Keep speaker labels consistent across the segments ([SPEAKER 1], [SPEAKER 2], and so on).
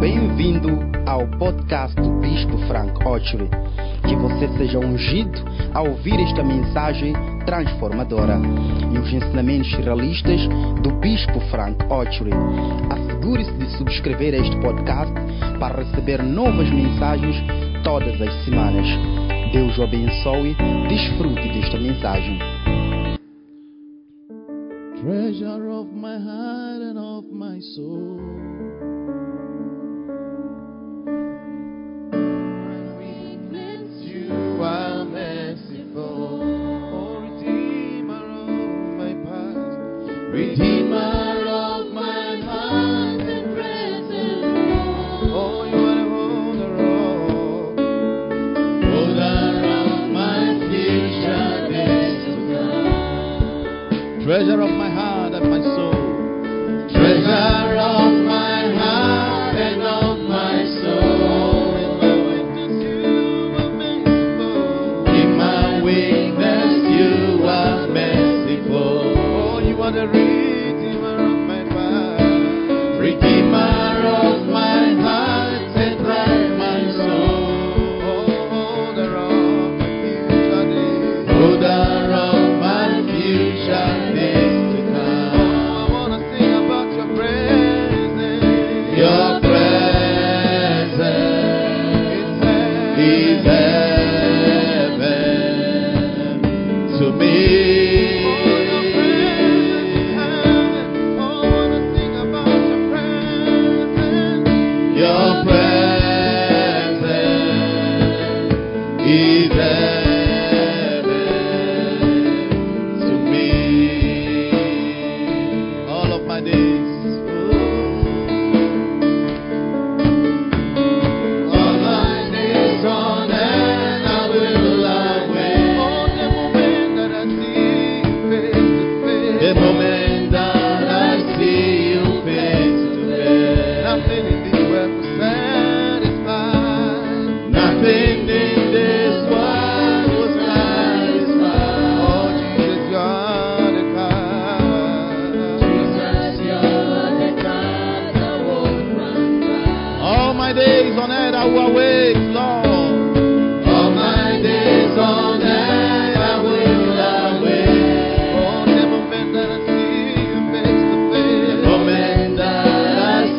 [SPEAKER 1] Bem-vindo ao podcast do Bispo Frank Ochery. Que você seja ungido a ouvir esta mensagem transformadora e os ensinamentos realistas do Bispo Frank Ochery. Assegure-se de subscrever este podcast para receber novas mensagens todas as semanas. Deus o abençoe. Desfrute desta mensagem.
[SPEAKER 2] treasure of my heart and of my soul. You are merciful, O Redeemer of my past, Redeemer of my heart and present Lord. Oh, you are the holder of, holder of my future days to come treasure of my heart and my soul. Treasure of my heart and of my soul. In my weakness, you are merciful. Oh, you are the redeemer of my heart. Redeemer of my heart and of my soul. Oh, holder of my future days. Holder of my future days to come.
[SPEAKER 3] I wanna sing about your presence.
[SPEAKER 2] Your presence is heaven
[SPEAKER 3] Oh,
[SPEAKER 2] to
[SPEAKER 3] your
[SPEAKER 2] me.
[SPEAKER 3] presence is heaven. Oh, I wanna sing about your presence.
[SPEAKER 2] Your presence is heaven to me. All of my days. All my days on earth I will await.
[SPEAKER 3] Oh, the moment that I see you face to
[SPEAKER 2] The
[SPEAKER 3] face.
[SPEAKER 2] moment that I see you face to face.
[SPEAKER 3] Nothing in this world will satisfy.
[SPEAKER 2] Nothing in this world will satisfy.
[SPEAKER 3] Oh, Jesus, you are the Oh, God. Oh,
[SPEAKER 2] All my days on earth I will wait, Lord. All my days on earth I will wait.
[SPEAKER 3] Oh, the moment that I see you face
[SPEAKER 2] The
[SPEAKER 3] to face.
[SPEAKER 2] moment that I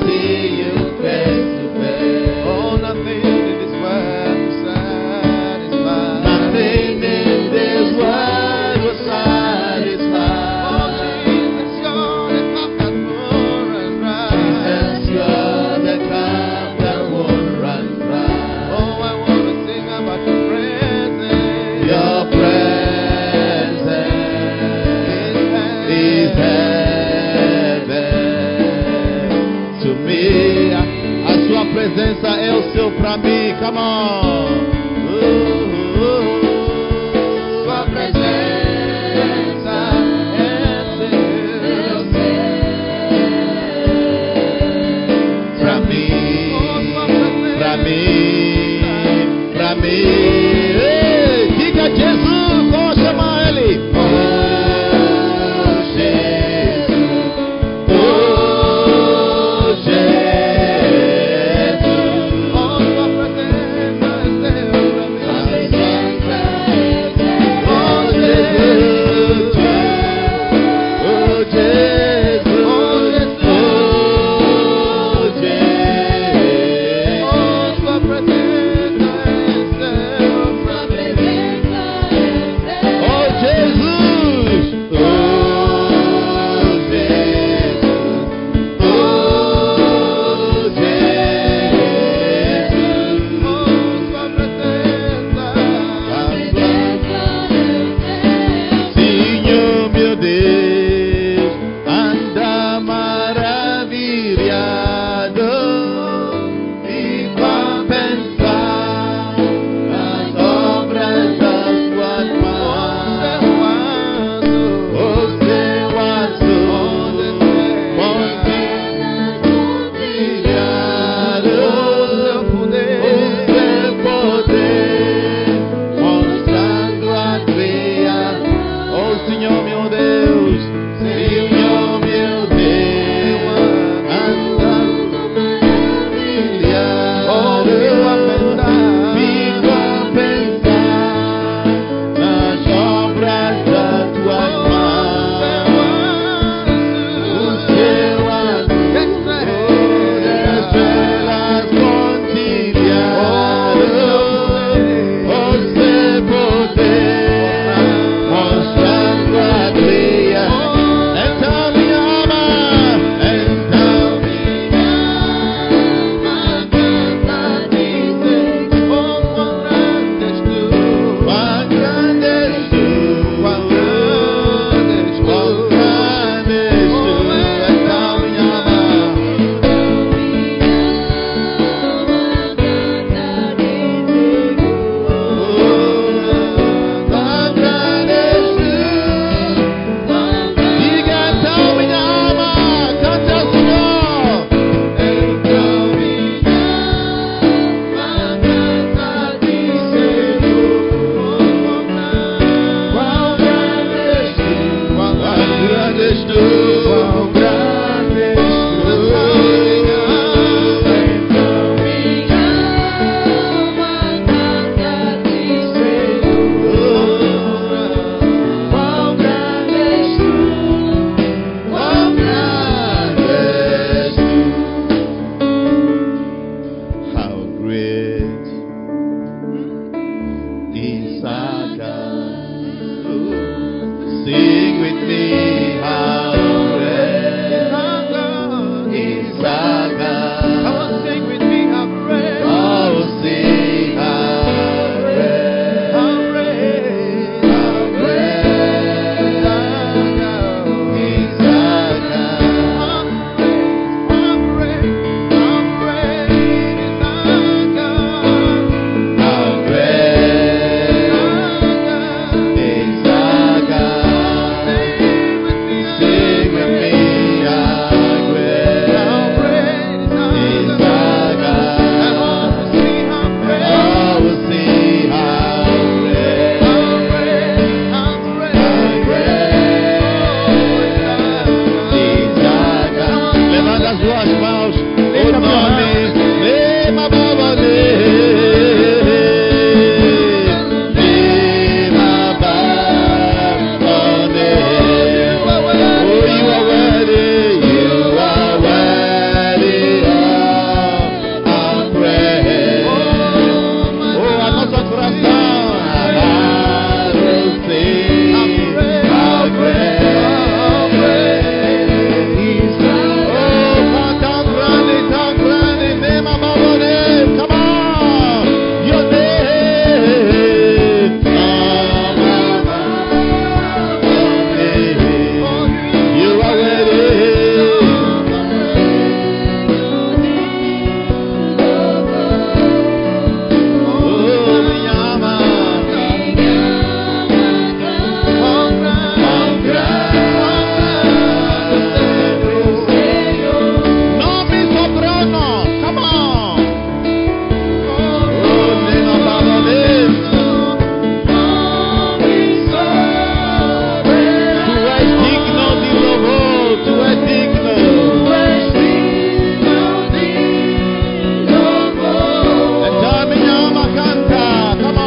[SPEAKER 2] see you face to face.
[SPEAKER 3] Oh, nothing in this world will satisfy.
[SPEAKER 2] Nothing in this world
[SPEAKER 3] Oh,
[SPEAKER 2] will satisfy.
[SPEAKER 3] Jesus, you're the cup that runs dry.
[SPEAKER 2] Jesus, you're the cup that won't run dry.
[SPEAKER 3] Oh, I wanna sing about your presence.
[SPEAKER 2] Your presence is heaven to me. A, a sua presença é o seu pra mim. Come on. Uh, uh, uh. Sua presença é seu pra mim, pra mim, pra mim. Ei, diga Jesus, como chamar ele? Oh Jesus, oh Jesus,
[SPEAKER 3] Oh, your presence
[SPEAKER 2] Oh, é
[SPEAKER 4] É
[SPEAKER 2] as duas mãos o
[SPEAKER 4] Deixa pra lá.
[SPEAKER 2] nome Lema Babane. Lema Babane. Oh, you are worthy, you are worthy of our praise. Oh, a nossa adoração, amado Senhor, ao grande. Oh, quão tão grande, tão grande, mesmo amor de- Come on, your name, amado Senhor, you are worthy. Oh, me ama. Quão grande é o Senhor. Nome soprano, come on. Oh, Nino Babadez, tu és digno de louvor, tu és digno. Então minha alma canta, come on.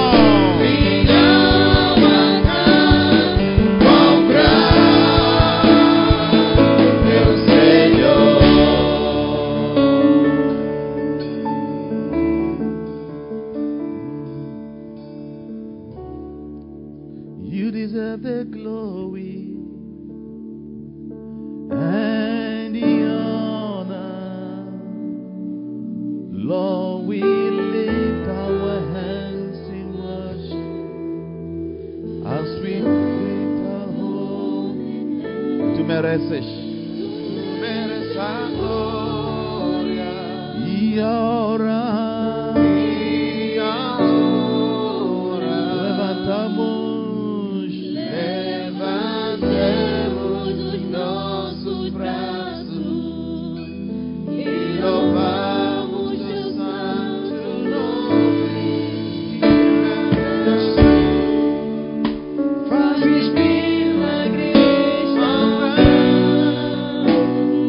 [SPEAKER 2] Quão grande é o Senhor. You deserve the glory and the honor. Lord, we lift our hands in worship as we lift our holy. Tu mereces.
[SPEAKER 4] Mereces a gloria
[SPEAKER 2] E ora,
[SPEAKER 4] y ahora
[SPEAKER 2] levantamos.
[SPEAKER 4] levantemos os nossos braços e louvamos o santo nome de Fazes milagres tão grandes,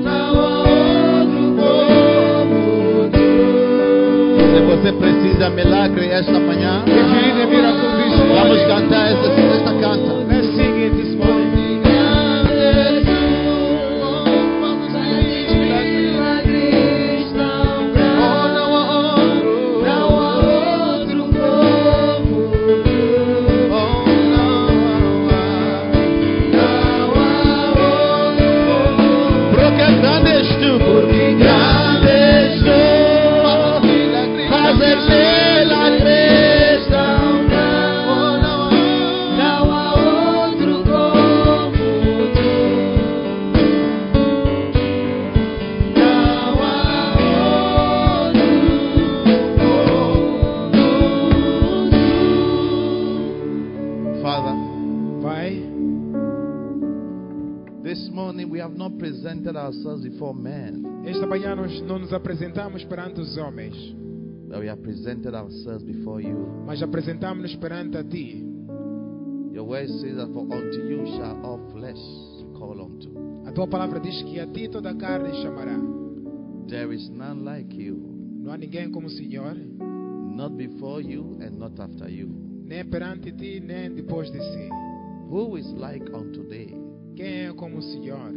[SPEAKER 4] não há outro como tu.
[SPEAKER 2] Se você precisa milagre esta manhã,
[SPEAKER 4] Querido, mira tu bicho.
[SPEAKER 2] vamos cantar essa, esta canta.
[SPEAKER 4] Let's sing it this morning. Oh, não há outro. Oh,
[SPEAKER 2] oh.
[SPEAKER 4] não há outro.
[SPEAKER 2] Porque grande és tu, porque grande és tu. Fazer milagres tão
[SPEAKER 4] Não há outro como tu. Não há outro como tu.
[SPEAKER 2] Father,
[SPEAKER 4] Pai,
[SPEAKER 2] this morning we have not presented ourselves before men,
[SPEAKER 4] esta manhã nós não nos apresentamos perante os homens,
[SPEAKER 2] but we have presented ourselves before you.
[SPEAKER 4] mas apresentamos-nos perante a Ti.
[SPEAKER 2] Your word says that for unto you shall all flesh call unto.
[SPEAKER 4] A Tua palavra diz que a Ti toda a carne chamará.
[SPEAKER 2] There is none like you,
[SPEAKER 4] Não há ninguém como o Senhor,
[SPEAKER 2] not before you and not after you.
[SPEAKER 4] nem perante Ti, nem depois de si.
[SPEAKER 2] Who is like unto thee?
[SPEAKER 4] Quem é como o Senhor?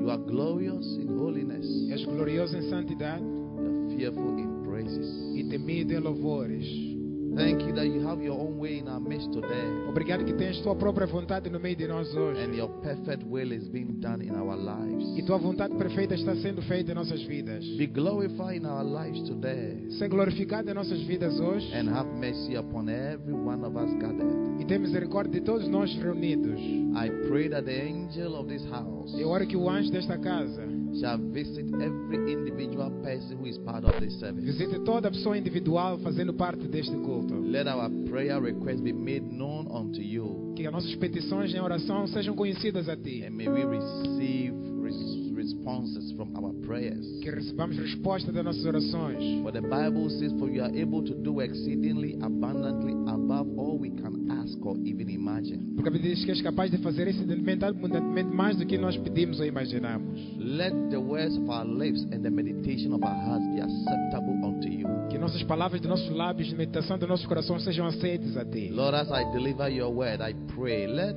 [SPEAKER 2] You are glorious in holiness,
[SPEAKER 4] És glorioso em santidade
[SPEAKER 2] you are fearful in praises.
[SPEAKER 4] e temido em louvores.
[SPEAKER 2] Thank you that you have your own way in our midst today,
[SPEAKER 4] Obrigado que tens tua própria vontade no meio de nós
[SPEAKER 2] and
[SPEAKER 4] hoje.
[SPEAKER 2] your perfect will is being done in our
[SPEAKER 4] E
[SPEAKER 2] lives.
[SPEAKER 4] tua vontade perfeita está sendo feita em nossas vidas.
[SPEAKER 2] Be glorified in our lives today,
[SPEAKER 4] Ser glorificado em nossas vidas hoje
[SPEAKER 2] and have mercy upon every one of us gathered.
[SPEAKER 4] e tem misericórdia de todos nós reunidos.
[SPEAKER 2] I pray that the angel of this house
[SPEAKER 4] Eu oro que o anjo desta casa
[SPEAKER 2] shall visit every individual person who is part of this service.
[SPEAKER 4] visite toda a pessoa individual fazendo parte deste culto.
[SPEAKER 2] Let our prayer requests be made known unto you,
[SPEAKER 4] Que as nossas petições em oração sejam conhecidas a ti.
[SPEAKER 2] and may we receive res- responses from our prayers.
[SPEAKER 4] que recebamos resposta das nossas orações.
[SPEAKER 2] For the Bible says, For you are able to do exceedingly abundantly above all we can ask or even imagine.
[SPEAKER 4] Porque a Bíblia diz que és capaz de fazer esse alimento abundantemente mais do que nós pedimos ou imaginamos.
[SPEAKER 2] Let the words of our lips and the meditation of our hearts be acceptable unto you.
[SPEAKER 4] Que nossas palavras de nossos lábios, de meditação do nosso coração sejam aceites a Ti.
[SPEAKER 2] Lord, as I deliver your word, I pray, let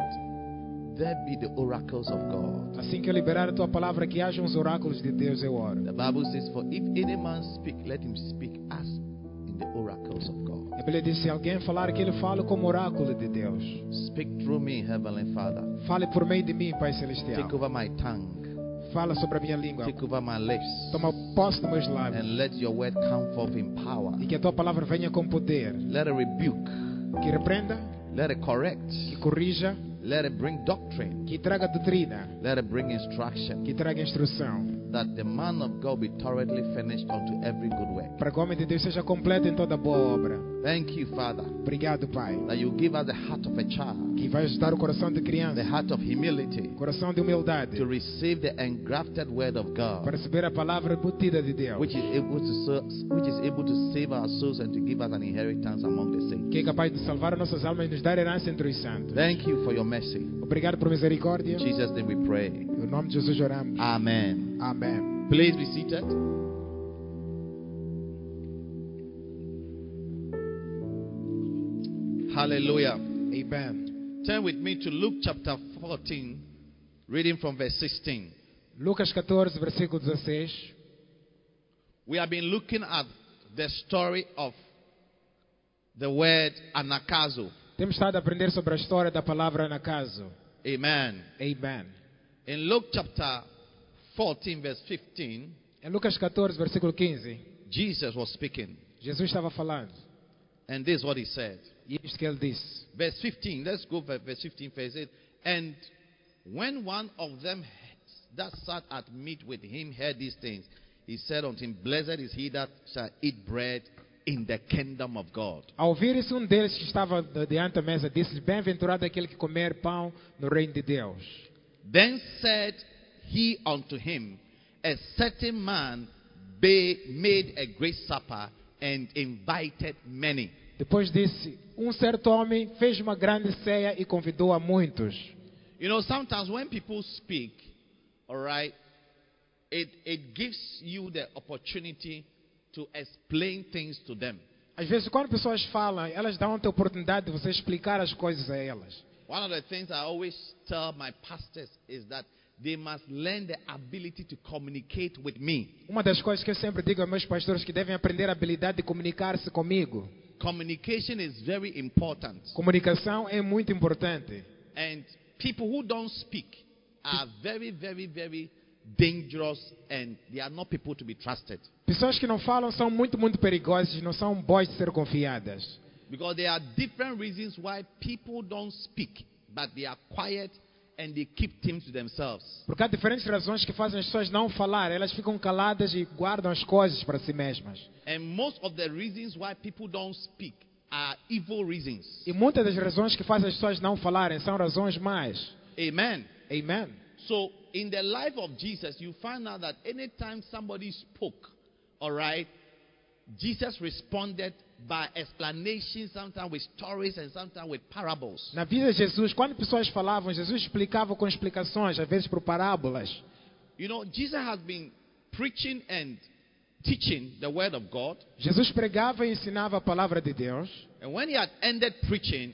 [SPEAKER 2] there be the oracles of God.
[SPEAKER 4] Assim que eu liberar a Tua palavra, que hajam os oráculos de Deus, eu oro.
[SPEAKER 2] The Bible says, For if any man speak, let him speak as in the oracles of God.
[SPEAKER 4] A Bíblia diz, se alguém falar que ele fala como oráculo de Deus.
[SPEAKER 2] Speak through me, Heavenly Father.
[SPEAKER 4] Fale por meio de mim, Pai
[SPEAKER 2] Take
[SPEAKER 4] Celestial.
[SPEAKER 2] over my tongue,
[SPEAKER 4] Fala sobre a minha língua.
[SPEAKER 2] take over my lips,
[SPEAKER 4] Toma posse dos meus lábios.
[SPEAKER 2] and let your word come forth in power.
[SPEAKER 4] E que a Tua palavra venha com poder.
[SPEAKER 2] Let it rebuke.
[SPEAKER 4] Que repreenda,
[SPEAKER 2] Let it correct.
[SPEAKER 4] que corrija,
[SPEAKER 2] Let it bring doctrine.
[SPEAKER 4] que traga doutrina,
[SPEAKER 2] Let it bring instruction.
[SPEAKER 4] que traga instrução.
[SPEAKER 2] That the man of God be thoroughly finished unto every good work.
[SPEAKER 4] Para que o homem de Deus seja completo em toda boa obra.
[SPEAKER 2] Thank you, Father,
[SPEAKER 4] Obrigado, Pai.
[SPEAKER 2] that you give us the heart of a child,
[SPEAKER 4] Que vai ajudar o coração de
[SPEAKER 2] the
[SPEAKER 4] criança,
[SPEAKER 2] heart of humility,
[SPEAKER 4] coração de humildade.
[SPEAKER 2] to receive the engrafted word of
[SPEAKER 4] Para
[SPEAKER 2] God,
[SPEAKER 4] receber a palavra embutida de Deus.
[SPEAKER 2] which is able to so- which is able to save our souls and to give us an inheritance among the saints.
[SPEAKER 4] que é capaz de salvar nossas almas e nos dar herança entre os santos.
[SPEAKER 2] Thank you for your mercy.
[SPEAKER 4] Obrigado por misericórdia.
[SPEAKER 2] In Jesus' name we pray.
[SPEAKER 4] Em nome de Jesus oramos.
[SPEAKER 2] Amen.
[SPEAKER 4] Amém.
[SPEAKER 2] Please be seated. Hallelujah.
[SPEAKER 4] Amém.
[SPEAKER 2] Turn with me to Luke chapter 14, reading from verse 16.
[SPEAKER 4] Lucas 14, versículo 16.
[SPEAKER 2] We have been looking at the story of the word anakazo.
[SPEAKER 4] Temos estado a aprender sobre a história da palavra anacaso.
[SPEAKER 2] Amen.
[SPEAKER 4] Amém.
[SPEAKER 2] In Luke chapter 14, verse 15,
[SPEAKER 4] Em É Lucas 14, versículo 15,
[SPEAKER 2] Jesus was speaking,
[SPEAKER 4] Jesus estava falando.
[SPEAKER 2] and this is what he said.
[SPEAKER 4] E isto que ele disse.
[SPEAKER 2] Verse 15, let's go for verse 15 first. It, And when one of them that sat at meat with him heard these things, he said unto him, Blessed is he that shall eat bread in the kingdom of God.
[SPEAKER 4] Ao ouvir isso, um deles que estava diante da mesa disse-lhe: Bem-aventurado aquele que comer pão no reino de Deus.
[SPEAKER 2] Then said he unto him, A certain man ba- made a great supper and invited many.
[SPEAKER 4] Depois disse: Um certo homem fez uma grande ceia e convidou a muitos.
[SPEAKER 2] You know, sometimes when people speak, all right, it, it gives you the opportunity to explain things to them.
[SPEAKER 4] Às vezes, quando pessoas falam, elas dão a oportunidade de você explicar as coisas a elas.
[SPEAKER 2] One of the things I always tell my pastors is that they must learn the ability to communicate with me.
[SPEAKER 4] Uma das coisas que eu sempre digo aos meus pastores que devem aprender a habilidade de comunicar-se comigo.
[SPEAKER 2] Communication is very important.
[SPEAKER 4] Comunicação é muito importante.
[SPEAKER 2] And people who don't speak are very, very, very dangerous and they are not people to be trusted
[SPEAKER 4] Pessoas que não falam são muito, muito perigosas, não são boas de ser confiadas.
[SPEAKER 2] because there are different reasons why people don't speak but they are quiet and they keep things to themselves.
[SPEAKER 4] Porque há diferentes razões que fazem as pessoas não falar. Elas ficam caladas e guardam as coisas para si mesmas.
[SPEAKER 2] And most of the reasons why people don't speak are evil reasons.
[SPEAKER 4] E muitas das razões que fazem as pessoas não falarem são razões más.
[SPEAKER 2] Amen.
[SPEAKER 4] Amém?
[SPEAKER 2] So in the life of Jesus, you find out that anytime somebody spoke, all right, Jesus responded by explanation, sometimes with stories and sometimes with parables.
[SPEAKER 4] Na vida de Jesus, quando pessoas falavam, Jesus explicava com explicações, às vezes por parábolas.
[SPEAKER 2] You know, Jesus has been preaching and teaching the word of God.
[SPEAKER 4] Jesus pregava e ensinava a palavra de Deus.
[SPEAKER 2] And when he had ended preaching,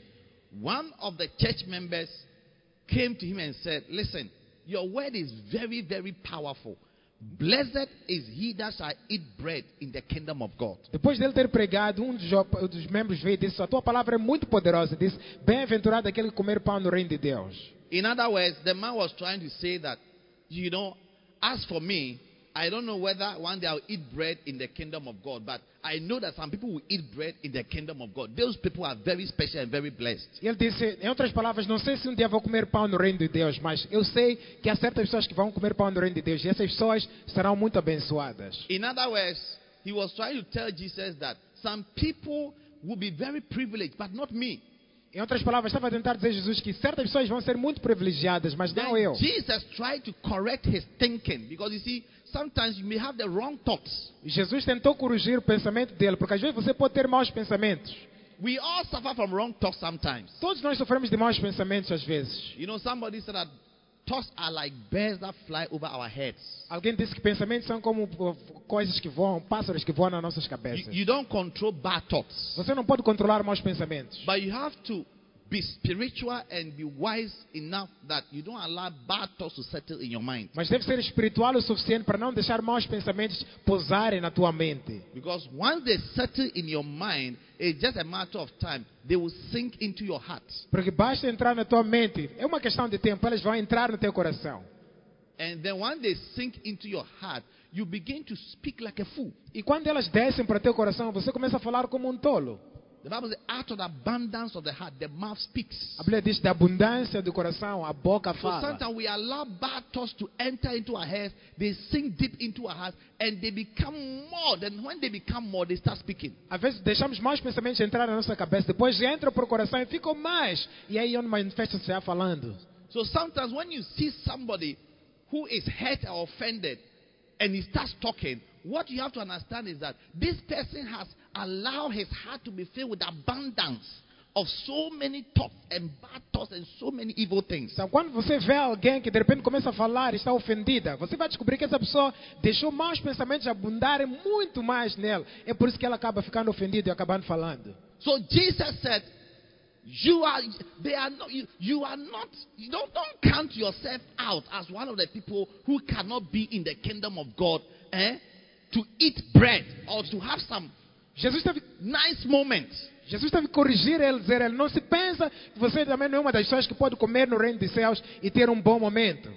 [SPEAKER 2] one of the church members came to him and said, Listen, your word is very, very powerful. Blessed is he that shall eat bread in the kingdom of God.
[SPEAKER 4] Depois dele ter pregado, um dos, op- dos membros veio e disse: A tua palavra é muito poderosa. Disse: Bem-aventurado aquele que comer pão no reino de Deus.
[SPEAKER 2] In other words, the man was trying to say that, you know, as for me, I don't know whether one day I'll eat bread in the kingdom of God, but I know that some people will eat bread in the kingdom of God. Those people are very special and very blessed.
[SPEAKER 4] E ele disse: Em outras palavras, não sei se um dia vou comer pão no reino de Deus, mas eu sei que há certas pessoas que vão comer pão no reino de Deus. E essas pessoas serão muito abençoadas.
[SPEAKER 2] In other words, he was trying to tell Jesus that some people will be very privileged, but not me.
[SPEAKER 4] Em outras palavras, estava a tentar dizer Jesus que certas pessoas vão ser muito privilegiadas, mas não eu.
[SPEAKER 2] Then Jesus tried to correct his thinking because you see, sometimes you may have the wrong thoughts.
[SPEAKER 4] Jesus tentou corrigir o pensamento dele, porque às vezes você pode ter maus pensamentos.
[SPEAKER 2] We all suffer from wrong thoughts sometimes.
[SPEAKER 4] Todos nós sofremos de maus pensamentos às vezes.
[SPEAKER 2] You know, somebody said that thoughts are like birds that fly over our heads.
[SPEAKER 4] Alguém disse que pensamentos são como uh, coisas que voam, pássaros que voam nas nossas
[SPEAKER 2] You,
[SPEAKER 4] cabeças.
[SPEAKER 2] you don't control bad thoughts,
[SPEAKER 4] Você não pode controlar maus pensamentos.
[SPEAKER 2] but you have to be spiritual and be wise enough that you don't allow bad thoughts to settle in your mind.
[SPEAKER 4] Mas deve ser espiritual o suficiente para não deixar maus pensamentos pousarem na tua mente.
[SPEAKER 2] Because once they settle in your mind, it's just a matter of time. They will sink into your heart.
[SPEAKER 4] Porque basta entrar na tua mente. É uma questão de tempo, elas vão entrar no teu coração.
[SPEAKER 2] And then when they sink into your heart, you begin to speak like a fool.
[SPEAKER 4] E quando elas descem para o teu coração, você começa a falar como um tolo.
[SPEAKER 2] The Bible says, out of the abundance of the heart, the mouth speaks.
[SPEAKER 4] A Bíblia diz: da abundância do coração, a boca
[SPEAKER 2] So
[SPEAKER 4] fala.
[SPEAKER 2] sometimes we allow bad thoughts to enter into our heads, they sink deep into our hearts, and they become more. Then when they become more, they start speaking.
[SPEAKER 4] Às vezes deixamos maus pensamentos entrar na nossa cabeça, depois entram para o coração e ficam mais. E aí onde manifesta-se já falando.
[SPEAKER 2] So sometimes when you see somebody who is hurt or offended and he starts talking, what you have to understand is that this person has allowed his heart to be filled with abundance of so many thoughts and bad thoughts and so many evil things.
[SPEAKER 4] Então, quando você vê alguém que de repente começa a falar e está ofendida, você vai descobrir que essa pessoa deixou maus pensamentos abundarem muito mais nela. É por isso que ela acaba ficando ofendida e acabando falando.
[SPEAKER 2] So Jesus said, "You are they are not you, you are not you don't don't count yourself out as one of the people who cannot be in the kingdom of God, eh? To eat bread or to have some
[SPEAKER 4] Jesus teve,
[SPEAKER 2] nice moments.
[SPEAKER 4] Jesus teve que corrigir ele, dizer ele, não se pensa que você também não é uma das pessoas que pode comer no reino dos céus e ter um bom momento.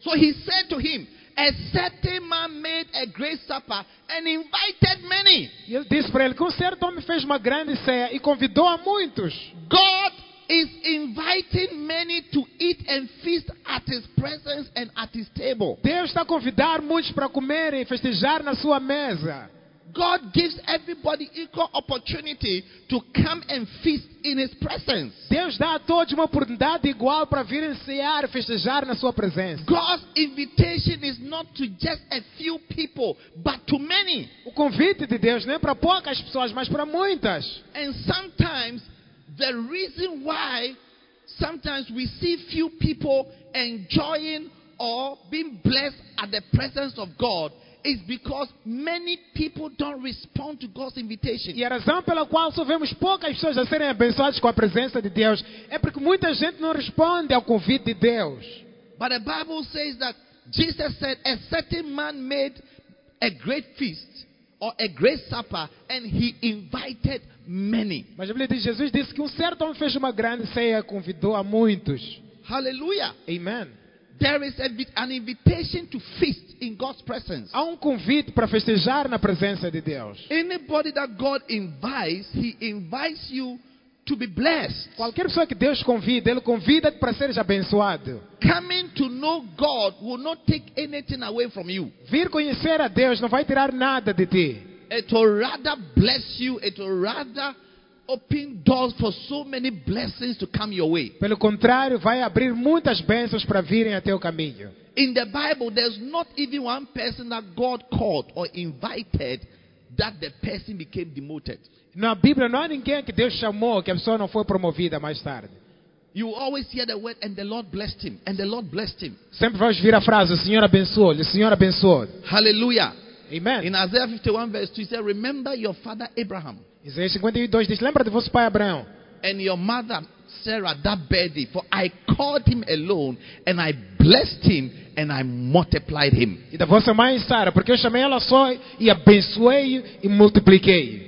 [SPEAKER 2] So he said to him, "A certain man made a great supper and invited many.
[SPEAKER 4] E ele disse para ele que um certo homem fez uma grande ceia e convidou a muitos.
[SPEAKER 2] God is inviting many to eat and feast at his presence and at his table.
[SPEAKER 4] Deus está a convidar muitos para comerem e festejar na sua mesa.
[SPEAKER 2] God gives everybody equal opportunity to come and feast in His presence.
[SPEAKER 4] Deus dá a todos uma oportunidade igual para virem cear e festejar na sua presença.
[SPEAKER 2] God's invitation is not to just a few people, but to many.
[SPEAKER 4] O convite de Deus não é para poucas pessoas, mas para muitas.
[SPEAKER 2] And sometimes the reason why sometimes we see few people enjoying or being blessed at the presence of God is because many people don't respond to God's invitation.
[SPEAKER 4] E a razão pela qual só vemos poucas pessoas a serem abençoadas com a presença de Deus é porque muita gente não responde ao convite de Deus.
[SPEAKER 2] But the Bible says that Jesus said, A certain man made a great feast or a great supper, and he invited many.
[SPEAKER 4] Mas a Bíblia diz, Jesus disse que um certo homem fez uma grande ceia e convidou a muitos.
[SPEAKER 2] Hallelujah.
[SPEAKER 4] Amen.
[SPEAKER 2] There is a, bit- an invitation to feast in God's presence.
[SPEAKER 4] Há um convite para festejar na presença de Deus.
[SPEAKER 2] Anybody that God invites, he invites you to be blessed.
[SPEAKER 4] Qualquer pessoa que Deus convida, Ele convida-te para seres abençoado.
[SPEAKER 2] Coming to know God will not take anything away from you.
[SPEAKER 4] Vir conhecer a Deus não vai tirar nada de ti.
[SPEAKER 2] It will rather bless you. It will rather open doors for so many blessings to come your way.
[SPEAKER 4] Pelo contrário, vai abrir muitas bênçãos para virem a teu caminho.
[SPEAKER 2] In the Bible, there's not even one person that God called or invited that the person became demoted.
[SPEAKER 4] Na Bíblia não há ninguém que Deus chamou que a pessoa não foi promovida mais tarde.
[SPEAKER 2] You always hear the word, and the Lord blessed him, and the Lord blessed him.
[SPEAKER 4] Sempre vais ouvir a frase: O Senhor abençoou-lhe, o Senhor abençoou-lhe.
[SPEAKER 2] Hallelujah.
[SPEAKER 4] Amen.
[SPEAKER 2] In Isaiah 51, verse 2, he said, Remember your father Abraham
[SPEAKER 4] Isaías 52 diz: Lembra de vosso pai Abraão.
[SPEAKER 2] and your mother Sarah, that birdie, for I called him alone, and I blessed him, and I multiplied him.
[SPEAKER 4] E da vossa mãe Sara, porque eu chamei ela só e abençoei-o e multipliquei.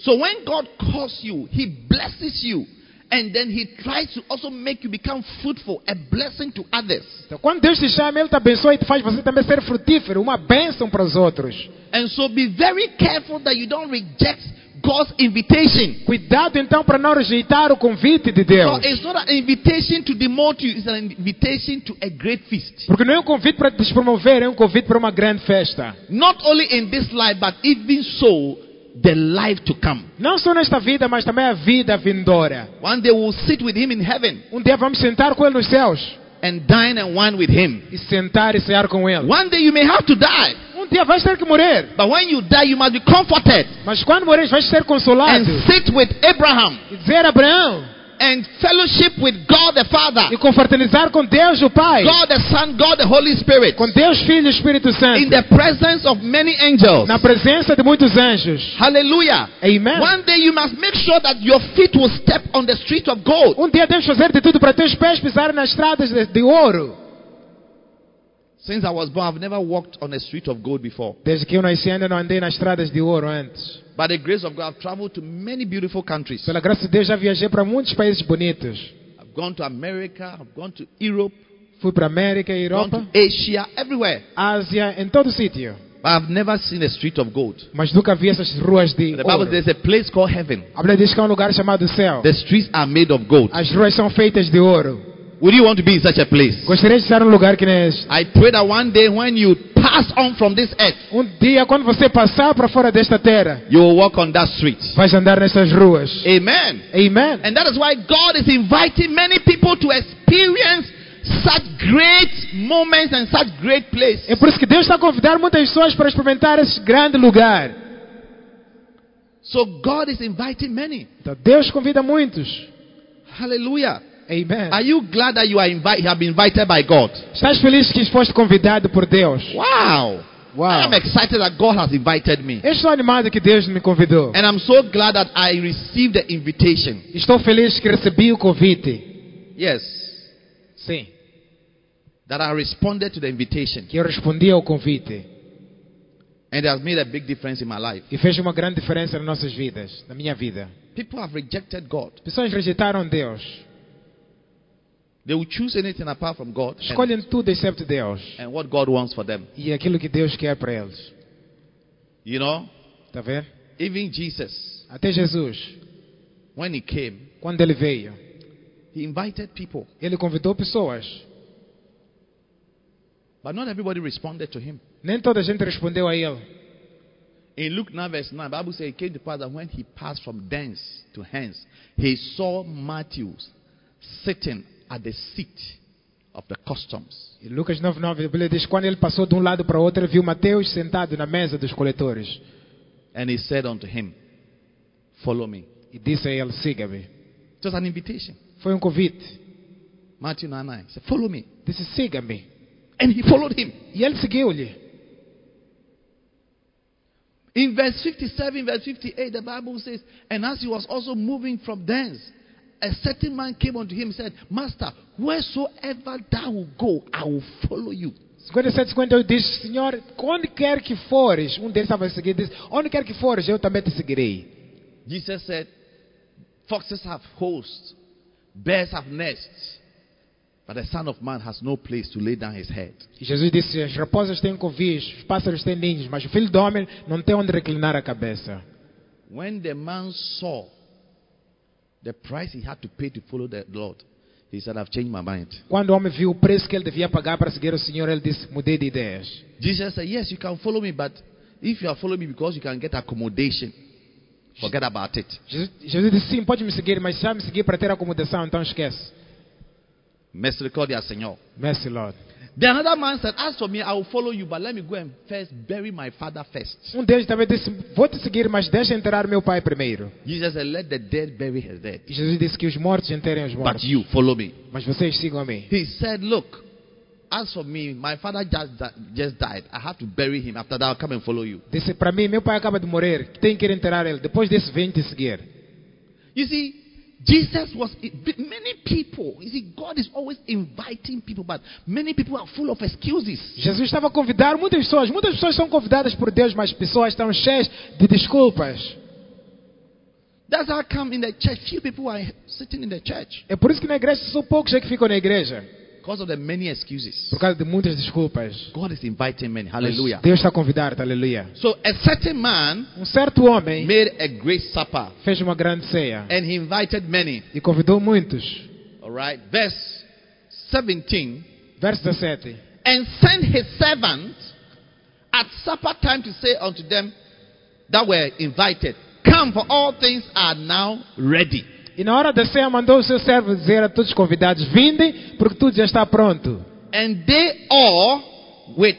[SPEAKER 2] So when God calls you, He blesses you, and then He tries to also make you become fruitful, a blessing to others.
[SPEAKER 4] Então, quando Deus te chama, Ele te abençoa e te faz você também ser frutífero, uma bênção para os outros.
[SPEAKER 2] And so be very careful that you don't reject God's invitation.
[SPEAKER 4] Cuidado então para não rejeitar o convite de
[SPEAKER 2] So
[SPEAKER 4] Deus.
[SPEAKER 2] it's not an invitation to demote you, it's an invitation to a great feast.
[SPEAKER 4] Porque não é um convite para te despromover, é um convite para uma grande festa.
[SPEAKER 2] Not only in this life, but even so, the life to come.
[SPEAKER 4] Não só nesta vida, mas também a vida vindoura.
[SPEAKER 2] One day we'll sit with him in heaven
[SPEAKER 4] Um dia vamos sentar com ele nos céus
[SPEAKER 2] and dine and wine with him.
[SPEAKER 4] e sentar e cear com ele.
[SPEAKER 2] One day you may have to die,
[SPEAKER 4] Um dia vais ter que morrer,
[SPEAKER 2] but when you die, you must be comforted
[SPEAKER 4] mas quando morres vais ser
[SPEAKER 2] and
[SPEAKER 4] consolado
[SPEAKER 2] sit with Abraham
[SPEAKER 4] e dizer a Abraão
[SPEAKER 2] and fellowship with God the
[SPEAKER 4] e
[SPEAKER 2] Father,
[SPEAKER 4] confraternizar com Deus o Pai,
[SPEAKER 2] God the Son, God the Holy Spirit,
[SPEAKER 4] com Deus Filho e Espírito
[SPEAKER 2] in
[SPEAKER 4] Santo,
[SPEAKER 2] the presence of many angels.
[SPEAKER 4] na presença de muitos anjos.
[SPEAKER 2] Hallelujah.
[SPEAKER 4] Amen.
[SPEAKER 2] One day you must make sure that your feet will step on the street of gold.
[SPEAKER 4] Um dia deves fazer de tudo para teus pés pisarem nas estradas de, de ouro.
[SPEAKER 2] Since I was born, I've never walked on a street of gold before.
[SPEAKER 4] Desde que eu nasci ainda não andei nas estradas de ouro antes.
[SPEAKER 2] By the grace of God, I've traveled to many beautiful countries.
[SPEAKER 4] Pela graça de Deus já viajei para muitos países bonitos.
[SPEAKER 2] I've gone to America, I've gone to Europe,
[SPEAKER 4] Fui para América e
[SPEAKER 2] gone
[SPEAKER 4] Europa,
[SPEAKER 2] to Asia, everywhere.
[SPEAKER 4] Ásia, em todo sítio.
[SPEAKER 2] But I've never seen a street of gold.
[SPEAKER 4] Mas nunca vi essas ruas de
[SPEAKER 2] The Bible
[SPEAKER 4] ouro.
[SPEAKER 2] there's a place called heaven.
[SPEAKER 4] A Bíblia diz que é um lugar chamado céu.
[SPEAKER 2] The streets are made of gold.
[SPEAKER 4] As ruas são feitas de ouro.
[SPEAKER 2] Would you want to be in such a place?
[SPEAKER 4] Gostaria de estar num lugar que nem este.
[SPEAKER 2] I pray that one day when you pass on from this earth,
[SPEAKER 4] Um dia, quando você passar para fora desta terra,
[SPEAKER 2] you will walk on that street.
[SPEAKER 4] vais andar nessas ruas.
[SPEAKER 2] Amen.
[SPEAKER 4] Amém?
[SPEAKER 2] And that is why God is inviting many people to experience such great moments and such great
[SPEAKER 4] É
[SPEAKER 2] places.
[SPEAKER 4] por isso que Deus está a convidar muitas pessoas para experimentar esse grande lugar.
[SPEAKER 2] So God is inviting many.
[SPEAKER 4] Então Deus convida muitos.
[SPEAKER 2] Hallelujah. Are
[SPEAKER 4] Amém.
[SPEAKER 2] you glad that you are invited? have been invited by God?
[SPEAKER 4] Estás feliz que foste convidado por Deus?
[SPEAKER 2] Wow. I am excited that God has invited me.
[SPEAKER 4] Eu estou animado que Deus me convidou.
[SPEAKER 2] And I'm so glad that I received the invitation.
[SPEAKER 4] Estou feliz que recebi o convite.
[SPEAKER 2] Yes.
[SPEAKER 4] Sim.
[SPEAKER 2] That I responded to the invitation.
[SPEAKER 4] Que eu respondi ao convite.
[SPEAKER 2] And it has made a big difference in my life.
[SPEAKER 4] E fez uma grande diferença nas nossas vidas, na minha vida.
[SPEAKER 2] People have rejected God.
[SPEAKER 4] Pessoas rejeitaram Deus.
[SPEAKER 2] They will choose anything apart from God and,
[SPEAKER 4] Escolhem tudo excepto Deus.
[SPEAKER 2] and what God wants for them.
[SPEAKER 4] E aquilo que Deus quer para eles.
[SPEAKER 2] You know?
[SPEAKER 4] Está vendo?
[SPEAKER 2] Even Jesus,
[SPEAKER 4] Até Jesus,
[SPEAKER 2] when he came,
[SPEAKER 4] quando ele veio,
[SPEAKER 2] he invited people,
[SPEAKER 4] ele convidou pessoas.
[SPEAKER 2] but not everybody responded to him.
[SPEAKER 4] Nem toda a gente respondeu a ele.
[SPEAKER 2] In Luke 9, verse 9, Bible says it came to pass that when he passed from thence to hence, he saw Matthew sitting at the seat of the customs.
[SPEAKER 4] E Lucas 9,9, a Bíblia diz: quando ele passou de um lado para o outro, ele viu Mateus sentado na mesa dos coletores.
[SPEAKER 2] And he said unto him, Follow me.
[SPEAKER 4] E disse a ele: Siga-me.
[SPEAKER 2] It was an invitation.
[SPEAKER 4] Foi um convite.
[SPEAKER 2] Matthew 9, 9 said, Follow me.
[SPEAKER 4] Disse: Siga-me.
[SPEAKER 2] And he followed him.
[SPEAKER 4] E ele seguiu-lhe.
[SPEAKER 2] In verse 57, verse 58, the Bible says, And as he was also moving from thence, a certain man came unto him and said, Master, wheresoever thou wilt go, I will follow you.
[SPEAKER 4] 57, 58 diz: Senhor, onde quer que fores, um deles estava a seguir, disse: Onde quer que fores, eu também te seguirei.
[SPEAKER 2] Jesus said, Foxes have hosts, bears have nests, but the Son of Man has no place to lay down his head.
[SPEAKER 4] E Jesus disse: As raposas têm covis, os pássaros têm ninhos, mas o filho do homem não tem onde reclinar a cabeça.
[SPEAKER 2] When the man saw the price he had to pay to follow the Lord, he said, I've changed my mind.
[SPEAKER 4] Quando o homem viu o preço que ele devia pagar para seguir o Senhor, ele disse: Mudei de ideias.
[SPEAKER 2] Jesus said, Yes, you can follow me, but if you are following me because you can get accommodation, forget about it.
[SPEAKER 4] Jesus, Jesus disse: Sim, pode me seguir, mas já me seguir para ter acomodação, então esquece.
[SPEAKER 2] Misericordia, Señor.
[SPEAKER 4] Mercy, Lord.
[SPEAKER 2] Then another man said, As for me, I will follow you, but let me go and first bury my father first.
[SPEAKER 4] Um deles também disse: Vou te seguir, mas deixa enterrar meu pai primeiro.
[SPEAKER 2] Jesus said, Let the dead bury his dead,
[SPEAKER 4] E Jesus disse que os mortos enterrem os
[SPEAKER 2] but
[SPEAKER 4] mortos.
[SPEAKER 2] you follow me.
[SPEAKER 4] Mas vocês sigam a mim.
[SPEAKER 2] He said, Look, as for me, my father just, di- just died. I have to bury him. After that, I'll come and follow you.
[SPEAKER 4] Disse para mim: Meu pai acaba de morrer, tem que ir enterrar ele. Depois desse, vem te seguir.
[SPEAKER 2] You see, Jesus was many people. You see, God is always inviting people, but many people are full of excuses.
[SPEAKER 4] Jesus estava a convidar muitas pessoas. Muitas pessoas são convidadas por Deus, mas pessoas estão cheias de desculpas.
[SPEAKER 2] That's how come in the church, few people are sitting in the church
[SPEAKER 4] É por isso que na igreja são poucos é que ficam na igreja.
[SPEAKER 2] because of the many
[SPEAKER 4] Por
[SPEAKER 2] excuses.
[SPEAKER 4] causa de muitas desculpas.
[SPEAKER 2] God is inviting many.
[SPEAKER 4] Mas
[SPEAKER 2] Hallelujah.
[SPEAKER 4] Deus está a convidar, aleluia.
[SPEAKER 2] So a certain man
[SPEAKER 4] Um certo homem
[SPEAKER 2] made a great supper
[SPEAKER 4] fez uma grande ceia
[SPEAKER 2] and he invited many.
[SPEAKER 4] e convidou muitos.
[SPEAKER 2] All right. Verse 17.
[SPEAKER 4] Verso 17.
[SPEAKER 2] And sent his servant at supper time to say unto them, that were invited, Come, for all things are now ready.
[SPEAKER 4] E na hora da ceia mandou o seu servo dizer a todos os convidados: Vindem, porque tudo já está pronto.
[SPEAKER 2] And they all, with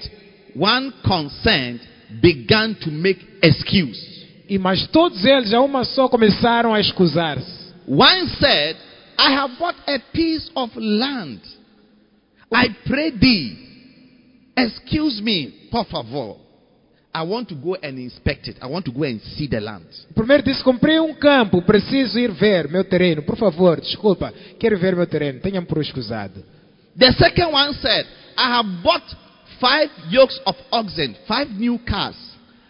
[SPEAKER 2] one consent, began to make excuse.
[SPEAKER 4] E mas todos eles a uma só começaram a escusar-se.
[SPEAKER 2] One said, I have bought a piece of land. I pray thee, excuse me, por favor. I want to go and inspect it. I want to go and see the land.
[SPEAKER 4] O primeiro disse: Comprei um campo, preciso ir ver meu terreno. Por favor, desculpa, quero ver meu terreno. Tenha-me por escusado.
[SPEAKER 2] The second one said, I have bought five yokes of oxen, five new cars.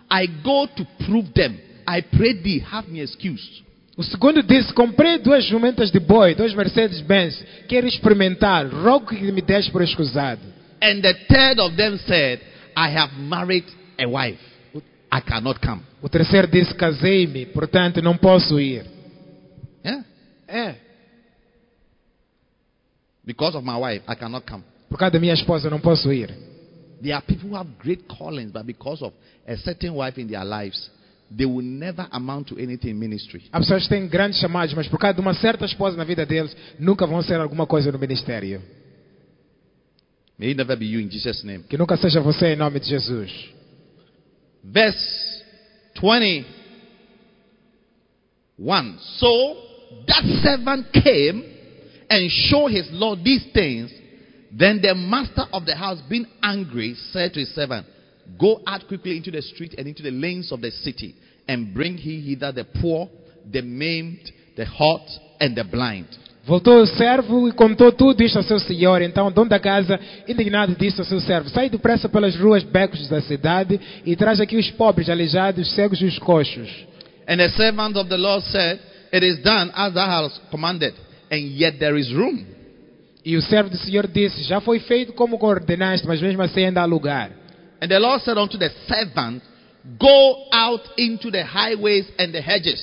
[SPEAKER 2] I go to prove them. I pray thee, have me excused.
[SPEAKER 4] O segundo disse: Comprei duas jumentas de boi, dois Mercedes-Benz. Quero experimentar. Rogo que me des por escusado.
[SPEAKER 2] And the third of them said, I have married a wife. I cannot come.
[SPEAKER 4] O terceiro disse: Casei-me, portanto não posso ir.
[SPEAKER 2] Yeah?
[SPEAKER 4] É,
[SPEAKER 2] Because of my wife, I cannot come.
[SPEAKER 4] por causa da minha esposa não posso ir.
[SPEAKER 2] There are people who have great callings, but because of a certain wife in their lives, they will never amount to anything in ministry.
[SPEAKER 4] Há pessoas que têm grandes chamados, mas por causa de uma certa esposa na vida deles, nunca vão ser alguma coisa no ministério.
[SPEAKER 2] May it never be you in Jesus' name.
[SPEAKER 4] Que nunca seja você em nome de Jesus.
[SPEAKER 2] Verse 21. So that servant came and showed his Lord these things. Then the master of the house, being angry, said to his servant, Go out quickly into the street and into the lanes of the city, and bring he hither the poor, the maimed, the hot, and the blind.
[SPEAKER 4] Voltou o servo e contou tudo isto ao seu senhor. Então, o dono da casa, indignado, disse ao seu servo: Sai depressa pelas ruas, becos da cidade e traz aqui os pobres, aleijados, os cegos e os coxos.
[SPEAKER 2] And the servant of the Lord said, It is done as thou hast commanded, and yet there is room.
[SPEAKER 4] E o servo do senhor disse: Já foi feito como ordenaste, mas mesmo assim ainda há lugar.
[SPEAKER 2] And the Lord said unto the servant, Go out into the highways and the hedges,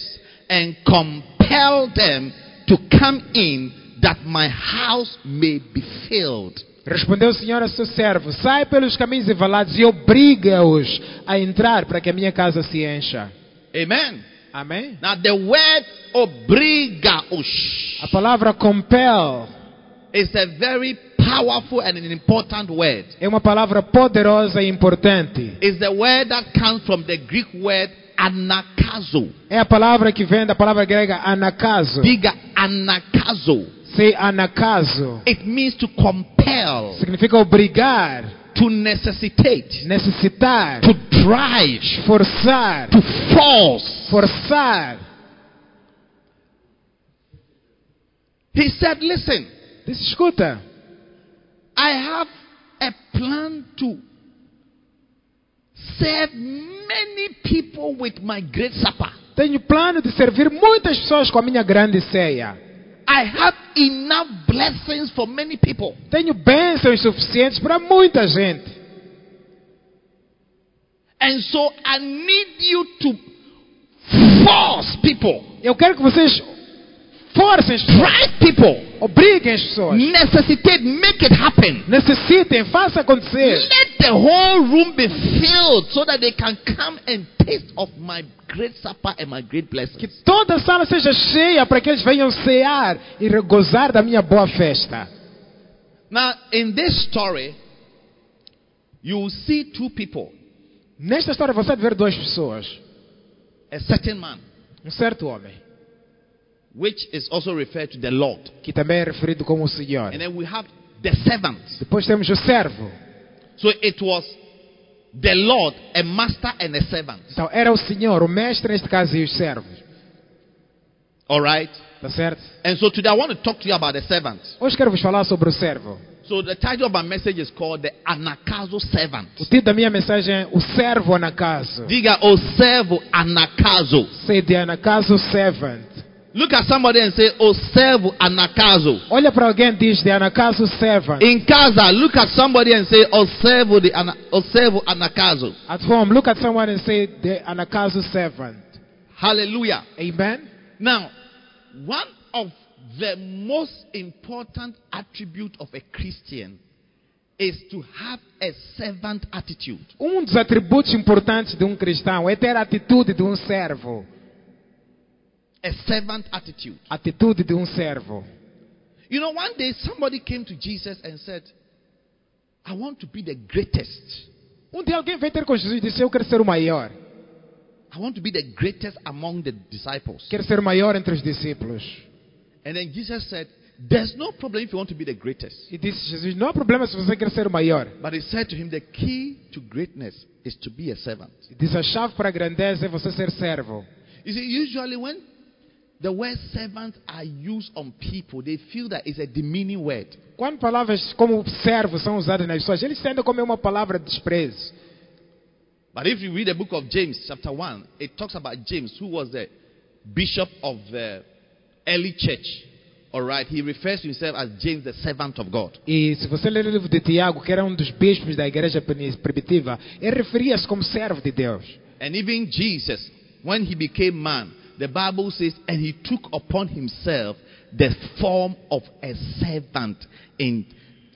[SPEAKER 2] and compel them to come in, that my house may be filled.
[SPEAKER 4] Respondeu o Senhor a seu servo: Sai pelos caminhos invalados e obriga-os a entrar para que a minha casa se encha.
[SPEAKER 2] Amen.
[SPEAKER 4] Amém?
[SPEAKER 2] Now the word obrigaos
[SPEAKER 4] A palavra compel
[SPEAKER 2] is a very powerful and an important word.
[SPEAKER 4] é uma palavra poderosa e importante.
[SPEAKER 2] It's the word that comes from the Greek word anakazo.
[SPEAKER 4] É a palavra que vem da palavra grega anacaso.
[SPEAKER 2] Bigger anakazo.
[SPEAKER 4] Se anacaso
[SPEAKER 2] It means to compel,
[SPEAKER 4] significa obrigar,
[SPEAKER 2] to necessitate,
[SPEAKER 4] necessitar,
[SPEAKER 2] to drive,
[SPEAKER 4] forçar,
[SPEAKER 2] to force.
[SPEAKER 4] forçar.
[SPEAKER 2] He said, Listen,
[SPEAKER 4] Disse, escuta,
[SPEAKER 2] I have a plan to serve many people with my great supper.
[SPEAKER 4] tenho plano de servir muitas pessoas com a minha grande ceia.
[SPEAKER 2] I have enough blessings for many people.
[SPEAKER 4] Tenho bênçãos suficientes para muita gente.
[SPEAKER 2] And so I need you to force people,
[SPEAKER 4] Eu quero que vocês forcem as pessoas,
[SPEAKER 2] drive people,
[SPEAKER 4] obriguem as pessoas,
[SPEAKER 2] necessitate, make it happen.
[SPEAKER 4] necessitem, faça acontecer.
[SPEAKER 2] Let the whole room be filled so that they can come and taste of my great supper and my great blessing.
[SPEAKER 4] Que toda a sala seja cheia para que eles venham cear e gozar da minha boa festa.
[SPEAKER 2] Now, in this story, you will see two people.
[SPEAKER 4] Nesta história você vai ver duas pessoas.
[SPEAKER 2] A certain man,
[SPEAKER 4] Um certo homem,
[SPEAKER 2] which is also referred to the Lord.
[SPEAKER 4] que também é referido como o Senhor.
[SPEAKER 2] And then we have the servant.
[SPEAKER 4] Depois temos o servo.
[SPEAKER 2] So it was the Lord, a master and a servant.
[SPEAKER 4] Então era o Senhor, o mestre neste caso e os servos.
[SPEAKER 2] All right?
[SPEAKER 4] Tá certo?
[SPEAKER 2] And so today I want to talk to you about the servant.
[SPEAKER 4] Hoje quero vos falar sobre o servo.
[SPEAKER 2] So the title of my message is called The Anakazo Servant.
[SPEAKER 4] O título da minha mensagem é O Servo Anacaso.
[SPEAKER 2] Diga, O servo Anakazo.
[SPEAKER 4] Sede Anacaso Servant.
[SPEAKER 2] Look at somebody and say, Oh, servo anacaso.
[SPEAKER 4] Olha para alguém e diz de Anacaso Servant.
[SPEAKER 2] In casa, look at somebody and say, Oh, servo, the ana- oh, servo anacaso.
[SPEAKER 4] At home, look at someone and say, the Anakazu servant.
[SPEAKER 2] Hallelujah.
[SPEAKER 4] Amen?
[SPEAKER 2] Now, one of the most important attribute of a Christian is to have a servant attitude.
[SPEAKER 4] Um dos atributos importantes de um cristão é ter a atitude de um servo.
[SPEAKER 2] A servant attitude.
[SPEAKER 4] Atitude de um servo.
[SPEAKER 2] You know, one day somebody came to Jesus and said, I want to be the greatest.
[SPEAKER 4] Um dia alguém veio ter com Jesus e disse: Eu quero ser o maior.
[SPEAKER 2] I want to be the greatest among the disciples.
[SPEAKER 4] Quero ser o maior entre os discípulos.
[SPEAKER 2] And then Jesus said, There's no problem if you want to be the greatest.
[SPEAKER 4] E disse Jesus: Não há problema se você quer ser o maior.
[SPEAKER 2] But he said to him, The key to greatness is to be a servant.
[SPEAKER 4] E disse: A chave para a grandeza é você ser servo.
[SPEAKER 2] You see, usually when the word servant are used on people, they feel that it's a demeaning word.
[SPEAKER 4] Quando palavras como servo são usadas nas pessoas, eles tendem como é uma palavra de desprezo.
[SPEAKER 2] But if you read the book of James, chapter 1, it talks about James, who was the bishop of the early church. All right, he refers to himself as James, the servant of God.
[SPEAKER 4] E se você ler o livro de Tiago, que era um dos bispos da igreja primi- primitiva, ele referia-se como servo de Deus.
[SPEAKER 2] And even Jesus, when he became man, the Bible says, and he took upon himself the form of a servant in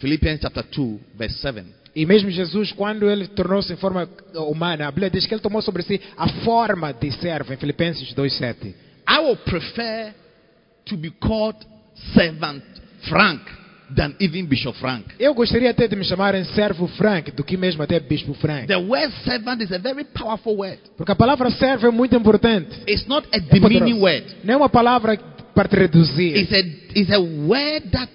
[SPEAKER 2] Philippians chapter 2, verse 7.
[SPEAKER 4] E mesmo Jesus, quando ele tornou-se em forma humana, a Bíblia diz que ele tomou sobre si a forma de servo, em Filipenses 2,7.
[SPEAKER 2] I would prefer to be called servant Frank than even Bishop Frank.
[SPEAKER 4] Eu gostaria até de me chamarem servo Frank, do que mesmo até bispo Frank.
[SPEAKER 2] The word servant is a very powerful word.
[SPEAKER 4] Porque a palavra servo é muito importante.
[SPEAKER 2] It's not a
[SPEAKER 4] É
[SPEAKER 2] demeaning word.
[SPEAKER 4] poderosa. Não é uma palavra para te reduzir.
[SPEAKER 2] It's a, it's a word that,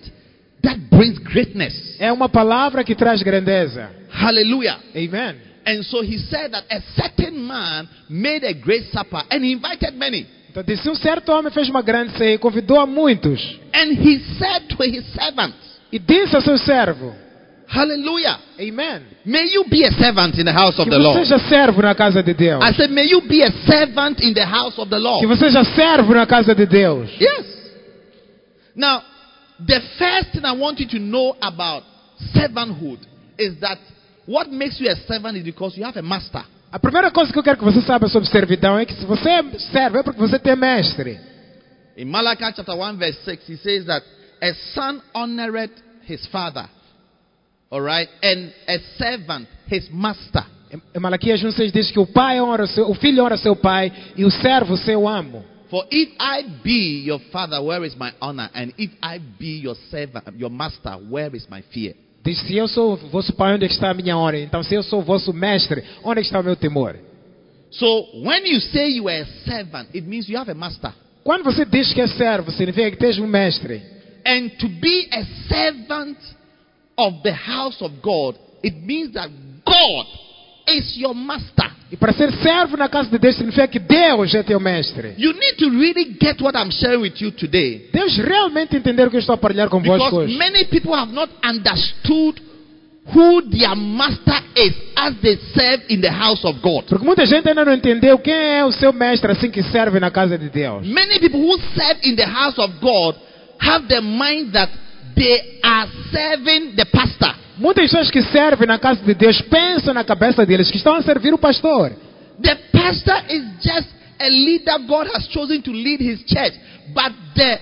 [SPEAKER 2] that brings greatness.
[SPEAKER 4] É uma palavra que traz grandeza.
[SPEAKER 2] Hallelujah.
[SPEAKER 4] Amen.
[SPEAKER 2] And so he said that a certain man made a great supper and he invited many.
[SPEAKER 4] Então disse, um certo homem fez uma grande ceia e convidou a muitos.
[SPEAKER 2] And he said to his servants,
[SPEAKER 4] E disse ao seu servo,
[SPEAKER 2] Hallelujah.
[SPEAKER 4] Amen.
[SPEAKER 2] May you be a servant in the house of
[SPEAKER 4] Que
[SPEAKER 2] the
[SPEAKER 4] você
[SPEAKER 2] Lord.
[SPEAKER 4] já servo na casa de Deus.
[SPEAKER 2] I said, May you be a servant in the house of the
[SPEAKER 4] Que
[SPEAKER 2] Lord.
[SPEAKER 4] você já servo na casa de Deus.
[SPEAKER 2] Yes. Now, the first thing I want you to know about servanthood is that what makes you a servant is because you have a master.
[SPEAKER 4] A primeira coisa que eu quero que você saiba sobre servidão é que se você é servo é porque você tem mestre.
[SPEAKER 2] In Malachi chapter 1, verse 6, he says that a son honored his father, all right, and a servant his master.
[SPEAKER 4] Em- Em Malaquias 1,6 diz que o pai honra o seu, o filho honra seu pai e o servo o seu amo.
[SPEAKER 2] For if I be your father, where is my honor? And if I be your servant, your master, where is my fear?
[SPEAKER 4] Diz, se eu sou o vosso pai, onde é que está a minha honra? Então, se eu sou o vosso mestre, onde é que está o meu temor?
[SPEAKER 2] So when you say you are a servant, it means you have a master.
[SPEAKER 4] Quando você diz que é servo, significa que tens um mestre.
[SPEAKER 2] And to be a servant of the house of God, it means that God is your master.
[SPEAKER 4] E para ser servo na casa de Deus, significa que Deus é teu mestre.
[SPEAKER 2] You need to really get what I'm sharing with you today.
[SPEAKER 4] Deus realmente entender o que eu estou a partilhar convosco
[SPEAKER 2] Because
[SPEAKER 4] hoje.
[SPEAKER 2] many people have not understood who their master is as they serve in the house of God.
[SPEAKER 4] Porque muita gente ainda não entendeu quem é o seu mestre assim que serve na casa de Deus.
[SPEAKER 2] Many people who serve in the house of God have the mind that they are serving the pastor.
[SPEAKER 4] Muitas pessoas que servem na casa de Deus pensam na cabeça deles que estão a servir o pastor.
[SPEAKER 2] The pastor is just a leader God has chosen to lead his church, but the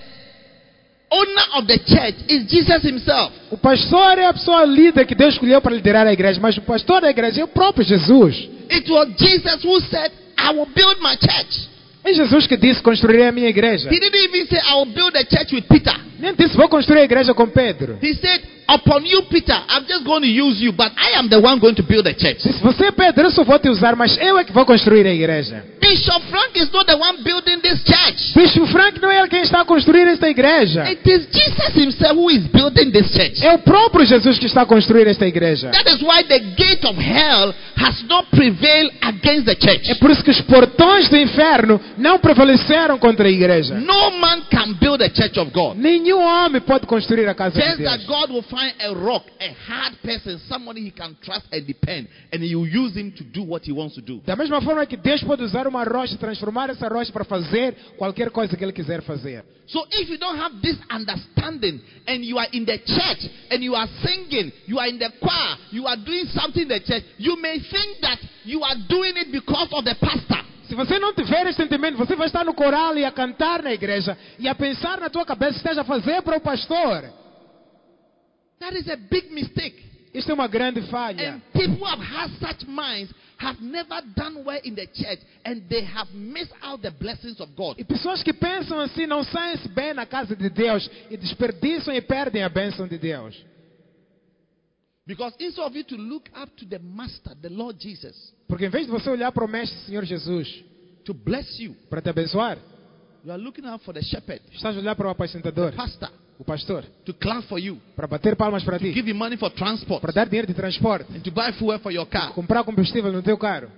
[SPEAKER 2] owner of the church is Jesus himself.
[SPEAKER 4] O pastor é a pessoa líder que Deus escolheu para liderar a igreja, mas o pastor da igreja é o próprio Jesus.
[SPEAKER 2] It was Jesus who said, I will build my church.
[SPEAKER 4] É Jesus que disse: Construirei a minha igreja.
[SPEAKER 2] He didn't even say, I will build a church with Peter.
[SPEAKER 4] Nem disse: Vou construir a igreja com Pedro.
[SPEAKER 2] He said, Upon you, Peter, I'm just going to use you, but I am the one going to build a church.
[SPEAKER 4] Disse: Você, é Pedro, eu só vou te usar, mas eu é que vou construir a igreja.
[SPEAKER 2] Bishop Frank is not the one building this church.
[SPEAKER 4] Bispo Frank não é quem está a construir esta igreja.
[SPEAKER 2] It is Jesus himself who is building this church.
[SPEAKER 4] É o próprio Jesus que está a construir esta igreja.
[SPEAKER 2] That is why the gate of hell has not prevailed against the church.
[SPEAKER 4] É por isso que os portões do inferno não prevaleceram contra a igreja.
[SPEAKER 2] No man can build a church of God.
[SPEAKER 4] Nenhum homem pode construir a casa de
[SPEAKER 2] Just that
[SPEAKER 4] Deus.
[SPEAKER 2] God will find a rock, a hard person, somebody he can trust and depend, and he will use him to do what he wants to do.
[SPEAKER 4] Da mesma forma é que Deus pode usar uma rocha, e transformar essa rocha para fazer qualquer coisa que Ele quiser fazer.
[SPEAKER 2] So if you don't have this understanding, and you are in the church, and you are singing, you are in the choir, you are doing something in the church, you may think that you are doing it because of the pastor.
[SPEAKER 4] Se você não tiver esse sentimento, você vai estar no coral e a cantar na igreja e a pensar na tua cabeça que estás a fazer para o pastor.
[SPEAKER 2] That is a big mistake.
[SPEAKER 4] Isto é uma grande falha.
[SPEAKER 2] And people who have had such minds have never done well in the church and they have missed out the blessings of God.
[SPEAKER 4] E pessoas que pensam assim não saem-se bem na casa de Deus e desperdiçam e perdem a bênção de Deus.
[SPEAKER 2] Because instead of you to look up to the Master, the Lord Jesus,
[SPEAKER 4] Porque em vez de você olhar para o Mestre Senhor Jesus
[SPEAKER 2] to bless you,
[SPEAKER 4] para te abençoar,
[SPEAKER 2] you are looking out for the shepherd,
[SPEAKER 4] estás a olhar para o apacentador,
[SPEAKER 2] pastor,
[SPEAKER 4] o pastor,
[SPEAKER 2] to clap for you,
[SPEAKER 4] para bater palmas para
[SPEAKER 2] to
[SPEAKER 4] ti,
[SPEAKER 2] give you money for transport,
[SPEAKER 4] para dar dinheiro de transporte,
[SPEAKER 2] and to buy fuel for your car.
[SPEAKER 4] comprar combustível no teu carro.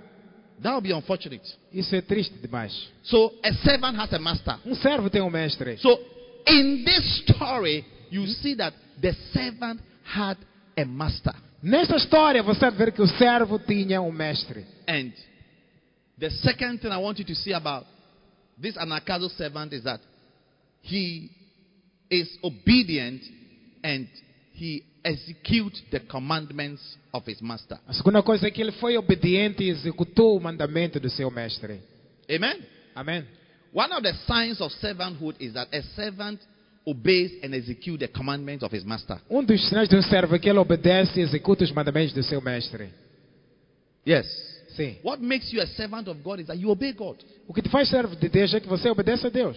[SPEAKER 2] That would be unfortunate.
[SPEAKER 4] Isso é triste demais.
[SPEAKER 2] So a servant has a master.
[SPEAKER 4] Um servo tem um mestre.
[SPEAKER 2] So in this story, you see that the servant had a master.
[SPEAKER 4] Nesta história você vai ver que o servo tinha um mestre.
[SPEAKER 2] And the second thing I want you to see about this Anakazo servant is that he is obedient and he executes the commandments of his master.
[SPEAKER 4] A segunda coisa é que ele foi obediente e executou o mandamento do seu mestre.
[SPEAKER 2] Amen.
[SPEAKER 4] Amém?
[SPEAKER 2] One of the signs of servanthood is that a servant obeys and executes the commandments of his master.
[SPEAKER 4] Um dos sinais de um servo é que ele obedece e executa os mandamentos do seu mestre.
[SPEAKER 2] Yes.
[SPEAKER 4] Sim.
[SPEAKER 2] What makes you a servant of God is that you obey God.
[SPEAKER 4] O que te faz servo de Deus é que você obedece a Deus.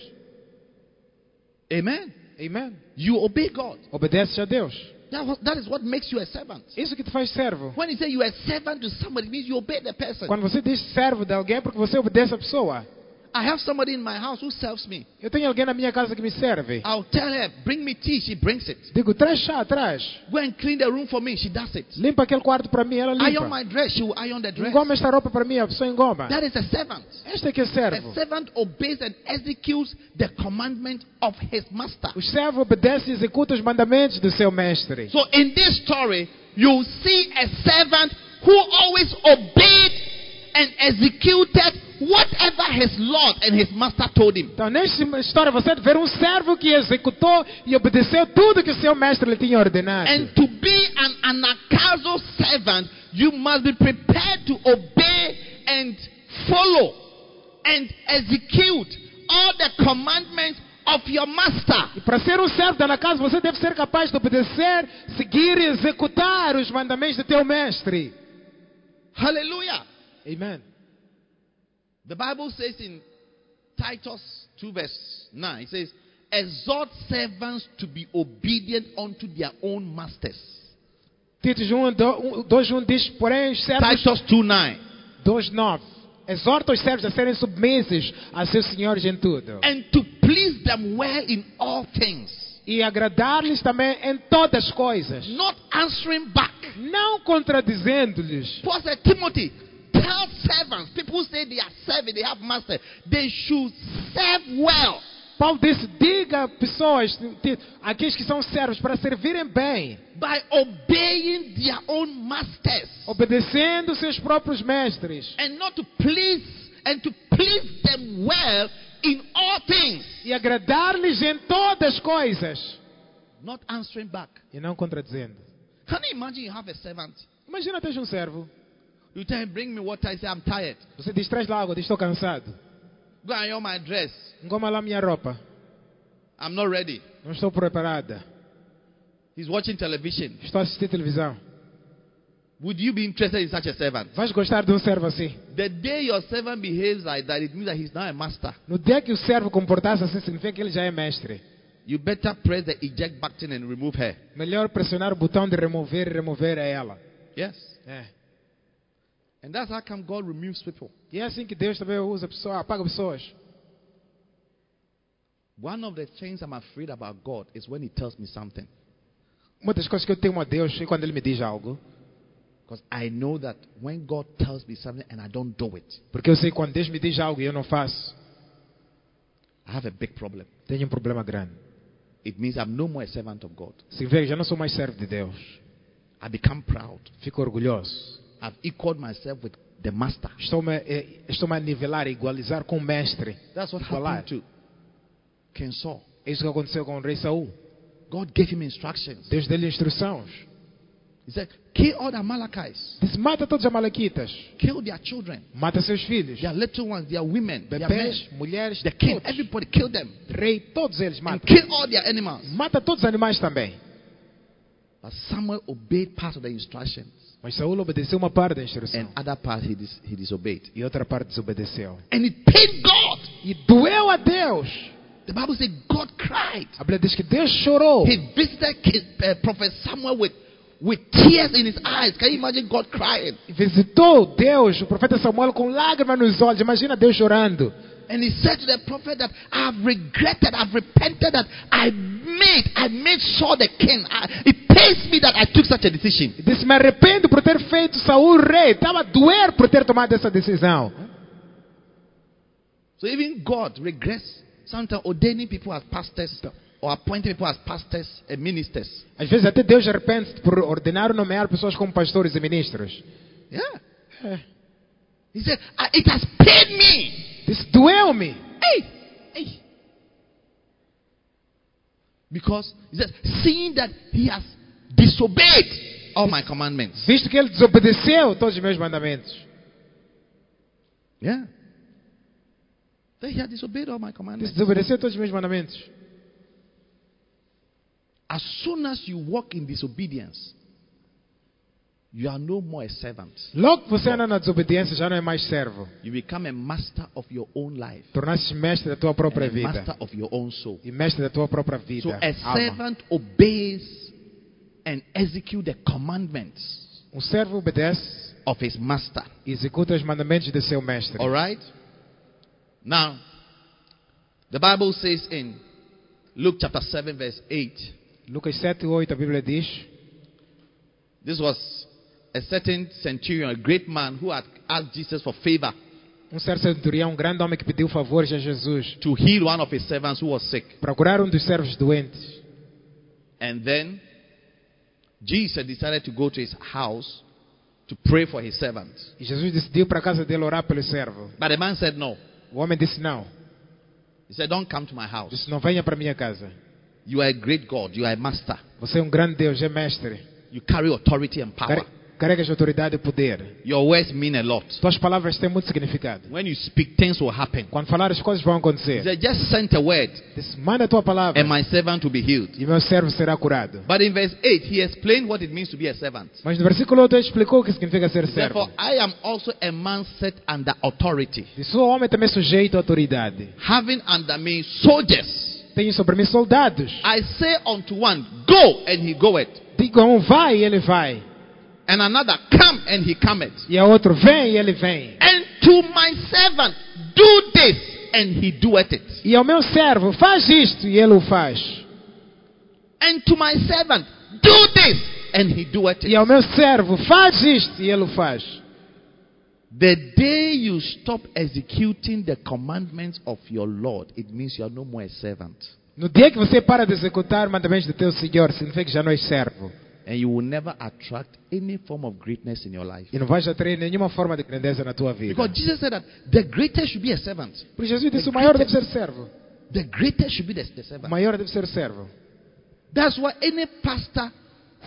[SPEAKER 2] Amen.
[SPEAKER 4] Amém?
[SPEAKER 2] You obey God.
[SPEAKER 4] Obedeces a Deus.
[SPEAKER 2] That, was- that is what makes you a servant.
[SPEAKER 4] Isso que te faz servo.
[SPEAKER 2] When you say you are a servant to somebody, it means you obey the person.
[SPEAKER 4] Quando você diz servo de alguém é porque você obedece a pessoa.
[SPEAKER 2] I have somebody in my house who serves me.
[SPEAKER 4] Eu tenho alguém na minha casa que me serve.
[SPEAKER 2] I'll tell her, bring me tea. She brings it.
[SPEAKER 4] Digo, traz chá, traz.
[SPEAKER 2] Go and clean the room for me. She does it.
[SPEAKER 4] Limpa aquele quarto para mim, ela
[SPEAKER 2] Iron my
[SPEAKER 4] limpa.
[SPEAKER 2] dress. She will iron the dress.
[SPEAKER 4] Engoma esta roupa para mim, a pessoa engoma.
[SPEAKER 2] That is a servant.
[SPEAKER 4] Este é que é servo.
[SPEAKER 2] A servant obeys and executes the commandment of his master.
[SPEAKER 4] O servo obedece e executa os mandamentos do seu mestre.
[SPEAKER 2] So in this story, you see a servant who always obeyed and executed whatever his Lord and his master told him.
[SPEAKER 4] Então, nesta história, você vê um servo que executou e obedeceu tudo que o seu mestre lhe tinha ordenado.
[SPEAKER 2] And to be an anakazo servant, you must be prepared to obey and follow and execute all the commandments of your master.
[SPEAKER 4] E para ser um servo da casa, você deve ser capaz de obedecer, seguir e executar os mandamentos do teu mestre.
[SPEAKER 2] Hallelujah.
[SPEAKER 4] Amém.
[SPEAKER 2] The Bible says in Titus 2, verse 9, it says, Exhort servants to be obedient unto their own masters.
[SPEAKER 4] Titus 1, 2, 1 diz, porém, os servos
[SPEAKER 2] Titus 2 9.
[SPEAKER 4] 2, 9. Exorta os servos a serem submissos a seus senhores em tudo.
[SPEAKER 2] And to please them well in all things,
[SPEAKER 4] E agradar-lhes também em todas as coisas.
[SPEAKER 2] not answering back.
[SPEAKER 4] Não contradizendo-lhes.
[SPEAKER 2] Paul said, Timothy, tell servants, people say they are serving, they have master, they should serve well.
[SPEAKER 4] Paulo disse: diga a pessoas, ti- aqueles que são servos, para servirem bem,
[SPEAKER 2] By obeying their own masters
[SPEAKER 4] obedecendo seus próprios mestres.
[SPEAKER 2] and not to please and to please them well in all things,
[SPEAKER 4] E agradar-lhes em todas as coisas.
[SPEAKER 2] not answering back.
[SPEAKER 4] E não contradizendo.
[SPEAKER 2] Can you imagine you have a servant?
[SPEAKER 4] Imagina tens um servo.
[SPEAKER 2] You tell him, bring me water. He say, I'm tired.
[SPEAKER 4] Você diz: traz lá água, diz: estou cansado.
[SPEAKER 2] Go and iron my dress.
[SPEAKER 4] Engoma lá minha roupa.
[SPEAKER 2] I'm not ready.
[SPEAKER 4] Não estou preparada.
[SPEAKER 2] He's watching television.
[SPEAKER 4] Estou a assistir televisão.
[SPEAKER 2] Would you be interested in such a servant?
[SPEAKER 4] Vais gostar de um servo assim?
[SPEAKER 2] The day your servant behaves like that, it means that he's now a master.
[SPEAKER 4] No dia que o servo comportar-se assim, significa que ele já é mestre.
[SPEAKER 2] You better press the eject button and remove her.
[SPEAKER 4] Melhor pressionar o botão de remover e remover a ela.
[SPEAKER 2] Yes.
[SPEAKER 4] É.
[SPEAKER 2] And that's how come God removes people.
[SPEAKER 4] E é assim que Deus também usa pessoas, apaga pessoas.
[SPEAKER 2] One of the things I'm afraid about God is when He tells me something.
[SPEAKER 4] Uma das coisas que eu temo a Deus é quando Ele me diz algo.
[SPEAKER 2] Because I know that when God tells me something and I don't do it,
[SPEAKER 4] Porque eu sei que quando Deus me diz algo e eu não faço,
[SPEAKER 2] I have a big problem.
[SPEAKER 4] tenho um problema grande.
[SPEAKER 2] It means I'm no more a servant of God.
[SPEAKER 4] Significa que já não sou mais servo de Deus.
[SPEAKER 2] I become proud.
[SPEAKER 4] Fico orgulhoso.
[SPEAKER 2] I've equaled myself with the master.
[SPEAKER 4] Estou-me eh, estou-me a nivelar, a igualizar com o mestre.
[SPEAKER 2] That's what
[SPEAKER 4] Equalar.
[SPEAKER 2] happened to King Saul.
[SPEAKER 4] É isso que aconteceu com o rei Saul.
[SPEAKER 2] God gave him instructions.
[SPEAKER 4] Deus deu-lhe instruções.
[SPEAKER 2] He said, Kill all the Amalekites,
[SPEAKER 4] Disse, mata todos os amalequitas.
[SPEAKER 2] kill their children,
[SPEAKER 4] Mata seus filhos.
[SPEAKER 2] their little ones, their women, their men,
[SPEAKER 4] Bebês, mulheres,
[SPEAKER 2] the king,
[SPEAKER 4] todos.
[SPEAKER 2] everybody, kill them.
[SPEAKER 4] Rei, todos eles
[SPEAKER 2] and
[SPEAKER 4] matam.
[SPEAKER 2] kill all their animals.
[SPEAKER 4] Mata todos os animais também.
[SPEAKER 2] But Samuel obeyed part of the instructions,
[SPEAKER 4] Mas Saul obedeceu uma parte da instrução
[SPEAKER 2] and other part he, dis- he disobeyed.
[SPEAKER 4] e outra parte desobedeceu.
[SPEAKER 2] And it paid God.
[SPEAKER 4] E doeu a Deus.
[SPEAKER 2] The Bible says God cried.
[SPEAKER 4] A Bíblia diz que Deus chorou.
[SPEAKER 2] He visited his, uh, Prophet Samuel with, with tears in his eyes. Can you imagine God crying?
[SPEAKER 4] Visitou Deus, o profeta Samuel, com lágrimas nos olhos. Imagina Deus chorando.
[SPEAKER 2] And he said to the prophet that I've regretted, I've repented that I made, I made sure the king. I, it pains me that I took such a decision.
[SPEAKER 4] E disse: Me arrependo por ter feito Saul rei. Estava a doer por ter tomado essa decisão.
[SPEAKER 2] So even God regrets sometimes ordaining people as pastors or appointing people as pastors and ministers.
[SPEAKER 4] Às vezes até Deus arrepende-se por ordenar ou nomear pessoas como pastores e ministros.
[SPEAKER 2] Yeah. He said, "I- It has pained me.
[SPEAKER 4] Disse, doeu-me.
[SPEAKER 2] Hey, hey. Because he says, seeing that he has disobeyed all my commandments.
[SPEAKER 4] Visto que ele desobedeceu todos os meus mandamentos.
[SPEAKER 2] Yeah. That he has disobeyed all my commandments.
[SPEAKER 4] Disse, desobedeceu todos os meus mandamentos.
[SPEAKER 2] As soon as you walk in disobedience, you are no more a servant.
[SPEAKER 4] Logo que você anda na desobediência, já não é mais servo.
[SPEAKER 2] You become a master of your own life,
[SPEAKER 4] Tornaste mestre da tua própria
[SPEAKER 2] and a
[SPEAKER 4] vida.
[SPEAKER 2] master of your own soul.
[SPEAKER 4] E mestre da tua própria
[SPEAKER 2] So
[SPEAKER 4] vida.
[SPEAKER 2] a
[SPEAKER 4] alma.
[SPEAKER 2] servant obeys and executes the commandments
[SPEAKER 4] Um servo obedece
[SPEAKER 2] of his master.
[SPEAKER 4] e executa os mandamentos de seu mestre.
[SPEAKER 2] All right? Now, the Bible says in Luke chapter 7, verse 8,
[SPEAKER 4] Lucas 7, 8, a Bíblia diz:
[SPEAKER 2] this was a certain centurion, a great man, who had asked Jesus for favor
[SPEAKER 4] Um certo centurião, um grande homem que pediu favores a Jesus
[SPEAKER 2] to heal one of his servants who was sick.
[SPEAKER 4] para curar um dos servos doentes.
[SPEAKER 2] And then Jesus decided to go to his house to pray for his servant.
[SPEAKER 4] E Jesus decidiu para a casa dele orar pelo servo.
[SPEAKER 2] But the man said, No.
[SPEAKER 4] O homem disse: Não,
[SPEAKER 2] He said, Don't come to my house.
[SPEAKER 4] disse: Não venha para minha casa.
[SPEAKER 2] You are a great God. You are a master.
[SPEAKER 4] Você é um grande Deus, é mestre.
[SPEAKER 2] You carry authority and power.
[SPEAKER 4] Care- Carregas autoridade e poder.
[SPEAKER 2] Your words mean a lot.
[SPEAKER 4] Tuas palavras têm muito significado.
[SPEAKER 2] When you speak, things will happen.
[SPEAKER 4] Quando falar, as coisas vão
[SPEAKER 2] He
[SPEAKER 4] acontecer.
[SPEAKER 2] said, Just send a word,
[SPEAKER 4] Disse, Manda a tua palavra
[SPEAKER 2] and my servant will be healed.
[SPEAKER 4] e meu servo será curado.
[SPEAKER 2] But in verse 8, he explained what it means to be a servant.
[SPEAKER 4] Mas no versículo 8 ele explicou o que significa ser
[SPEAKER 2] Therefore,
[SPEAKER 4] servo.
[SPEAKER 2] I am also a man set under authority,
[SPEAKER 4] Disse, o homem também é sujeito à autoridade.
[SPEAKER 2] having under me soldiers.
[SPEAKER 4] Tenho sobre mim soldados.
[SPEAKER 2] I say unto one, Go, and he goeth.
[SPEAKER 4] Digo a um vai e ele vai.
[SPEAKER 2] and another come and he cometh.
[SPEAKER 4] E a outro vem e ele vem.
[SPEAKER 2] And to my servant, do this, and he doeth it.
[SPEAKER 4] E ao meu servo, faz isto e ele o faz.
[SPEAKER 2] And to my servant, do this, and he doeth
[SPEAKER 4] E
[SPEAKER 2] it.
[SPEAKER 4] ao meu servo, faz isto e ele o faz.
[SPEAKER 2] The day you stop executing the commandments of your Lord, it means you are no more a servant.
[SPEAKER 4] No dia que você para de executar mandamentos do teu Senhor, significa que já não és servo.
[SPEAKER 2] And you will never attract any form of greatness in your life.
[SPEAKER 4] E não vais atrair nenhuma forma de grandeza na tua vida.
[SPEAKER 2] Because Jesus said that the greatest should be a servant.
[SPEAKER 4] Porque Jesus disse: o maior deve ser servo.
[SPEAKER 2] The greatest should be the, the
[SPEAKER 4] O
[SPEAKER 2] servant.
[SPEAKER 4] maior deve ser servo.
[SPEAKER 2] That's why any pastor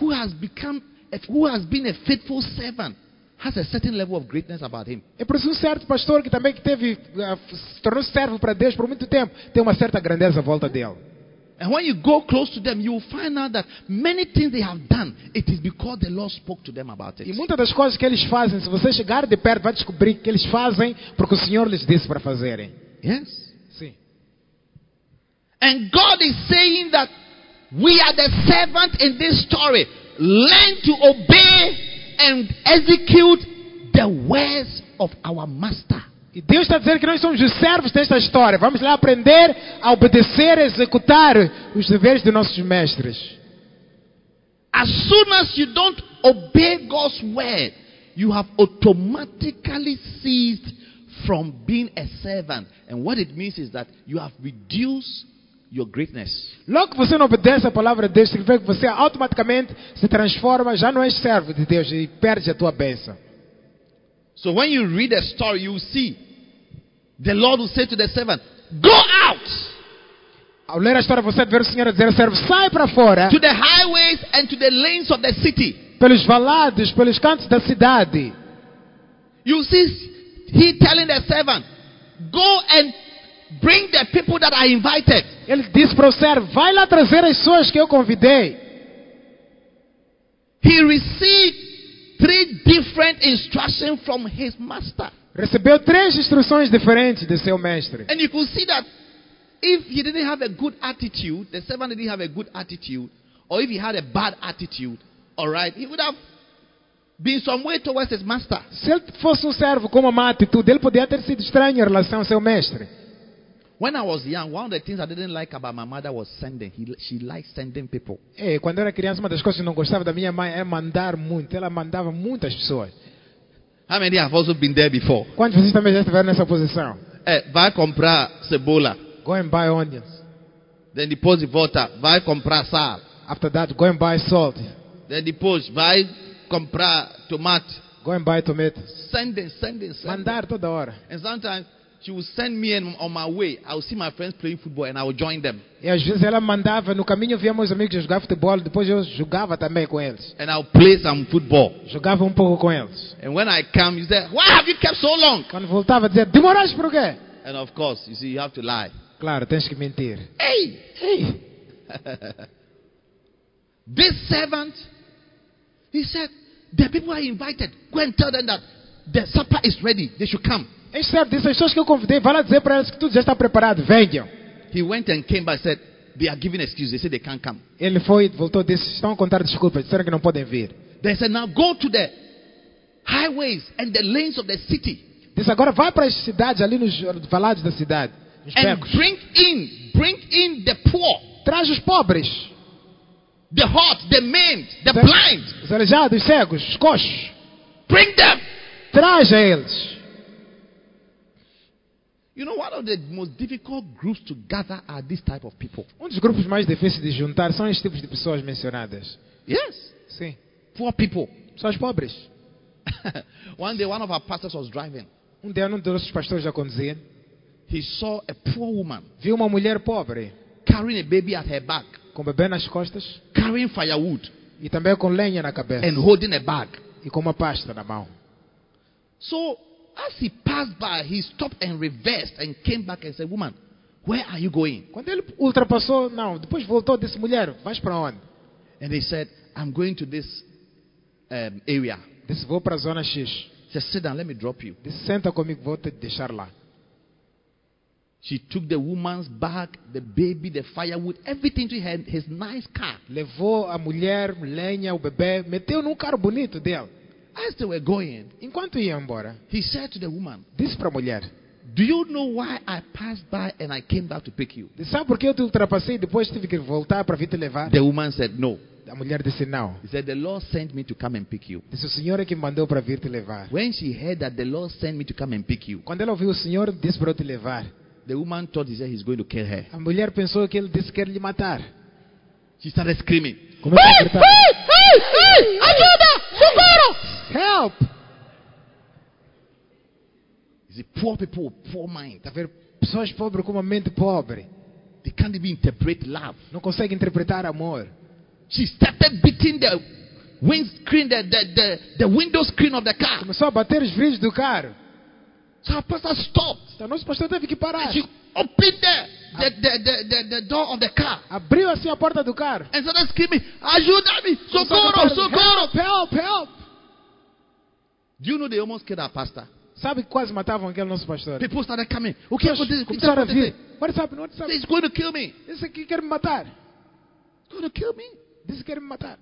[SPEAKER 2] who has become, who has been a faithful servant, has a certain level of greatness about him.
[SPEAKER 4] É por isso um certo pastor que também que teve, ah, se tornou servo para Deus por muito tempo, tem uma certa grandeza à volta dele.
[SPEAKER 2] And when you go close to them, you will find out that many things they have done, it is because the Lord spoke to them about it.
[SPEAKER 4] E muitas das coisas que eles fazem, se você chegar de perto, vai descobrir que eles fazem porque o Senhor lhes disse para fazerem.
[SPEAKER 2] Yes.
[SPEAKER 4] Sim.
[SPEAKER 2] And God is saying that we are the servant in this story. Learn to obey and execute the words of our master.
[SPEAKER 4] E Deus está dizendo que nós somos os servos desta história. Vamos lá aprender a obedecer, a executar os deveres de nossos mestres.
[SPEAKER 2] As soon as you don't obey God's word, you have automatically ceased from being a servant. And what it means is that you have reduced your greatness.
[SPEAKER 4] Logo que você não obedece a palavra de Deus, significa que você automaticamente se transforma, já não és servo de Deus e perde a tua bênção.
[SPEAKER 2] So when you read a story, you will see the Lord will say to the servant, Go out
[SPEAKER 4] Ao ler a história, você deve ver o Senhor a dizer ao servo, sai para fora,
[SPEAKER 2] to the highways and to the lanes of the city.
[SPEAKER 4] pelos valados, pelos cantos da cidade.
[SPEAKER 2] You see he telling the servant, Go and bring the people that are invited.
[SPEAKER 4] Ele disse para o servo, vai lá trazer as pessoas que eu convidei.
[SPEAKER 2] He received three different instructions from his master.
[SPEAKER 4] Recebeu três instruções diferentes de seu mestre.
[SPEAKER 2] And you could see that if he didn't have a good attitude, the servant didn't have a good attitude, or if he had a bad attitude, all right, he would have been some way towards his master.
[SPEAKER 4] Se ele fosse um servo com uma má atitude, ele poderia ter sido estranho em relação ao seu mestre.
[SPEAKER 2] When I was young, one of the things I didn't like about my mother was sending. He, she liked sending people.
[SPEAKER 4] É, quando eu era criança, uma das coisas que eu não gostava da minha mãe era mandar muito. Ela mandava muitas pessoas.
[SPEAKER 2] How many have also been there before?
[SPEAKER 4] Quantos de vocês também já estiveram nessa posição?
[SPEAKER 2] Eh, vai comprar cebola.
[SPEAKER 4] Go and buy onions.
[SPEAKER 2] Then depois volta. Vai comprar sal.
[SPEAKER 4] After that, go and buy salt.
[SPEAKER 2] Then depois vai comprar tomate.
[SPEAKER 4] Go and buy tomatoes.
[SPEAKER 2] Sending, sending, sending.
[SPEAKER 4] Mandar toda hora.
[SPEAKER 2] And sometimes she will send me and on my way. I will see my friends playing football and I will join them.
[SPEAKER 4] E às vezes ela mandava, no caminho eu via meus amigos jogar futebol, depois eu jogava também com eles.
[SPEAKER 2] And I'll play some football.
[SPEAKER 4] Jogava um pouco com eles.
[SPEAKER 2] And when I come, you say, Why have you kept so long?
[SPEAKER 4] Quando voltava, dizia: Demoraste por quê?
[SPEAKER 2] And of course, you see, you have to lie.
[SPEAKER 4] Claro, tens que mentir.
[SPEAKER 2] Hey!
[SPEAKER 4] Ei,
[SPEAKER 2] This servant, he said, the people I invited, go and tell them that the supper is ready. They should come.
[SPEAKER 4] este servo disse: As É pessoas que eu convidei, vai lá dizer para elas que tudo já está preparado, venham.
[SPEAKER 2] He went and came back said, they are giving excuse. They said they can't come.
[SPEAKER 4] Ele foi, voltou e disse: Estão a contar desculpas, disseram que não podem vir.
[SPEAKER 2] They said, now go to the highways and the lanes of the city
[SPEAKER 4] Disse: Agora vai para as cidades, ali nos valados da cidade, nos
[SPEAKER 2] and
[SPEAKER 4] becos.
[SPEAKER 2] bring in, bring in the poor,
[SPEAKER 4] Traz os pobres,
[SPEAKER 2] the hot, the maimed, the
[SPEAKER 4] That-
[SPEAKER 2] blind.
[SPEAKER 4] os aleijados, os cegos, os coxos.
[SPEAKER 2] Bring them.
[SPEAKER 4] Traz a eles.
[SPEAKER 2] You know, one of the most difficult groups to gather are these type of people.
[SPEAKER 4] Um dos grupos mais difíceis de juntar são esses tipos de pessoas mencionadas.
[SPEAKER 2] Yes,
[SPEAKER 4] Sim,
[SPEAKER 2] poor people.
[SPEAKER 4] pessoas pobres.
[SPEAKER 2] one day, one of our pastors was driving.
[SPEAKER 4] Um dia, um dos nossos pastores a conduzir,
[SPEAKER 2] He saw a poor woman
[SPEAKER 4] viu uma mulher pobre,
[SPEAKER 2] carrying a baby at her back,
[SPEAKER 4] com bebê nas costas
[SPEAKER 2] carrying firewood,
[SPEAKER 4] e também com lenha na cabeça
[SPEAKER 2] and holding a bag.
[SPEAKER 4] e com uma pasta na mão.
[SPEAKER 2] So, as he passed by, he stopped and reversed and came back and said, Woman, where are you going?
[SPEAKER 4] Quando ele ultrapassou, não, depois voltou e disse: Mulher, vais para onde?
[SPEAKER 2] And he said, I'm going to this um, area.
[SPEAKER 4] Disse: Vou para a zona X.
[SPEAKER 2] He said, Sit down, let me drop you.
[SPEAKER 4] Disse: Senta comigo, vou te deixar lá.
[SPEAKER 2] She took the woman's bag, the baby, the firewood, everything to her, his nice car.
[SPEAKER 4] Levou a mulher, lenha, o bebê, meteu num carro bonito dele.
[SPEAKER 2] As they were going,
[SPEAKER 4] Enquanto ia embora,
[SPEAKER 2] he said to the woman,
[SPEAKER 4] disse para a mulher:
[SPEAKER 2] Do you know why I passed by and I came back to pick you?
[SPEAKER 4] Disse, Sabe por que eu te ultrapassei e depois tive que voltar para vir te levar?
[SPEAKER 2] The woman said, No.
[SPEAKER 4] A mulher disse: Não.
[SPEAKER 2] He said, The Lord sent me to come and pick you.
[SPEAKER 4] Disse: O Senhor é que me mandou para vir te levar.
[SPEAKER 2] When she heard that the Lord sent me to come and pick you,
[SPEAKER 4] Quando ela ouviu o Senhor, disse para eu te levar.
[SPEAKER 2] the woman thought he said he's going to kill her.
[SPEAKER 4] A mulher pensou que ele disse que quer lhe matar.
[SPEAKER 2] She started screaming.
[SPEAKER 4] Começou a gritar:
[SPEAKER 2] Ajuda! Socorro!
[SPEAKER 4] Help!
[SPEAKER 2] You see, poor people, poor mind.
[SPEAKER 4] Está a ver? Tá Pessoas pobres com uma mente pobre
[SPEAKER 2] They can't even interpret love.
[SPEAKER 4] não conseguem interpretar amor.
[SPEAKER 2] She started beating the windscreen, the, the, the, the window screen of the car.
[SPEAKER 4] Começou a bater os vidros do carro.
[SPEAKER 2] So her pastor stopped.
[SPEAKER 4] Então, nosso pastor teve que parar.
[SPEAKER 2] And she opened the, the, the, the, the, the door of the car
[SPEAKER 4] Abriu assim a porta do carro.
[SPEAKER 2] and started screaming, Ajudame! Socorro!
[SPEAKER 4] Começou a gritar,
[SPEAKER 2] Socorro!
[SPEAKER 4] Help, help, help!
[SPEAKER 2] Do you know they almost killed our pastor?
[SPEAKER 4] Sabe que quase matavam aquele nosso pastor?
[SPEAKER 2] People started coming. Okay,
[SPEAKER 4] Pessoas
[SPEAKER 2] what is, what is,
[SPEAKER 4] Começaram a
[SPEAKER 2] what is,
[SPEAKER 4] vir. What's happening? What's happening?
[SPEAKER 2] he's going to kill me.
[SPEAKER 4] Esse aqui quer me matar.
[SPEAKER 2] He's going to kill me.
[SPEAKER 4] Disse que quer me matar.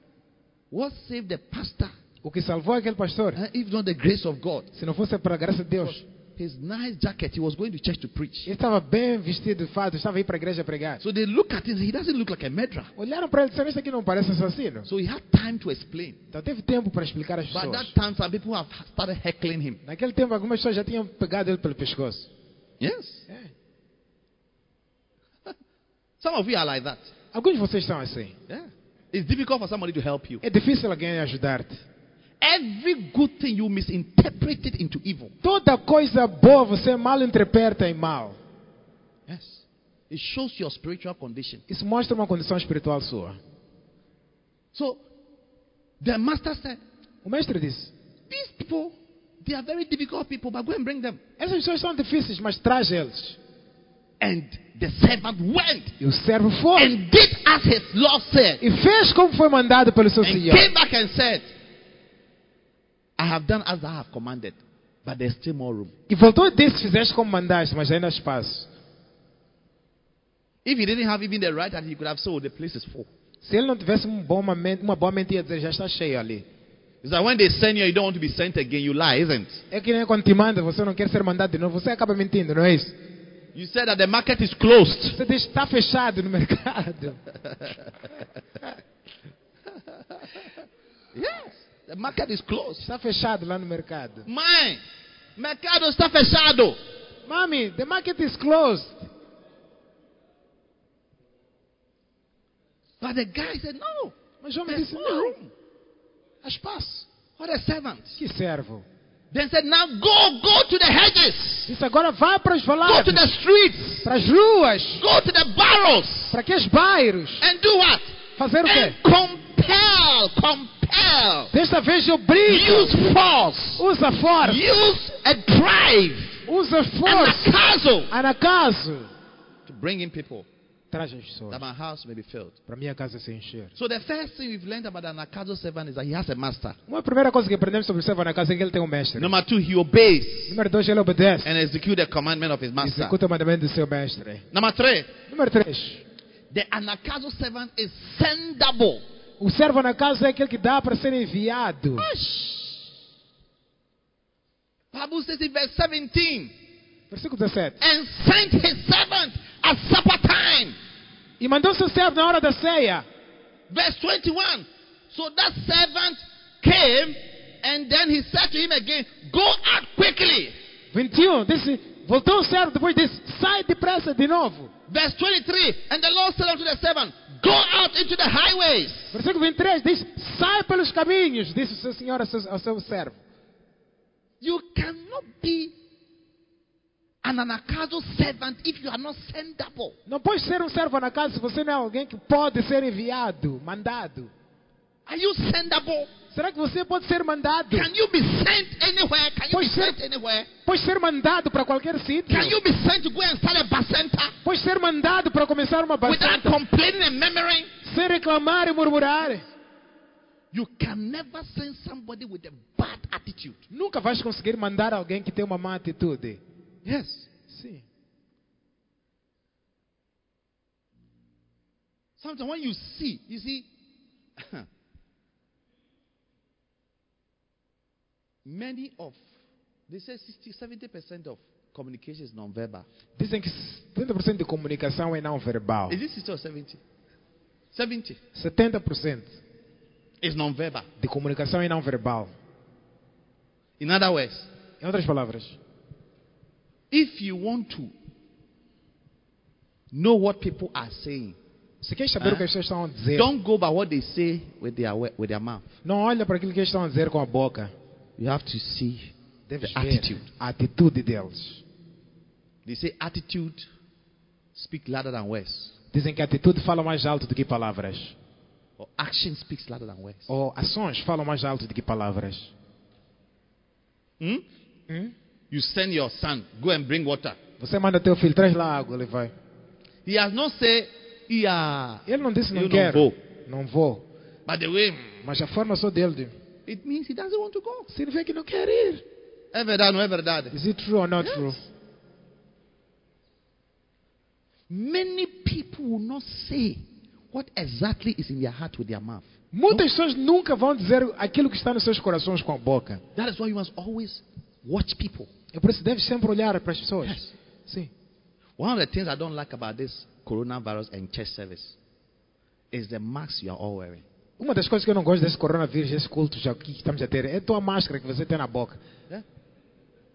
[SPEAKER 2] What saved the pastor?
[SPEAKER 4] O que salvou aquele pastor,
[SPEAKER 2] Uh, if not the grace of God.
[SPEAKER 4] se não fosse para a graça de Deus,
[SPEAKER 2] His nice jacket, he was going to church to preach.
[SPEAKER 4] ele estava bem vestido de fato, estava aí para a igreja pregar.
[SPEAKER 2] So they look at him, he doesn't look like a murderer.
[SPEAKER 4] Olharam para ele e disseram: Este aqui não parece assassino.
[SPEAKER 2] So he had time to explain.
[SPEAKER 4] Então teve tempo para explicar às
[SPEAKER 2] By that
[SPEAKER 4] pessoas.
[SPEAKER 2] time, some people have started heckling him.
[SPEAKER 4] Naquele tempo, algumas pessoas já tinham pegado ele pelo pescoço.
[SPEAKER 2] Yes.
[SPEAKER 4] É.
[SPEAKER 2] Some of you are like that.
[SPEAKER 4] Alguns de vocês são assim.
[SPEAKER 2] Yeah. It's difficult for somebody to help you.
[SPEAKER 4] É difícil alguém ajudar-te.
[SPEAKER 2] Every good thing you misinterpret it into evil.
[SPEAKER 4] Toda coisa boa você mal interpreta em mal.
[SPEAKER 2] Yes. It shows your spiritual condition.
[SPEAKER 4] Isso mostra uma condição espiritual sua.
[SPEAKER 2] So the master said,
[SPEAKER 4] O mestre disse:
[SPEAKER 2] These people, they are very difficult people, but go and bring them.
[SPEAKER 4] Essas pessoas são difíceis, mas traz eles.
[SPEAKER 2] And the servant went
[SPEAKER 4] E o servo foi
[SPEAKER 2] and did as his Lord said.
[SPEAKER 4] e fez como foi mandado pelo seu
[SPEAKER 2] And
[SPEAKER 4] senhor.
[SPEAKER 2] came back and said, I have done as I have commanded, but there's still more room.
[SPEAKER 4] E voltou e disse: Fizeste como mandaste, mas ainda há espaço.
[SPEAKER 2] If he didn't have even the right hand, he could have sold. The place is full.
[SPEAKER 4] Se ele não tivesse um bom momento, uma boa mente, ia dizer: Já está cheio ali.
[SPEAKER 2] It's like when they send you, you don't want to be sent again. You lie, isn't it?
[SPEAKER 4] É que nem quando te manda, você não quer ser mandado de novo, você acaba mentindo, não é isso?
[SPEAKER 2] You said that the market is closed.
[SPEAKER 4] Você diz: Está fechado no mercado.
[SPEAKER 2] Yes, the market is closed.
[SPEAKER 4] Está fechado lá no mercado.
[SPEAKER 2] Mãe, mercado está fechado.
[SPEAKER 4] Mami, the market is closed.
[SPEAKER 2] But the guy said, no,
[SPEAKER 4] Mas o homem
[SPEAKER 2] there's
[SPEAKER 4] disse:
[SPEAKER 2] more
[SPEAKER 4] Não,
[SPEAKER 2] room.
[SPEAKER 4] há espaço.
[SPEAKER 2] What a servant.
[SPEAKER 4] Que servo.
[SPEAKER 2] Then said, now go, go to the hedges.
[SPEAKER 4] Disse: Agora vá para os
[SPEAKER 2] Go to
[SPEAKER 4] valados,
[SPEAKER 2] the streets.
[SPEAKER 4] para as ruas,
[SPEAKER 2] Go to the barrows.
[SPEAKER 4] para aqueles bairros.
[SPEAKER 2] And do what?
[SPEAKER 4] Fazer o
[SPEAKER 2] and
[SPEAKER 4] quê?
[SPEAKER 2] compel, compel,
[SPEAKER 4] Desta vez eu brigo.
[SPEAKER 2] use force,
[SPEAKER 4] Usa força.
[SPEAKER 2] use a drive,
[SPEAKER 4] Usa
[SPEAKER 2] and
[SPEAKER 4] força.
[SPEAKER 2] acaso
[SPEAKER 4] Anacaso.
[SPEAKER 2] to bring in people
[SPEAKER 4] Traz as pessoas.
[SPEAKER 2] that my house may be filled.
[SPEAKER 4] Para minha casa se encher.
[SPEAKER 2] So the first thing we've learned about an Akazo servant is that he has a master.
[SPEAKER 4] Uma primeira coisa que aprendemos sobre o servo Anacaso é que ele tem um mestre.
[SPEAKER 2] Number two, he obeys
[SPEAKER 4] Número dois, ele obedece.
[SPEAKER 2] and executes the commandment of his master.
[SPEAKER 4] Executa o mandamento do seu mestre.
[SPEAKER 2] Number three,
[SPEAKER 4] Número três.
[SPEAKER 2] the Anakazo servant is sendable.
[SPEAKER 4] O servo Anacaso é aquele que dá para ser enviado.
[SPEAKER 2] Bible says in verse 17,
[SPEAKER 4] Versículo 17.
[SPEAKER 2] and sent his servant at supper time.
[SPEAKER 4] E mandou seu servo na hora da ceia.
[SPEAKER 2] Verse 21. So that servant came and then he said to him again, Go out quickly.
[SPEAKER 4] 21. Disse, voltou o servo, depois disse, sai depressa de novo.
[SPEAKER 2] Verse 23. And the Lord said unto the servant, Go out into the highways
[SPEAKER 4] Versículo 23 diz: Sai pelos caminhos, disse o seu senhor ao seu, ao seu servo.
[SPEAKER 2] You cannot be an anakazo servant if you are not sendable.
[SPEAKER 4] Não pode ser um servo na casa se você não é alguém que pode ser enviado, mandado.
[SPEAKER 2] Are you sendable?
[SPEAKER 4] Será que você pode ser mandado?
[SPEAKER 2] Can you be sent anywhere? Can you be
[SPEAKER 4] Pois é.
[SPEAKER 2] sent anywhere?
[SPEAKER 4] Pode ser mandado para qualquer sítio.
[SPEAKER 2] Can you be sent to go and start a bus center
[SPEAKER 4] Pode ser mandado para começar uma
[SPEAKER 2] without
[SPEAKER 4] batalha
[SPEAKER 2] complaining and murmuring?
[SPEAKER 4] sem reclamar e murmurar.
[SPEAKER 2] You can never send somebody with a bad attitude.
[SPEAKER 4] Nunca vais conseguir mandar alguém que tem uma má atitude.
[SPEAKER 2] Yes.
[SPEAKER 4] Sim.
[SPEAKER 2] Sometimes when you see, you see, many of, they say 60, 70% of communication is nonverbal.
[SPEAKER 4] Dizem que 70% de comunicação é não verbal.
[SPEAKER 2] Is it 60 or 70? 70
[SPEAKER 4] 70%
[SPEAKER 2] is nonverbal.
[SPEAKER 4] de comunicação é não verbal.
[SPEAKER 2] In other words,
[SPEAKER 4] Em outras palavras,
[SPEAKER 2] if you want to know what people are saying,
[SPEAKER 4] se quer saber
[SPEAKER 2] Ah.
[SPEAKER 4] o que as pessoas estão a dizer,
[SPEAKER 2] don't go by what they say with their, wa- with their mouth.
[SPEAKER 4] Não olha para aquilo que eles estão a dizer com a boca.
[SPEAKER 2] You have to see.
[SPEAKER 4] Deves
[SPEAKER 2] The
[SPEAKER 4] ver
[SPEAKER 2] attitude.
[SPEAKER 4] a atitude deles.
[SPEAKER 2] They say attitude speaks louder than words,
[SPEAKER 4] Dizem que a atitude fala mais alto do que palavras.
[SPEAKER 2] or action speaks louder than words.
[SPEAKER 4] Ou ações falam mais alto do que palavras.
[SPEAKER 2] Hmm?
[SPEAKER 4] Hum?
[SPEAKER 2] You send your son, go and bring water.
[SPEAKER 4] Você manda teu filho, traz lá água, ele vai.
[SPEAKER 2] He has not said, yeah,
[SPEAKER 4] Ele não disse não
[SPEAKER 2] Eu não
[SPEAKER 4] quero.
[SPEAKER 2] vou.
[SPEAKER 4] Não vou.
[SPEAKER 2] by the way, mm,
[SPEAKER 4] Mas a forma só dele de...
[SPEAKER 2] it means he doesn't want to go.
[SPEAKER 4] Significa que não quer ir.
[SPEAKER 2] É verdade, não é verdade?
[SPEAKER 4] Is it true or not
[SPEAKER 2] Yes.
[SPEAKER 4] true?
[SPEAKER 2] Many people will not say what exactly is in their heart with their mouth.
[SPEAKER 4] Muitas pessoas nunca vão dizer aquilo que está nos seus corações com a boca.
[SPEAKER 2] That is why you must always watch people.
[SPEAKER 4] É por isso que deves sempre olhar para as pessoas.
[SPEAKER 2] Yes.
[SPEAKER 4] Sim.
[SPEAKER 2] One of the things I don't like about this coronavirus and church service is the mask you are all wearing.
[SPEAKER 4] Uma das coisas que eu não gosto desse coronavírus, desse culto já que estamos a ter, é a tua máscara que você tem na boca.
[SPEAKER 2] Yeah?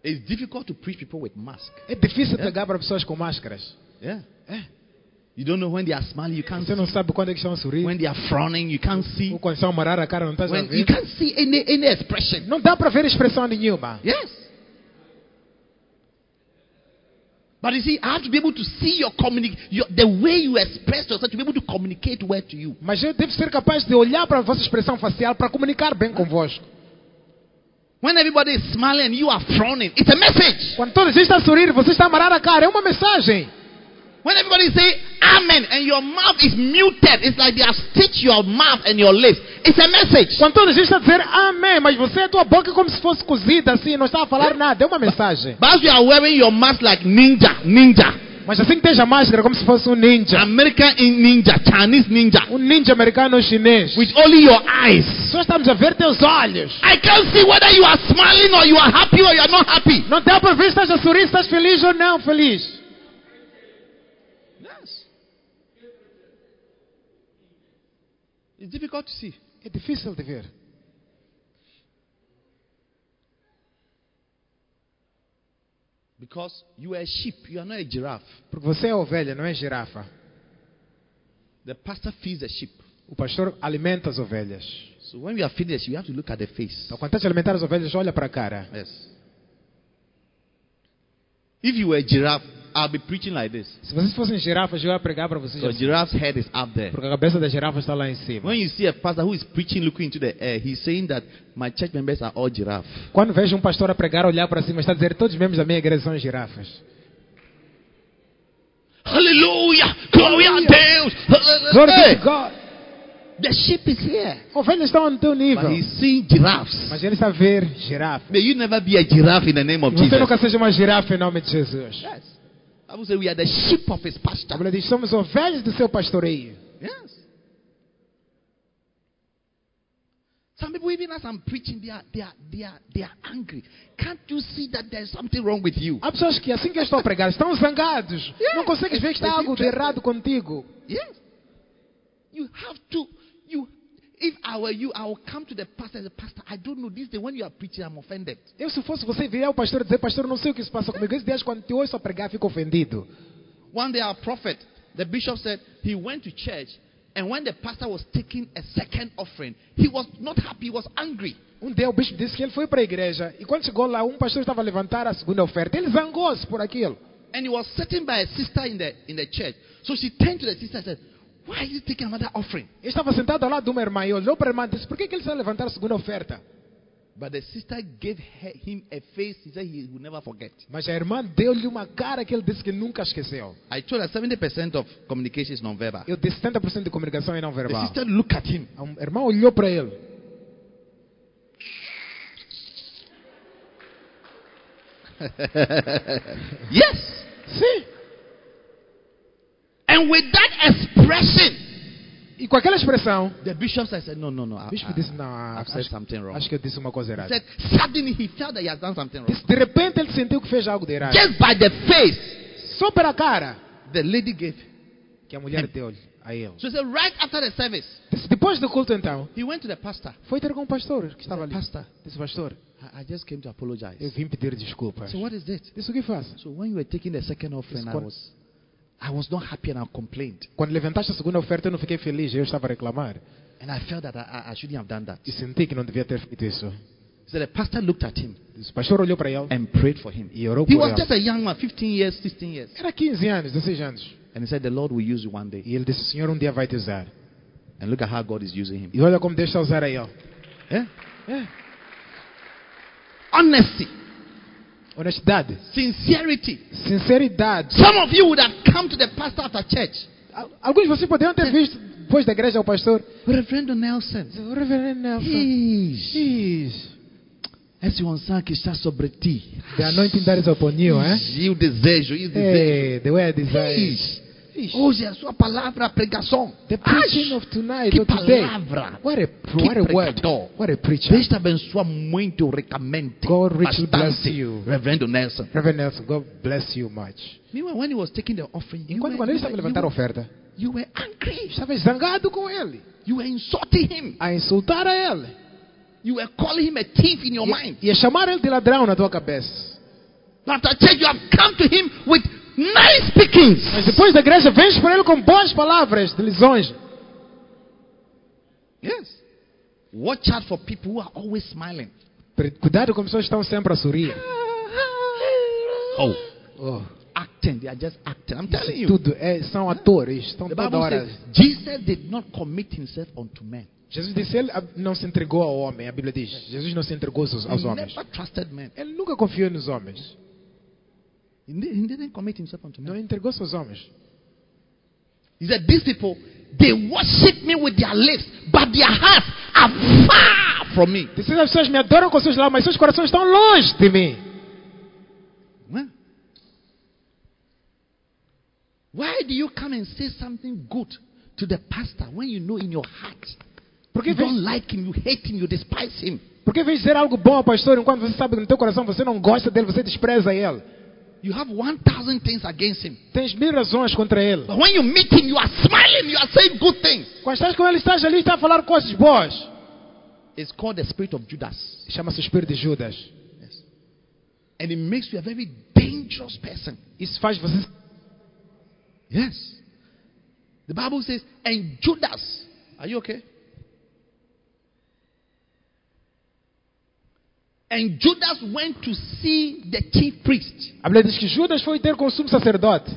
[SPEAKER 2] It's difficult to preach people with mask.
[SPEAKER 4] É difícil pegar para pessoas com máscaras.
[SPEAKER 2] Yeah. Eh. You don't know when they are smiling, you can't
[SPEAKER 4] Você
[SPEAKER 2] see.
[SPEAKER 4] não sabe quando é que estão a sorrir.
[SPEAKER 2] When they are frowning, you can't see.
[SPEAKER 4] Ou quando estão a morar a cara, não estás a
[SPEAKER 2] when you
[SPEAKER 4] ver.
[SPEAKER 2] can't see any, any expression.
[SPEAKER 4] Não dá para ver expressão nenhuma.
[SPEAKER 2] Yes. But you see, I have to be able to see your communic- your, the way you express yourself to be able to communicate well to you.
[SPEAKER 4] Mas eu devo ser capaz de olhar para a vossa expressão facial para comunicar bem convosco.
[SPEAKER 2] When everybody is smiling and you are frowning, it's a message.
[SPEAKER 4] Quando toda a gente está a sorrir, você está a amarrar a cara. É uma mensagem.
[SPEAKER 2] When everybody say Amen and your mouth is muted, it's like they have stitched your mouth and your lips. It's a message.
[SPEAKER 4] Quando toda gente está a dizer amém, mas você, a tua boca é como se fosse cozida assim, não está a falar nada, é uma mensagem.
[SPEAKER 2] But as you are wearing your mask like ninja, ninja,
[SPEAKER 4] Mas assim que esteja a máscara, é como se fosse um ninja.
[SPEAKER 2] American in- ninja, Chinese ninja,
[SPEAKER 4] Um ninja americano ou chinês.
[SPEAKER 2] with only your eyes.
[SPEAKER 4] Só estamos a ver teus olhos.
[SPEAKER 2] I can't see whether you are smiling or you are happy or you are not happy.
[SPEAKER 4] Não dá para ver se estás a sorrir, se estás feliz ou não feliz.
[SPEAKER 2] Yes. It's difficult to see.
[SPEAKER 4] É difícil de ver.
[SPEAKER 2] Because you are a sheep, you are not a giraffe.
[SPEAKER 4] Porque você é ovelha, não é girafa.
[SPEAKER 2] The pastor feeds the sheep.
[SPEAKER 4] O pastor alimenta as ovelhas.
[SPEAKER 2] So when we are feeding the sheep, you have to look at the face.
[SPEAKER 4] Então, quando estás a alimentar as ovelhas, olha para a cara.
[SPEAKER 2] Yes. If you were a giraffe, I'll be preaching like this.
[SPEAKER 4] Se vocês fossem girafas, eu ia pregar para vocês.
[SPEAKER 2] Because giraffe's head is up there.
[SPEAKER 4] Porque a cabeça da girafa está lá em cima.
[SPEAKER 2] When you see a pastor who is preaching looking into the air, he's saying that my church members are all giraffe.
[SPEAKER 4] Quando vejo um pastor a pregar, olhar para cima, está a dizer todos os membros da minha igreja são girafas.
[SPEAKER 2] Hallelujah! Gloria a Deus!
[SPEAKER 4] Glória a
[SPEAKER 2] Hey,
[SPEAKER 4] Deus.
[SPEAKER 2] the sheep is here.
[SPEAKER 4] Ovelhas estão no teu nível.
[SPEAKER 2] But he's seeing giraffes.
[SPEAKER 4] Mas ele está a ver girafa.
[SPEAKER 2] May you never be a giraffe in the name of
[SPEAKER 4] Você
[SPEAKER 2] Jesus.
[SPEAKER 4] nunca seja uma girafa em nome de Jesus.
[SPEAKER 2] Yes. I would say we are the sheep of his
[SPEAKER 4] A
[SPEAKER 2] pasture.
[SPEAKER 4] Bíblia diz: somos ovelhas do seu pastoreio.
[SPEAKER 2] Yes. Some people, even as I'm preaching, they are, they are, they are, they are angry. Can't you see that there's something wrong with you?
[SPEAKER 4] Há pessoas que, assim que eu estou a pregar, estão zangados. Não consegues ver que está
[SPEAKER 2] Is it
[SPEAKER 4] algo de
[SPEAKER 2] interesting?
[SPEAKER 4] errado contigo.
[SPEAKER 2] Yes. You have to. You. If I were you, I would come to the pastor and say, Pastor, I don't know this day when you are preaching, I'm offended.
[SPEAKER 4] Eu, se fosse você, viria ao pastor e dizer: Pastor, não sei o que se passa comigo. Esse dia, quando te ouço a pregar, fico ofendido.
[SPEAKER 2] One day, our prophet, the bishop said, he went to church, and when the pastor was taking a second offering, he was not happy, he was angry.
[SPEAKER 4] Um dia, o bispo disse que ele foi para a igreja. E quando chegou lá, um pastor estava a levantar a segunda oferta. Ele zangou-se por aquilo.
[SPEAKER 2] And he was sitting by a sister in the in the church. So she turned to the sister and said, Why are you taking another offering?
[SPEAKER 4] Ele estava sentado ao lado de uma irmã e olhou para a irmã e disse: Por que, que ele está a levantar a segunda oferta?
[SPEAKER 2] But the sister gave her, him a face he said he will never forget.
[SPEAKER 4] Mas a irmã deu-lhe uma cara que ele disse que nunca esqueceu.
[SPEAKER 2] I told her 70% of communication is nonverbal.
[SPEAKER 4] Eu disse 70% de comunicação é não
[SPEAKER 2] The
[SPEAKER 4] verbal.
[SPEAKER 2] sister looked at him.
[SPEAKER 4] A um- a irmã olhou para ele.
[SPEAKER 2] Yes.
[SPEAKER 4] Sim.
[SPEAKER 2] And with that expression,
[SPEAKER 4] E com aquela expressão,
[SPEAKER 2] the bishop said, No, no, no. I,
[SPEAKER 4] o bispo
[SPEAKER 2] I-
[SPEAKER 4] disse: Não, ah,
[SPEAKER 2] I've said
[SPEAKER 4] acho,
[SPEAKER 2] something wrong.
[SPEAKER 4] acho que eu disse uma coisa
[SPEAKER 2] He
[SPEAKER 4] errada.
[SPEAKER 2] said, Suddenly he felt that he has done something wrong.
[SPEAKER 4] Disse, de repente ele sentiu que fez algo de errado.
[SPEAKER 2] Just by the face
[SPEAKER 4] Só pela cara
[SPEAKER 2] the lady gave.
[SPEAKER 4] que a mulher deu-lhe a ele.
[SPEAKER 2] So he said, Right after the service,
[SPEAKER 4] Disse, depois do culto, então,
[SPEAKER 2] he went to the pastor.
[SPEAKER 4] foi ter com o pastor que estava ali.
[SPEAKER 2] Pastor,
[SPEAKER 4] Disse, pastor,
[SPEAKER 2] I, I just came to apologize.
[SPEAKER 4] eu vim pedir desculpas.
[SPEAKER 2] So what is it?
[SPEAKER 4] Disse, o que faço?
[SPEAKER 2] So when you were taking the second offering, I
[SPEAKER 4] con-
[SPEAKER 2] was, I was not happy and I complained.
[SPEAKER 4] Quando levantaste a segunda oferta, eu não fiquei feliz, eu estava a reclamar.
[SPEAKER 2] And I felt that I, I- I shouldn't have done that.
[SPEAKER 4] E senti que não devia ter feito isso.
[SPEAKER 2] So the pastor looked at him
[SPEAKER 4] Disse, o pastor olhou para ele
[SPEAKER 2] and prayed for him.
[SPEAKER 4] e orou por
[SPEAKER 2] He was
[SPEAKER 4] ele.
[SPEAKER 2] just a young man, 15 years, 16 years.
[SPEAKER 4] Era 15 anos, 16 anos.
[SPEAKER 2] And he said, The Lord will use you one day.
[SPEAKER 4] E ele disse: O Senhor um dia vai te usar.
[SPEAKER 2] And look at how God is using him.
[SPEAKER 4] E olha como Deus está a usar aí, ó.
[SPEAKER 2] Yeah?
[SPEAKER 4] É.
[SPEAKER 2] Honesty,
[SPEAKER 4] Honestidade,
[SPEAKER 2] sincerity.
[SPEAKER 4] sinceridade.
[SPEAKER 2] Some of you would have come to the pastor after church.
[SPEAKER 4] Al- Alguns de vocês poderiam ter visto depois da igreja o pastor.
[SPEAKER 2] Reverend Nelson.
[SPEAKER 4] O reverendo Nelson.
[SPEAKER 2] Ixi.
[SPEAKER 4] Diz.
[SPEAKER 2] Esse unção que está sobre ti.
[SPEAKER 4] The anointing that is upon you, eh?
[SPEAKER 2] E o desejo, e o desejo.
[SPEAKER 4] Hey, the way I design.
[SPEAKER 2] Ixi. Hoje a sua palavra, Ah, a pregação.
[SPEAKER 4] The preaching of tonight
[SPEAKER 2] que
[SPEAKER 4] or today.
[SPEAKER 2] palavra.
[SPEAKER 4] What a, what a word.
[SPEAKER 2] pregador.
[SPEAKER 4] What a preacher.
[SPEAKER 2] Deus te abençoe muito ricamente.
[SPEAKER 4] God richly
[SPEAKER 2] bastante,
[SPEAKER 4] bless you.
[SPEAKER 2] Reverendo Nelson.
[SPEAKER 4] Reverendo Nelson, God bless you much.
[SPEAKER 2] Meanwhile, when he was taking the offering, you
[SPEAKER 4] Enquanto
[SPEAKER 2] were-
[SPEAKER 4] quando ele estava a
[SPEAKER 2] you
[SPEAKER 4] levantar a
[SPEAKER 2] were-
[SPEAKER 4] oferta,
[SPEAKER 2] you were angry.
[SPEAKER 4] estava zangado com ele,
[SPEAKER 2] You were insulting him.
[SPEAKER 4] a insultar a ele.
[SPEAKER 2] You were calling him a thief in your mind.
[SPEAKER 4] E, e a chamar ele de ladrão na tua cabeça.
[SPEAKER 2] But after church, you have come to him with nice speakings.
[SPEAKER 4] Mas depois da igreja, vens para ele com boas palavras de lisonja.
[SPEAKER 2] Yes. Watch out for people who are always smiling.
[SPEAKER 4] Pre- Cuidado com pessoas que estão sempre a sorrir.
[SPEAKER 2] Oh,
[SPEAKER 4] Oh,
[SPEAKER 2] acting. They are just acting. I'm telling
[SPEAKER 4] isso
[SPEAKER 2] you.
[SPEAKER 4] tudo é, são atores, estão
[SPEAKER 2] The
[SPEAKER 4] toda
[SPEAKER 2] Bible
[SPEAKER 4] hora.
[SPEAKER 2] says Jesus did not commit himself unto men.
[SPEAKER 4] Jesus disse, ele ah, não se entregou ao homem. A Bíblia diz, Jesus não se entregou aos, aos
[SPEAKER 2] He
[SPEAKER 4] homens.
[SPEAKER 2] never trusted men.
[SPEAKER 4] Ele nunca confiou nos homens.
[SPEAKER 2] He di- he didn't commit himself unto
[SPEAKER 4] Não
[SPEAKER 2] men.
[SPEAKER 4] entregou-se aos homens.
[SPEAKER 2] He said, These people, they worship me with their lips, but their hearts are far from me.
[SPEAKER 4] Diz as pessoas me adoram com seus lábios, mas seus corações estão longe de mim.
[SPEAKER 2] Huh? Why do you come and say something good to the pastor when you know in your heart
[SPEAKER 4] Porque
[SPEAKER 2] you
[SPEAKER 4] vem,
[SPEAKER 2] don't like him, you hate him, you despise him?
[SPEAKER 4] porque vem dizer algo bom ao pastor enquanto você sabe que no teu coração você não gosta dele, você despreza ele.
[SPEAKER 2] You have 1,000 things against him.
[SPEAKER 4] Tens mil razões contra ele.
[SPEAKER 2] But when you meet him, you are smiling, you are saying good things.
[SPEAKER 4] Quando estás com ele, estás ali, está a falar coisas boas.
[SPEAKER 2] It's called the spirit of Judas.
[SPEAKER 4] Chama-se o espírito de Judas.
[SPEAKER 2] Yes. And it makes you a very dangerous person.
[SPEAKER 4] Isso faz você.
[SPEAKER 2] Yes. The Bible says, and Judas. Are you okay? And Judas went to see the chief priest.
[SPEAKER 4] A Bíblia diz que Judas foi ter com o sumo sacerdote.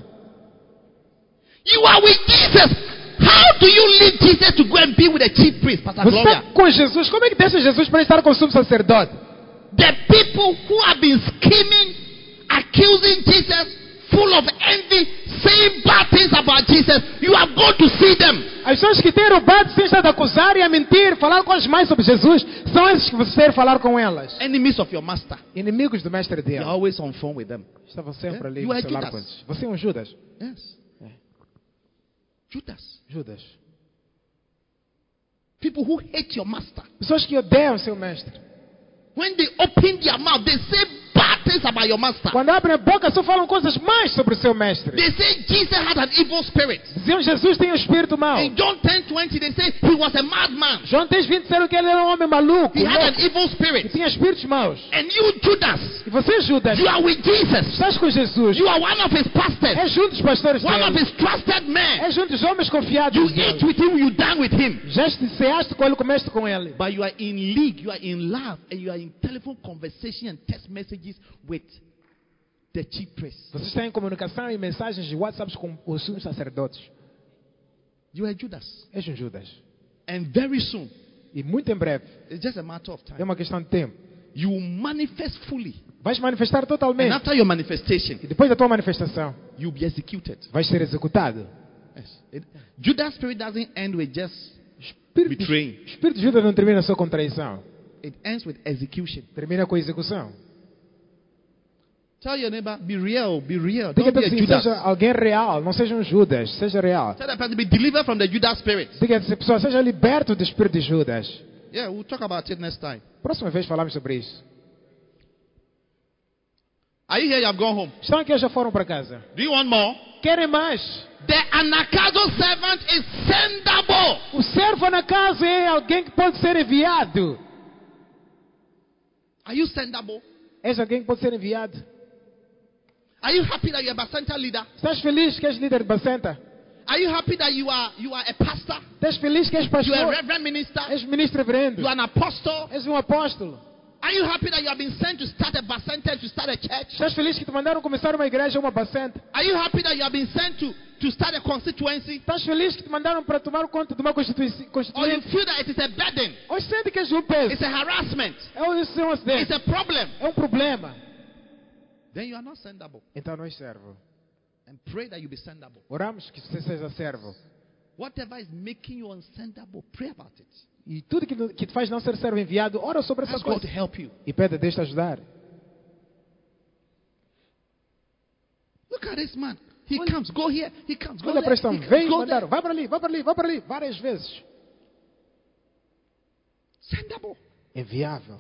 [SPEAKER 2] You are with Jesus. How do you leave Jesus to go and be with the chief priest, Pastor
[SPEAKER 4] Você
[SPEAKER 2] Gloria?
[SPEAKER 4] está com Jesus. Como é que deixa Jesus para estar com o sumo sacerdote?
[SPEAKER 2] The people who have been scheming, accusing Jesus, full of envy, saying bad things about Jesus, you are going to see them.
[SPEAKER 4] As pessoas que têm roubado sem estar a acusar e a mentir, falar coisas mais sobre Jesus, são esses que você deve falar com elas.
[SPEAKER 2] Enemies of your master.
[SPEAKER 4] Inimigos do mestre
[SPEAKER 2] You're
[SPEAKER 4] dele.
[SPEAKER 2] always on phone with them.
[SPEAKER 4] Estavam sempre
[SPEAKER 2] Yeah.
[SPEAKER 4] ali
[SPEAKER 2] You
[SPEAKER 4] no
[SPEAKER 2] are
[SPEAKER 4] celular
[SPEAKER 2] Judas.
[SPEAKER 4] com eles. Você é um Judas.
[SPEAKER 2] Yes. Judas.
[SPEAKER 4] Judas.
[SPEAKER 2] People who hate your master.
[SPEAKER 4] Pessoas que odeiam seu mestre.
[SPEAKER 2] When they open their mouth, they say bad things about your master.
[SPEAKER 4] Quando abrem a boca, só falam coisas mais sobre o seu mestre.
[SPEAKER 2] They say Jesus had an evil spirit.
[SPEAKER 4] Diziam Jesus tem um espírito mau.
[SPEAKER 2] In John 10 20, they say he was a madman.
[SPEAKER 4] João 10, 20 disseram que ele era um homem maluco,
[SPEAKER 2] He had an
[SPEAKER 4] louco,
[SPEAKER 2] evil
[SPEAKER 4] que
[SPEAKER 2] spirit.
[SPEAKER 4] tinha espíritos maus.
[SPEAKER 2] And you, Judas,
[SPEAKER 4] E você, Judas,
[SPEAKER 2] you are with Jesus.
[SPEAKER 4] estás com Jesus.
[SPEAKER 2] You are one of his
[SPEAKER 4] É
[SPEAKER 2] pastors,
[SPEAKER 4] junto dos pastores
[SPEAKER 2] one of
[SPEAKER 4] dele.
[SPEAKER 2] his trusted men.
[SPEAKER 4] É junto dos homens
[SPEAKER 2] You
[SPEAKER 4] confiados
[SPEAKER 2] eat
[SPEAKER 4] dele.
[SPEAKER 2] with him, you dine with him.
[SPEAKER 4] Já ceaste com ele, comeste com ele.
[SPEAKER 2] But you are in league, you are in love, and you are in telephone conversation and text messages with the chief priest.
[SPEAKER 4] Vocês têm comunicação e mensagens de WhatsApp com os sumos sacerdotes.
[SPEAKER 2] You are Judas.
[SPEAKER 4] És um Judas.
[SPEAKER 2] And very soon,
[SPEAKER 4] E muito em breve,
[SPEAKER 2] it's just a matter of
[SPEAKER 4] é
[SPEAKER 2] time,
[SPEAKER 4] uma questão de tempo,
[SPEAKER 2] you will manifest fully.
[SPEAKER 4] vais manifestar
[SPEAKER 2] And
[SPEAKER 4] totalmente.
[SPEAKER 2] after your manifestation,
[SPEAKER 4] E depois da tua manifestação,
[SPEAKER 2] you'll be executed.
[SPEAKER 4] vais ser executado.
[SPEAKER 2] Yes. It- Judas' spirit doesn't end with just,
[SPEAKER 4] Espírito,
[SPEAKER 2] Betraying.
[SPEAKER 4] o espírito de Judas não termina só com traição.
[SPEAKER 2] it ends with execution.
[SPEAKER 4] Termina com execução.
[SPEAKER 2] Tell your neighbor, be real, be real.
[SPEAKER 4] Diga
[SPEAKER 2] Don't be
[SPEAKER 4] para
[SPEAKER 2] a Judas.
[SPEAKER 4] assim, seja alguém real, não seja um Judas, seja real.
[SPEAKER 2] Tell that person, be delivered from the Judas spirit.
[SPEAKER 4] Diga a pessoa, seja liberto do espírito de Judas.
[SPEAKER 2] Yeah, we'll talk about it next time.
[SPEAKER 4] Próxima vez falamos sobre isso.
[SPEAKER 2] Are you here? You have gone home.
[SPEAKER 4] Estão aqui ou já foram para casa?
[SPEAKER 2] Do you want more?
[SPEAKER 4] Querem mais?
[SPEAKER 2] The Anakazo servant is sendable.
[SPEAKER 4] O servo na casa é alguém que pode ser enviado.
[SPEAKER 2] Are you sendable?
[SPEAKER 4] És alguém que pode ser enviado.
[SPEAKER 2] Are you happy that you are a center leader?
[SPEAKER 4] Estás feliz que és líder de Bacenta?
[SPEAKER 2] Are you happy that you are you are a pastor?
[SPEAKER 4] Estás feliz que és
[SPEAKER 2] You are a
[SPEAKER 4] pastor?
[SPEAKER 2] reverend minister?
[SPEAKER 4] És ministro reverendo?
[SPEAKER 2] You are an apostle?
[SPEAKER 4] És um apóstolo?
[SPEAKER 2] Are you happy that you have been sent to start a bus center, to start a church?
[SPEAKER 4] Estás feliz que te mandaram começar uma igreja ou uma Bacenta?
[SPEAKER 2] Are you happy that you have been sent to, to start a constituency?
[SPEAKER 4] Estás feliz que te mandaram para tomar conta de uma constitui-
[SPEAKER 2] Or you
[SPEAKER 4] constituinte?
[SPEAKER 2] feel that it is a burden,
[SPEAKER 4] Ou sente que és um peso?
[SPEAKER 2] it's a harassment,
[SPEAKER 4] É um, isso é um acidente.
[SPEAKER 2] it's a problem?
[SPEAKER 4] É um problema.
[SPEAKER 2] Then you are not sendable.
[SPEAKER 4] Então nós servo.
[SPEAKER 2] And pray that you be sendable.
[SPEAKER 4] Oramos que você seja servo.
[SPEAKER 2] Whatever is making you unsendable, pray about it.
[SPEAKER 4] E tudo que, que te faz não ser servo enviado, ora sobre essa
[SPEAKER 2] Ask God
[SPEAKER 4] coisa.
[SPEAKER 2] to help you.
[SPEAKER 4] E pede a Deus te ajudar.
[SPEAKER 2] Look at this man. He
[SPEAKER 4] Olha-
[SPEAKER 2] comes, go here. He comes, go
[SPEAKER 4] Olha
[SPEAKER 2] there.
[SPEAKER 4] para este
[SPEAKER 2] He
[SPEAKER 4] homem.
[SPEAKER 2] comes,
[SPEAKER 4] Vem,
[SPEAKER 2] go there.
[SPEAKER 4] mandaram. Vai para ali, vai para ali, vai para ali. Várias vezes.
[SPEAKER 2] Sendable.
[SPEAKER 4] Enviável.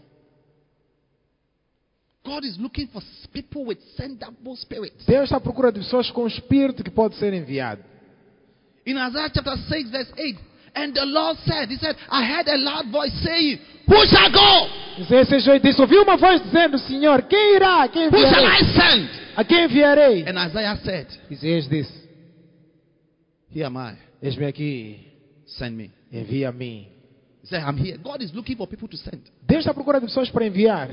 [SPEAKER 2] God is looking for s- people with sendable spirits.
[SPEAKER 4] Deus está à procura de pessoas com espírito que pode ser enviado.
[SPEAKER 2] In Isaiah chapter 6, verse 8, and the Lord said, He said, I heard a loud voice saying, Who shall go?
[SPEAKER 4] Isaías 6,8 disse, ouvi uma voz dizendo, Senhor, quem irá? Quem
[SPEAKER 2] Who shall I
[SPEAKER 4] enviarei?
[SPEAKER 2] send?
[SPEAKER 4] A quem enviarei?
[SPEAKER 2] And Isaiah said,
[SPEAKER 4] Isaías disse,
[SPEAKER 2] Here am I,
[SPEAKER 4] eis-me aqui,
[SPEAKER 2] send me.
[SPEAKER 4] envia a mim.
[SPEAKER 2] He said, I'm here. God is looking for people to send.
[SPEAKER 4] Deus está à procura de pessoas para enviar.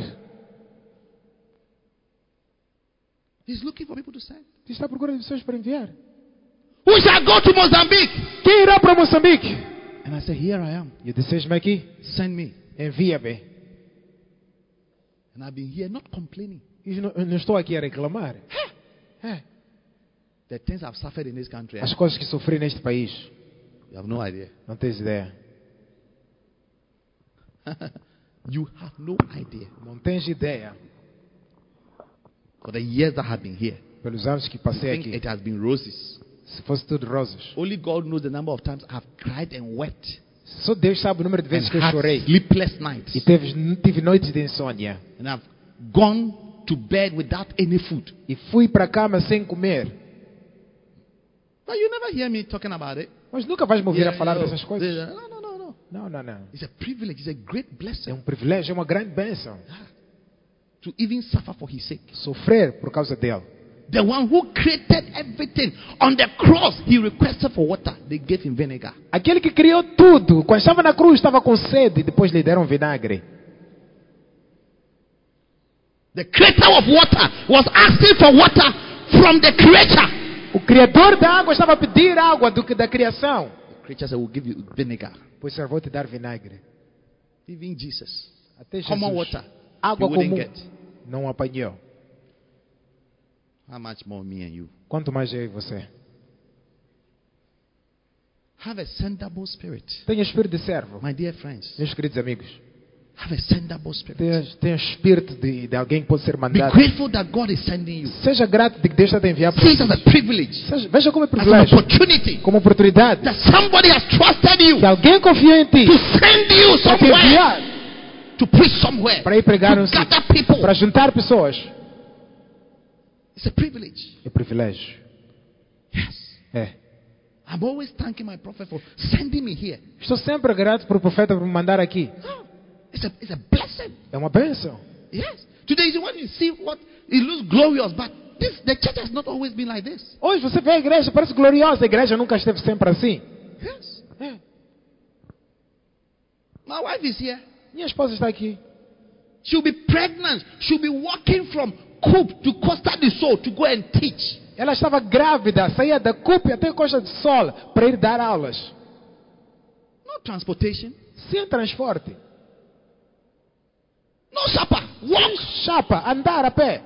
[SPEAKER 2] He's looking for people to send.
[SPEAKER 4] Deus está à procura de pessoas para enviar.
[SPEAKER 2] Who shall go to Mozambique?
[SPEAKER 4] Quem irá para Moçambique?
[SPEAKER 2] And I said, Here I am,
[SPEAKER 4] E eu disse, eis-me aqui,
[SPEAKER 2] send me.
[SPEAKER 4] envia-me.
[SPEAKER 2] And I've been here not complaining.
[SPEAKER 4] E eu não, eu não estou aqui a reclamar. É.
[SPEAKER 2] The things I've suffered in this country,
[SPEAKER 4] As coisas que sofri neste país,
[SPEAKER 2] you have no idea.
[SPEAKER 4] não tens ideia.
[SPEAKER 2] You have no idea.
[SPEAKER 4] Não tens ideia.
[SPEAKER 2] For the years that have been here,
[SPEAKER 4] Pelos anos que
[SPEAKER 2] I
[SPEAKER 4] passei
[SPEAKER 2] think
[SPEAKER 4] aqui,
[SPEAKER 2] it has been roses.
[SPEAKER 4] se fosse tudo rosas.
[SPEAKER 2] Only God knows the number of times I've cried and wept
[SPEAKER 4] Só Deus sabe o número de vezes
[SPEAKER 2] and
[SPEAKER 4] que eu
[SPEAKER 2] had
[SPEAKER 4] chorei.
[SPEAKER 2] sleepless nights.
[SPEAKER 4] E teve, tive noites de insônia.
[SPEAKER 2] And I've gone to bed without any food.
[SPEAKER 4] E fui para a cama sem comer.
[SPEAKER 2] But you never hear me talking about it.
[SPEAKER 4] Mas nunca vais me ouvir
[SPEAKER 2] Yeah,
[SPEAKER 4] a Oh, falar
[SPEAKER 2] no.
[SPEAKER 4] dessas coisas.
[SPEAKER 2] No, no, no, no.
[SPEAKER 4] Não, não, não.
[SPEAKER 2] It's a privilege. It's a great
[SPEAKER 4] É
[SPEAKER 2] blessing
[SPEAKER 4] um privilégio, é uma grande bênção.
[SPEAKER 2] to even suffer for His sake.
[SPEAKER 4] Sofrer por causa dele.
[SPEAKER 2] The one who created everything on the cross, He requested for water. They gave Him vinegar.
[SPEAKER 4] Aquele que criou tudo, quando estava na cruz, estava com sede e depois lhe deram vinagre.
[SPEAKER 2] The creator of water was asking for water from the creator.
[SPEAKER 4] O criador da água estava a pedir água do que da criação.
[SPEAKER 2] The creator said, We'll give you vinegar.
[SPEAKER 4] Pois eu vou te dar vinagre.
[SPEAKER 2] Even Jesus.
[SPEAKER 4] Até Jesus.
[SPEAKER 2] Common water.
[SPEAKER 4] Água
[SPEAKER 2] you wouldn't
[SPEAKER 4] comum.
[SPEAKER 2] get.
[SPEAKER 4] Não apanhou.
[SPEAKER 2] How much more me and you?
[SPEAKER 4] Quanto mais eu e você.
[SPEAKER 2] Have a sendable spirit.
[SPEAKER 4] Tenha espírito de servo.
[SPEAKER 2] My dear friends,
[SPEAKER 4] Meus queridos amigos.
[SPEAKER 2] have a sendable
[SPEAKER 4] Tenha,
[SPEAKER 2] spirit.
[SPEAKER 4] tenha espírito de, de alguém que pode ser
[SPEAKER 2] Be
[SPEAKER 4] mandado.
[SPEAKER 2] grateful that God is sending you.
[SPEAKER 4] Seja grato de que Deus está te enviando.
[SPEAKER 2] See it as a privilege,
[SPEAKER 4] Seja, veja como é
[SPEAKER 2] as an
[SPEAKER 4] privilégio.
[SPEAKER 2] opportunity
[SPEAKER 4] Como oportunidade.
[SPEAKER 2] that somebody has trusted you
[SPEAKER 4] Que alguém confiou em ti.
[SPEAKER 2] to send you
[SPEAKER 4] Para te
[SPEAKER 2] somewhere,
[SPEAKER 4] enviar.
[SPEAKER 2] to preach somewhere,
[SPEAKER 4] Para ir pregar um
[SPEAKER 2] to
[SPEAKER 4] sítio.
[SPEAKER 2] gather people.
[SPEAKER 4] Para juntar pessoas.
[SPEAKER 2] It's a privilege.
[SPEAKER 4] É privilégio.
[SPEAKER 2] Yes.
[SPEAKER 4] É.
[SPEAKER 2] I'm always thanking my prophet for sending me here.
[SPEAKER 4] Estou sempre grato para o profeta por me mandar aqui.
[SPEAKER 2] Oh, it's a, it's a blessing.
[SPEAKER 4] É uma bênção.
[SPEAKER 2] Yes. Today, you see, when you see what it looks glorious, but this the church has not always been like this.
[SPEAKER 4] Hoje você vê a igreja, parece gloriosa. A igreja nunca esteve sempre assim.
[SPEAKER 2] Yes.
[SPEAKER 4] É.
[SPEAKER 2] My wife is here.
[SPEAKER 4] Minha esposa está aqui.
[SPEAKER 2] She'll be pregnant. She'll be walking from Coop to Costa do Sol to go and teach.
[SPEAKER 4] Ela estava grávida, saía da CUP até Costa do Sol para ir dar aulas.
[SPEAKER 2] No transportation,
[SPEAKER 4] Sem transporte,
[SPEAKER 2] no supper. Walk.
[SPEAKER 4] chapa, andar a pé.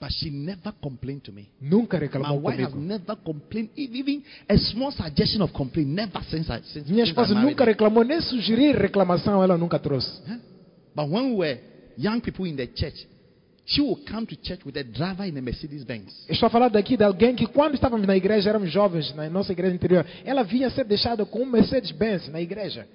[SPEAKER 2] But she never complained to me.
[SPEAKER 4] Nunca
[SPEAKER 2] My
[SPEAKER 4] reclamou
[SPEAKER 2] wife has
[SPEAKER 4] comigo.
[SPEAKER 2] never complained, even even a small suggestion of complaint, never since I since,
[SPEAKER 4] Minha
[SPEAKER 2] since I
[SPEAKER 4] esposa
[SPEAKER 2] married
[SPEAKER 4] nunca
[SPEAKER 2] her.
[SPEAKER 4] reclamou, nem sugerir reclamação ela nunca trouxe.
[SPEAKER 2] Huh? But when we were young people in the church, she would come to church with a driver in a Mercedes Benz.
[SPEAKER 4] Estou a falar daqui de alguém que quando estávamos na igreja, éramos jovens, na nossa igreja interior, ela vinha ser deixada com um Mercedes-Benz na igreja.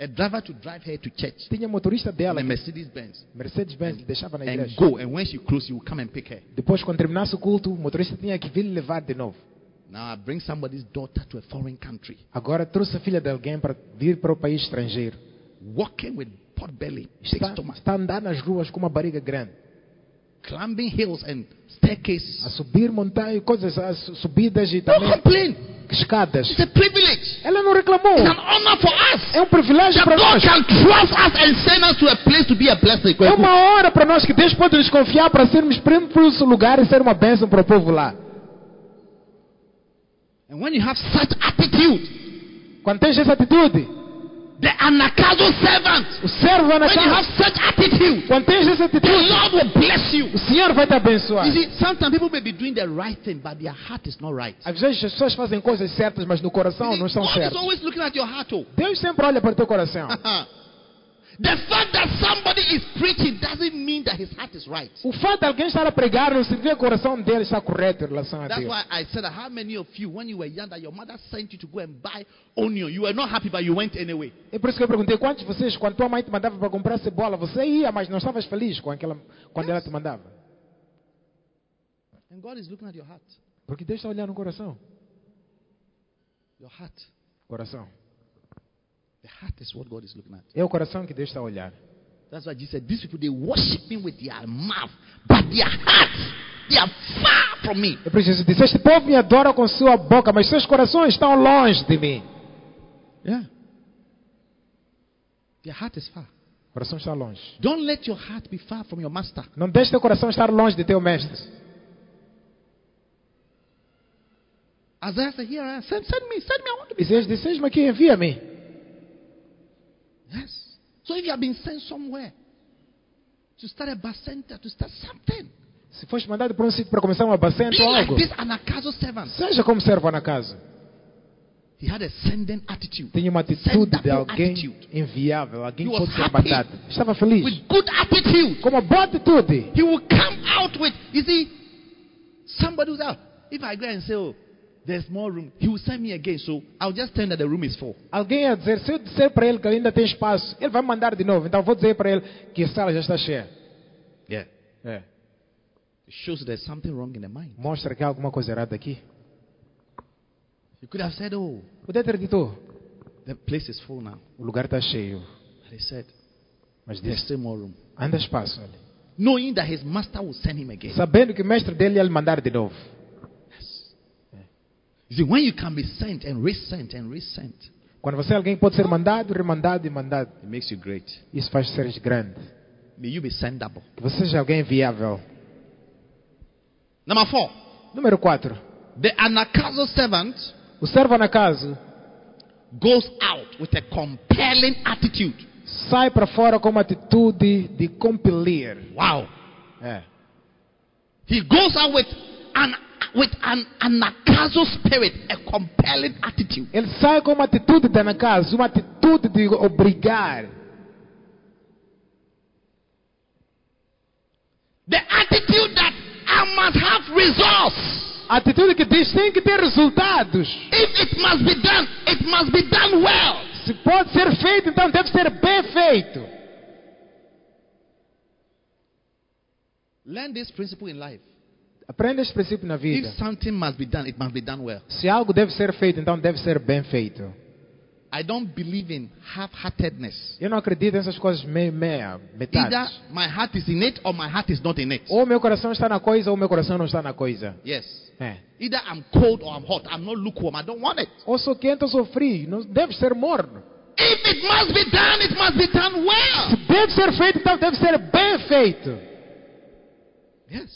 [SPEAKER 2] A driver to drive her to church
[SPEAKER 4] Tinha motorista
[SPEAKER 2] in
[SPEAKER 4] dela,
[SPEAKER 2] a Mercedes Benz.
[SPEAKER 4] Mercedes-Benz, deixava na
[SPEAKER 2] And
[SPEAKER 4] igreja.
[SPEAKER 2] go. And when she closed, you will come and pick her.
[SPEAKER 4] Depois, quando terminasse o culto, o motorista tinha que vir levar de novo.
[SPEAKER 2] Now I bring somebody's daughter to a foreign country,
[SPEAKER 4] Agora trouxe a filha de alguém para vir para o país estrangeiro.
[SPEAKER 2] walking with pot belly, big
[SPEAKER 4] Está,
[SPEAKER 2] stomach,
[SPEAKER 4] está a andar nas ruas com uma barriga grande.
[SPEAKER 2] climbing hills and
[SPEAKER 4] A
[SPEAKER 2] staircases.
[SPEAKER 4] subir montanhas, coisas, a su- subidas e
[SPEAKER 2] Don't
[SPEAKER 4] também
[SPEAKER 2] complain.
[SPEAKER 4] escadas.
[SPEAKER 2] It's a privilege.
[SPEAKER 4] Ela não reclamou.
[SPEAKER 2] It's an honor for us.
[SPEAKER 4] É um privilégio
[SPEAKER 2] That
[SPEAKER 4] para
[SPEAKER 2] God
[SPEAKER 4] nós.
[SPEAKER 2] can trust us and send us to a place to be a blessing.
[SPEAKER 4] É uma hora para nós que Deus pode nos confiar para sermos prêmio para esse lugar e ser uma bênção para o povo lá.
[SPEAKER 2] And when you have such attitude,
[SPEAKER 4] Quando tens essa atitude,
[SPEAKER 2] the anakazo servant
[SPEAKER 4] o servo vai na
[SPEAKER 2] When you have
[SPEAKER 4] casa.
[SPEAKER 2] such attitude,
[SPEAKER 4] Quando tens essa
[SPEAKER 2] the
[SPEAKER 4] atitude,
[SPEAKER 2] Lord will bless you.
[SPEAKER 4] o Senhor vai te abençoar.
[SPEAKER 2] You see, sometimes people may be doing the right thing, but their heart is not right.
[SPEAKER 4] Às vezes as pessoas fazem coisas certas, mas no coração não
[SPEAKER 2] You see,
[SPEAKER 4] estão
[SPEAKER 2] God is
[SPEAKER 4] certas.
[SPEAKER 2] always looking at your heart. Oh.
[SPEAKER 4] Deus sempre olha para o teu coração.
[SPEAKER 2] the fact that somebody is preaching doesn't mean that his heart is right.
[SPEAKER 4] O fato de alguém estar a pregar não significa que o coração dele está correto em relação a
[SPEAKER 2] That's
[SPEAKER 4] Deus.
[SPEAKER 2] why I said that how many of you, when you were young, that your mother sent you to go and buy onion, you were not happy, but you went anyway.
[SPEAKER 4] É por isso que eu perguntei quantos de vocês, quando tua mãe te mandava para comprar cebola, você ia, mas não estavas feliz com aquela, quando ela te mandava.
[SPEAKER 2] And God is looking at your heart.
[SPEAKER 4] Porque Deus está olhando o coração.
[SPEAKER 2] Your heart.
[SPEAKER 4] Coração.
[SPEAKER 2] The heart is what God is looking at.
[SPEAKER 4] É o coração que Deus está a olhar.
[SPEAKER 2] That's why Jesus said, These people, they worship me with their mouth, but their hearts, they are far from me.
[SPEAKER 4] É por isso que Jesus disse, este povo me adora com sua boca, mas seus corações estão longe de mim.
[SPEAKER 2] Yeah. Your heart is far.
[SPEAKER 4] O coração está longe.
[SPEAKER 2] Don't let your heart be far from your master.
[SPEAKER 4] Não deixe teu coração estar longe de teu mestre.
[SPEAKER 2] Isaiah said, Here I am. Send, send me, send me. I want to be.
[SPEAKER 4] Isaías disse, eis-me aqui, envia-me.
[SPEAKER 2] Yes. So if you have been sent somewhere, to start a bar center, to start something.
[SPEAKER 4] Se fores mandado para um sítio para começar um abacento
[SPEAKER 2] Be
[SPEAKER 4] ou
[SPEAKER 2] like
[SPEAKER 4] algo,
[SPEAKER 2] this Anakazo servant.
[SPEAKER 4] seja como servo na casa.
[SPEAKER 2] He had a sending attitude.
[SPEAKER 4] Tinha uma atitude de
[SPEAKER 2] Sendable
[SPEAKER 4] alguém
[SPEAKER 2] attitude.
[SPEAKER 4] enviável, alguém
[SPEAKER 2] He
[SPEAKER 4] que
[SPEAKER 2] was
[SPEAKER 4] pode ser
[SPEAKER 2] happy.
[SPEAKER 4] mandado. Estava feliz.
[SPEAKER 2] With good attitude.
[SPEAKER 4] Com uma boa atitude.
[SPEAKER 2] He will come out with, you see, somebody who's out. If I go and say, oh, there's more room, he will send me again. So I'll just tell him that the room is full.
[SPEAKER 4] Alguém ia dizer, se eu disser para ele que ainda tem espaço, ele vai me mandar de novo. Então vou dizer para ele que a sala já está cheia.
[SPEAKER 2] Yeah.
[SPEAKER 4] É.
[SPEAKER 2] It shows there's something wrong in the mind.
[SPEAKER 4] Mostra que há alguma coisa errada aqui.
[SPEAKER 2] You could have said, oh,
[SPEAKER 4] Podia ter dito,
[SPEAKER 2] the place is full now.
[SPEAKER 4] o lugar está cheio.
[SPEAKER 2] But he said,
[SPEAKER 4] Mas
[SPEAKER 2] there's
[SPEAKER 4] disse,
[SPEAKER 2] still more room.
[SPEAKER 4] anda espaço ali.
[SPEAKER 2] Knowing that his master will send him again.
[SPEAKER 4] Sabendo que o mestre dele ia lhe mandar de novo.
[SPEAKER 2] You see, when you can be sent and resent and resent,
[SPEAKER 4] Quando você é alguém que pode ser mandado, remandado e mandado,
[SPEAKER 2] it makes you great.
[SPEAKER 4] isso faz seres grande.
[SPEAKER 2] May you be sendable.
[SPEAKER 4] Que você seja alguém viável.
[SPEAKER 2] Number four,
[SPEAKER 4] Número 4.
[SPEAKER 2] the anakazo servant
[SPEAKER 4] O servo anacaso
[SPEAKER 2] goes out with a compelling attitude.
[SPEAKER 4] sai para fora com uma atitude de compelir.
[SPEAKER 2] Wow.
[SPEAKER 4] É.
[SPEAKER 2] He goes out with an with an anakazo spirit, a compelling attitude.
[SPEAKER 4] Ele sai com uma atitude de anacaso, uma atitude de obrigar.
[SPEAKER 2] The attitude that I must have results.
[SPEAKER 4] A atitude que diz tem que ter resultados.
[SPEAKER 2] If it must be done, it must be done well.
[SPEAKER 4] Se pode ser feito, então deve ser bem feito.
[SPEAKER 2] Learn this principle in life.
[SPEAKER 4] Aprenda esse princípio na vida.
[SPEAKER 2] If something must be done, it must be done well.
[SPEAKER 4] Se algo deve ser feito, então deve ser bem feito.
[SPEAKER 2] I don't believe in half-heartedness.
[SPEAKER 4] Eu não acredito nessas coisas meia, meia
[SPEAKER 2] Either
[SPEAKER 4] metade.
[SPEAKER 2] my heart is in it or my heart is not in it.
[SPEAKER 4] Ou meu coração está na coisa ou meu coração não está na coisa.
[SPEAKER 2] Yes.
[SPEAKER 4] É.
[SPEAKER 2] Either I'm cold or I'm hot. I'm not lukewarm. I don't want it.
[SPEAKER 4] Ou sou quente ou sou frio. Não deve ser morno.
[SPEAKER 2] If it must be done, it must be done
[SPEAKER 4] Se
[SPEAKER 2] well.
[SPEAKER 4] deve ser feito, então deve ser bem feito.
[SPEAKER 2] Yes.
[SPEAKER 4] Yeah.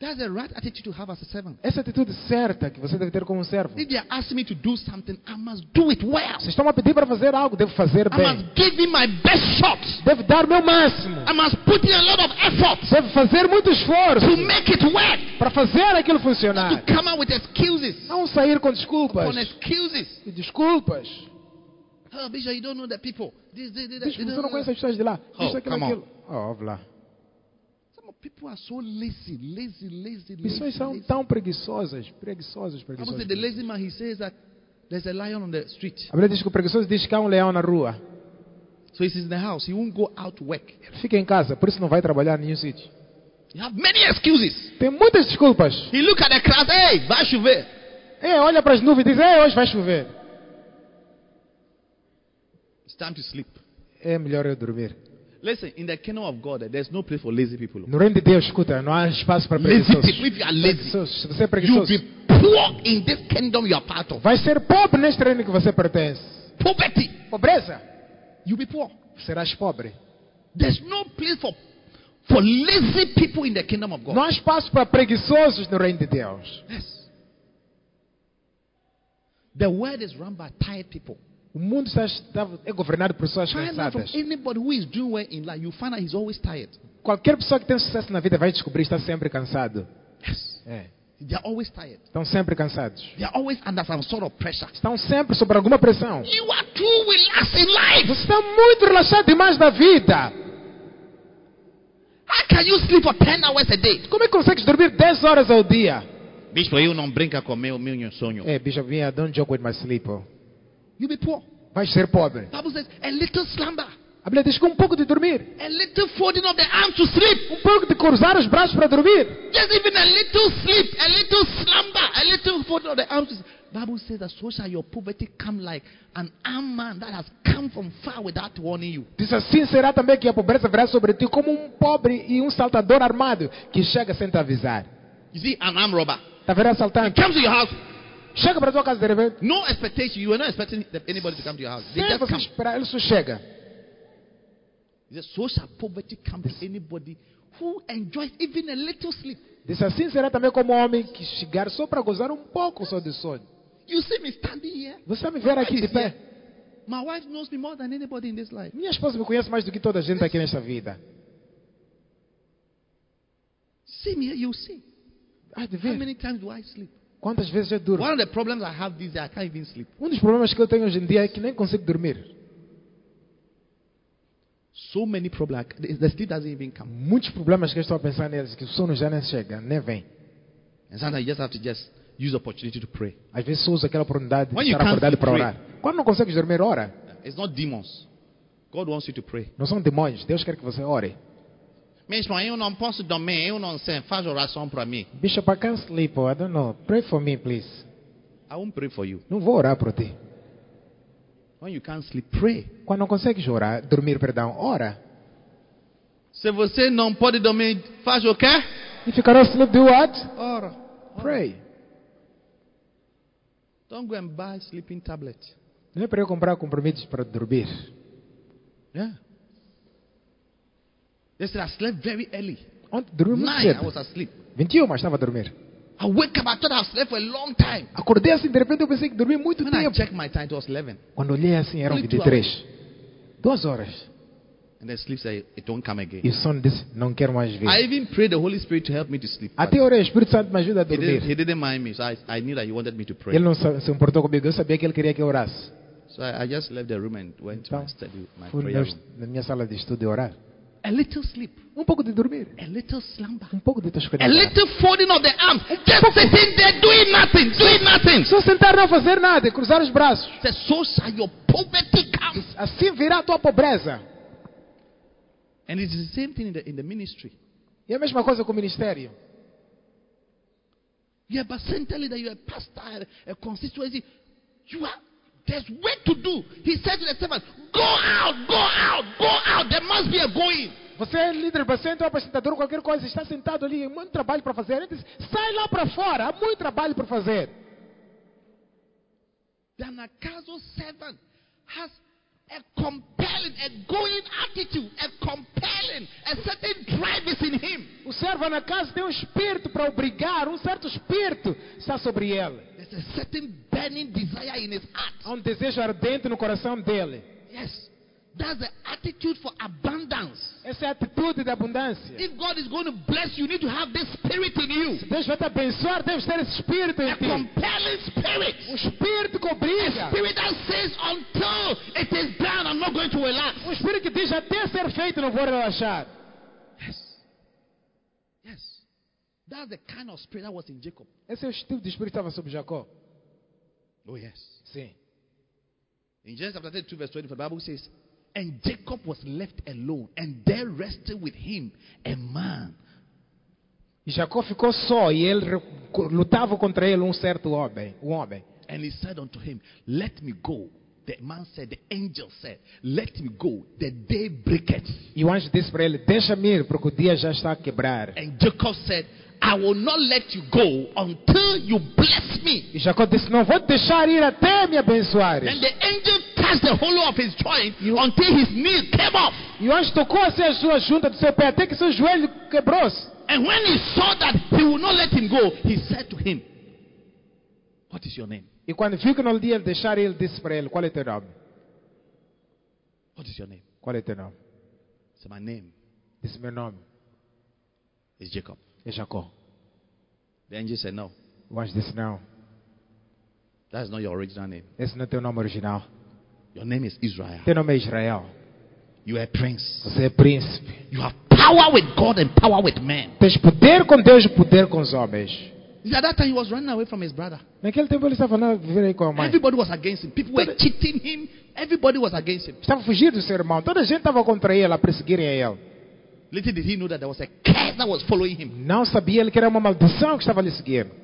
[SPEAKER 2] That's the right attitude to have as a servant.
[SPEAKER 4] Essa atitude certa que você deve ter como um servo.
[SPEAKER 2] If they are asking me to do something, I must do it well.
[SPEAKER 4] Se estão a pedir para fazer algo, devo fazer
[SPEAKER 2] I
[SPEAKER 4] bem.
[SPEAKER 2] must give it my best shot.
[SPEAKER 4] Devo dar meu máximo.
[SPEAKER 2] I must put in a lot of effort
[SPEAKER 4] Devo fazer muito esforço
[SPEAKER 2] to make it work.
[SPEAKER 4] para fazer aquilo funcionar.
[SPEAKER 2] Not to come out with excuses.
[SPEAKER 4] Não sair com desculpas.
[SPEAKER 2] On excuses.
[SPEAKER 4] E Desculpas.
[SPEAKER 2] Oh, Bishop, you don't know the people. This, this, this,
[SPEAKER 4] Diz que
[SPEAKER 2] this,
[SPEAKER 4] você não
[SPEAKER 2] this.
[SPEAKER 4] conhece as pessoas de lá.
[SPEAKER 2] Oh,
[SPEAKER 4] Isso, aquilo,
[SPEAKER 2] come on.
[SPEAKER 4] aquilo. Oh, ouve lá.
[SPEAKER 2] Some of people are so lazy, lazy, lazy, lazy.
[SPEAKER 4] Pessoas são
[SPEAKER 2] lazy.
[SPEAKER 4] tão preguiçosas. Preguiçosas,
[SPEAKER 2] I must say, the
[SPEAKER 4] preguiçosas.
[SPEAKER 2] lazy man, he says that there's a lion on the street.
[SPEAKER 4] A Bíblia diz que o preguiçoso diz que há um leão na rua.
[SPEAKER 2] So he's in the house. He won't go out to work.
[SPEAKER 4] Ele fica em casa, por isso não vai trabalhar em nenhum sítio.
[SPEAKER 2] You have many excuses.
[SPEAKER 4] Tem muitas desculpas.
[SPEAKER 2] He look at the clouds. Hey, va chover.
[SPEAKER 4] É, olha para as nuvens e diz, é, hoje vai chover.
[SPEAKER 2] It's time to sleep.
[SPEAKER 4] É melhor eu dormir.
[SPEAKER 2] Listen, in the kingdom of God, there's no place for lazy people.
[SPEAKER 4] No reino de Deus, escuta, não há espaço para
[SPEAKER 2] Lazy
[SPEAKER 4] preguiçosos.
[SPEAKER 2] people, if you are lazy,
[SPEAKER 4] Preguiçosos. Se você é
[SPEAKER 2] you'll
[SPEAKER 4] preguiçoso,
[SPEAKER 2] be poor in this kingdom you are part of.
[SPEAKER 4] vai ser pobre neste reino que você pertence.
[SPEAKER 2] Poverty,
[SPEAKER 4] Pobreza,
[SPEAKER 2] you'll be poor.
[SPEAKER 4] serás pobre.
[SPEAKER 2] There's no place for for lazy people in the kingdom of God.
[SPEAKER 4] Não há espaço para preguiçosos no reino de Deus.
[SPEAKER 2] Yes. The world is run by tired people.
[SPEAKER 4] O mundo está, está- é governado por pessoas
[SPEAKER 2] Find out from
[SPEAKER 4] cansadas.
[SPEAKER 2] anybody who is doing well in life, you find out he's always tired.
[SPEAKER 4] Qualquer pessoa que tem sucesso na vida vai descobrir que está sempre cansado.
[SPEAKER 2] Yes.
[SPEAKER 4] É.
[SPEAKER 2] They are always tired.
[SPEAKER 4] Estão sempre cansados.
[SPEAKER 2] They are always under some sort of pressure.
[SPEAKER 4] Estão sempre sob alguma pressão.
[SPEAKER 2] You are too relaxed in life.
[SPEAKER 4] Você está muito relaxado demais da vida.
[SPEAKER 2] How can you sleep for 10 hours a day?
[SPEAKER 4] Como é que consegues dormir 10 horas ao dia?
[SPEAKER 2] Bispo, eu não brinca com meu, meu sonho.
[SPEAKER 4] É, Bishop, yeah, don't joke with my sleep. oh.
[SPEAKER 2] You be poor.
[SPEAKER 4] Vai ser pobre.
[SPEAKER 2] Bible says a little slumber,
[SPEAKER 4] A Bíblia diz que um pouco de dormir,
[SPEAKER 2] a little folding of the arms to sleep.
[SPEAKER 4] um pouco de cruzar os braços para dormir.
[SPEAKER 2] Just even a little sleep, a little slumber, a little folding of the arms to sleep. Bible says that so shall your poverty come like an armed man that has come from far without warning you.
[SPEAKER 4] Diz assim: será também que a pobreza virá sobre ti como um pobre e um saltador armado que chega sem te avisar.
[SPEAKER 2] You see, an armed robber
[SPEAKER 4] Está vendo assaltante?
[SPEAKER 2] comes to your house,
[SPEAKER 4] Chega para a tua casa de repente.
[SPEAKER 2] no expectation. You were not expecting that anybody to come to your house. They
[SPEAKER 4] Sem
[SPEAKER 2] just
[SPEAKER 4] você
[SPEAKER 2] come.
[SPEAKER 4] esperar, ele só chega.
[SPEAKER 2] He says, so shall poverty come to anybody who enjoys even a little sleep.
[SPEAKER 4] Diz assim: será também como um homem que chegar só para gozar um pouco só de sono.
[SPEAKER 2] You see me standing here.
[SPEAKER 4] Você vai me ver aqui de pé.
[SPEAKER 2] My wife knows me more than anybody in this life.
[SPEAKER 4] Minha esposa me conhece mais do que toda a gente aqui nesta vida.
[SPEAKER 2] See me, you see.
[SPEAKER 4] Há de
[SPEAKER 2] How
[SPEAKER 4] ver
[SPEAKER 2] many times do I sleep?
[SPEAKER 4] ququantas vezes eu durmo.
[SPEAKER 2] One of the problems I have this day, I can't even sleep.
[SPEAKER 4] Um dos problemas que eu tenho hoje em dia é que nem consigo dormir.
[SPEAKER 2] So many problems. I c- The the sleep doesn't even come.
[SPEAKER 4] Muitos problemas que eu estou a pensar neles, que o sono já nem chega, nem vem.
[SPEAKER 2] And sometimes you just have to just use opportunity to pray.
[SPEAKER 4] Às vezes só uso aquela oportunidade de
[SPEAKER 2] When you
[SPEAKER 4] estar
[SPEAKER 2] can't
[SPEAKER 4] acordado
[SPEAKER 2] sleep,
[SPEAKER 4] para orar. Quando não consegues dormir, ora.
[SPEAKER 2] It's not demons. God wants you to pray.
[SPEAKER 4] Não são demônios, Deus quer que você ore.
[SPEAKER 2] Mesmo eu não posso dormir, eu não sei, faz oração para mim.
[SPEAKER 4] Bishop, I can't sleep, oh, I don't know. Pray for me, please.
[SPEAKER 2] I won't pray for you.
[SPEAKER 4] Não vou orar por ti.
[SPEAKER 2] When you can't sleep, pray.
[SPEAKER 4] Quando não consegues orar, dormir, perdão, ora.
[SPEAKER 2] Se você não pode dormir, faz o quê?
[SPEAKER 4] E ficará sleep, do what?
[SPEAKER 2] Ora.
[SPEAKER 4] Pray.
[SPEAKER 2] Don't go and buy sleeping tablet.
[SPEAKER 4] Não é para eu comprar compromissos para dormir.
[SPEAKER 2] Yeah. They said I slept very early.
[SPEAKER 4] Ontem dormi muito
[SPEAKER 2] Nine, I was
[SPEAKER 4] cedo.
[SPEAKER 2] asleep.
[SPEAKER 4] 21, mas estava a dormir.
[SPEAKER 2] I wake up, I thought I slept for a long time.
[SPEAKER 4] Acordei assim, de repente eu pensei que dormi muito
[SPEAKER 2] When I
[SPEAKER 4] tempo.
[SPEAKER 2] checked my time, it was 11.
[SPEAKER 4] Quando olhei assim, eram
[SPEAKER 2] Only two
[SPEAKER 4] 23. Duas horas.
[SPEAKER 2] And the sleep said, it won't come
[SPEAKER 4] E
[SPEAKER 2] again.
[SPEAKER 4] o sono disse, não quero mais
[SPEAKER 2] I
[SPEAKER 4] ver.
[SPEAKER 2] even prayed the Holy Spirit to help me to sleep. but
[SPEAKER 4] Até orei, o Espírito Santo me ajuda a
[SPEAKER 2] he, didn't, he
[SPEAKER 4] dormir.
[SPEAKER 2] didn't mind me, so I, I knew that he wanted me to pray.
[SPEAKER 4] Ele não se se importou comigo, eu sabia que ele queria que eu orasse.
[SPEAKER 2] So I, I just left the room and went to my
[SPEAKER 4] Então,
[SPEAKER 2] study, my
[SPEAKER 4] Fui no
[SPEAKER 2] prayer
[SPEAKER 4] meu-
[SPEAKER 2] room.
[SPEAKER 4] na minha sala de estudo e orar.
[SPEAKER 2] A little sleep,
[SPEAKER 4] Um pouco de dormir,
[SPEAKER 2] a little slumber,
[SPEAKER 4] um pouco de tosqueira.
[SPEAKER 2] a little folding of the arms, just sitting there doing nothing, doing nothing.
[SPEAKER 4] Só sentar não fazer nada e cruzar os braços.
[SPEAKER 2] The so shall your poverty come.
[SPEAKER 4] Assim virá a tua pobreza.
[SPEAKER 2] And it's the same thing in the, in the ministry.
[SPEAKER 4] E a mesma coisa com o ministério.
[SPEAKER 2] You are a center leader, you are a pastor, a constituency. You are, there's work to do. He said to the servant, Go out, go out, go out. There must be a going.
[SPEAKER 4] Você é líder, você é um apresentador, qualquer coisa, está sentado ali, é muito trabalho para fazer. Ele diz, sai lá para fora, há muito trabalho para fazer.
[SPEAKER 2] The Nakazo servant has a compelling, a going attitude, a compelling, a certain drive is in him.
[SPEAKER 4] O servo na casa tem um espírito para obrigar, um certo espírito está sobre ele.
[SPEAKER 2] There's a certain burning desire in his
[SPEAKER 4] Há
[SPEAKER 2] heart.
[SPEAKER 4] um desejo ardente no coração dele.
[SPEAKER 2] Yes. That's the attitude for abundance.
[SPEAKER 4] Essa é a atitude da abundância.
[SPEAKER 2] If God is going to bless you, you need to have this spirit in you.
[SPEAKER 4] Se Deus vai te abençoar, deve ter esse espírito em
[SPEAKER 2] A
[SPEAKER 4] ti.
[SPEAKER 2] compelling spirit.
[SPEAKER 4] Um espírito que obriga.
[SPEAKER 2] Spirit that says, until it is done, I'm not going to relax.
[SPEAKER 4] Um espírito que diz até ser feito, não vou relaxar.
[SPEAKER 2] Yes. Yes. That's the kind of spirit that was in Jacob.
[SPEAKER 4] Esse é o tipo de espírito que estava sobre Jacó.
[SPEAKER 2] Oh, yes.
[SPEAKER 4] Sim.
[SPEAKER 2] In Genesis chapter 32, verse 24, the Bible says, And Jacob was left alone, and there rested with him a man.
[SPEAKER 4] E Jacó ficou só e ele re- co- lutava contra ele um certo homem, um homem.
[SPEAKER 2] And he said unto him, Let me go. The man said, The angel said, Let me go. The day breaketh.
[SPEAKER 4] E o anjo disse para ele: Deixa-me ir, porque o dia já está a quebrar.
[SPEAKER 2] And Jacob said, I will not let you go until you bless me.
[SPEAKER 4] E Jacó disse: Não vou te deixar ir até me abençoar.
[SPEAKER 2] Then the angel touched the hollow of his joint
[SPEAKER 4] You-
[SPEAKER 2] until his knee came off.
[SPEAKER 4] E o anjo tocou assim a sua junta do seu pé, até que seu joelho quebrou-se.
[SPEAKER 2] And when he saw that he would not let him go, he said to him, What is your name?
[SPEAKER 4] E quando viu que não lhe ia deixar, ele disse para ele: Qual é teu nome?
[SPEAKER 2] What is your name?
[SPEAKER 4] Qual é teu nome?
[SPEAKER 2] So my name
[SPEAKER 4] Disse: Meu nome
[SPEAKER 2] is Jacob.
[SPEAKER 4] é Jacó.
[SPEAKER 2] The angel said, No,
[SPEAKER 4] O anjo disse: Não,
[SPEAKER 2] that's not your original name.
[SPEAKER 4] esse não é teu nome original.
[SPEAKER 2] Your name is Israel.
[SPEAKER 4] Teu nome é Israel.
[SPEAKER 2] You are a prince.
[SPEAKER 4] Você é príncipe.
[SPEAKER 2] You have power with God and power with men.
[SPEAKER 4] Tens poder com Deus e poder com os homens.
[SPEAKER 2] At that time, he was running away from his brother.
[SPEAKER 4] Naquele tempo ele estava na viver aí com a mãe.
[SPEAKER 2] Everybody was against him. People were cheating him. Everybody was against him.
[SPEAKER 4] Estava fugindo do seu irmão. Toda a gente estava contra ele, a perseguirem a ele.
[SPEAKER 2] Little did he know that there was a curse that was following him.
[SPEAKER 4] Não sabia ele que era uma maldição que estava lhe seguindo.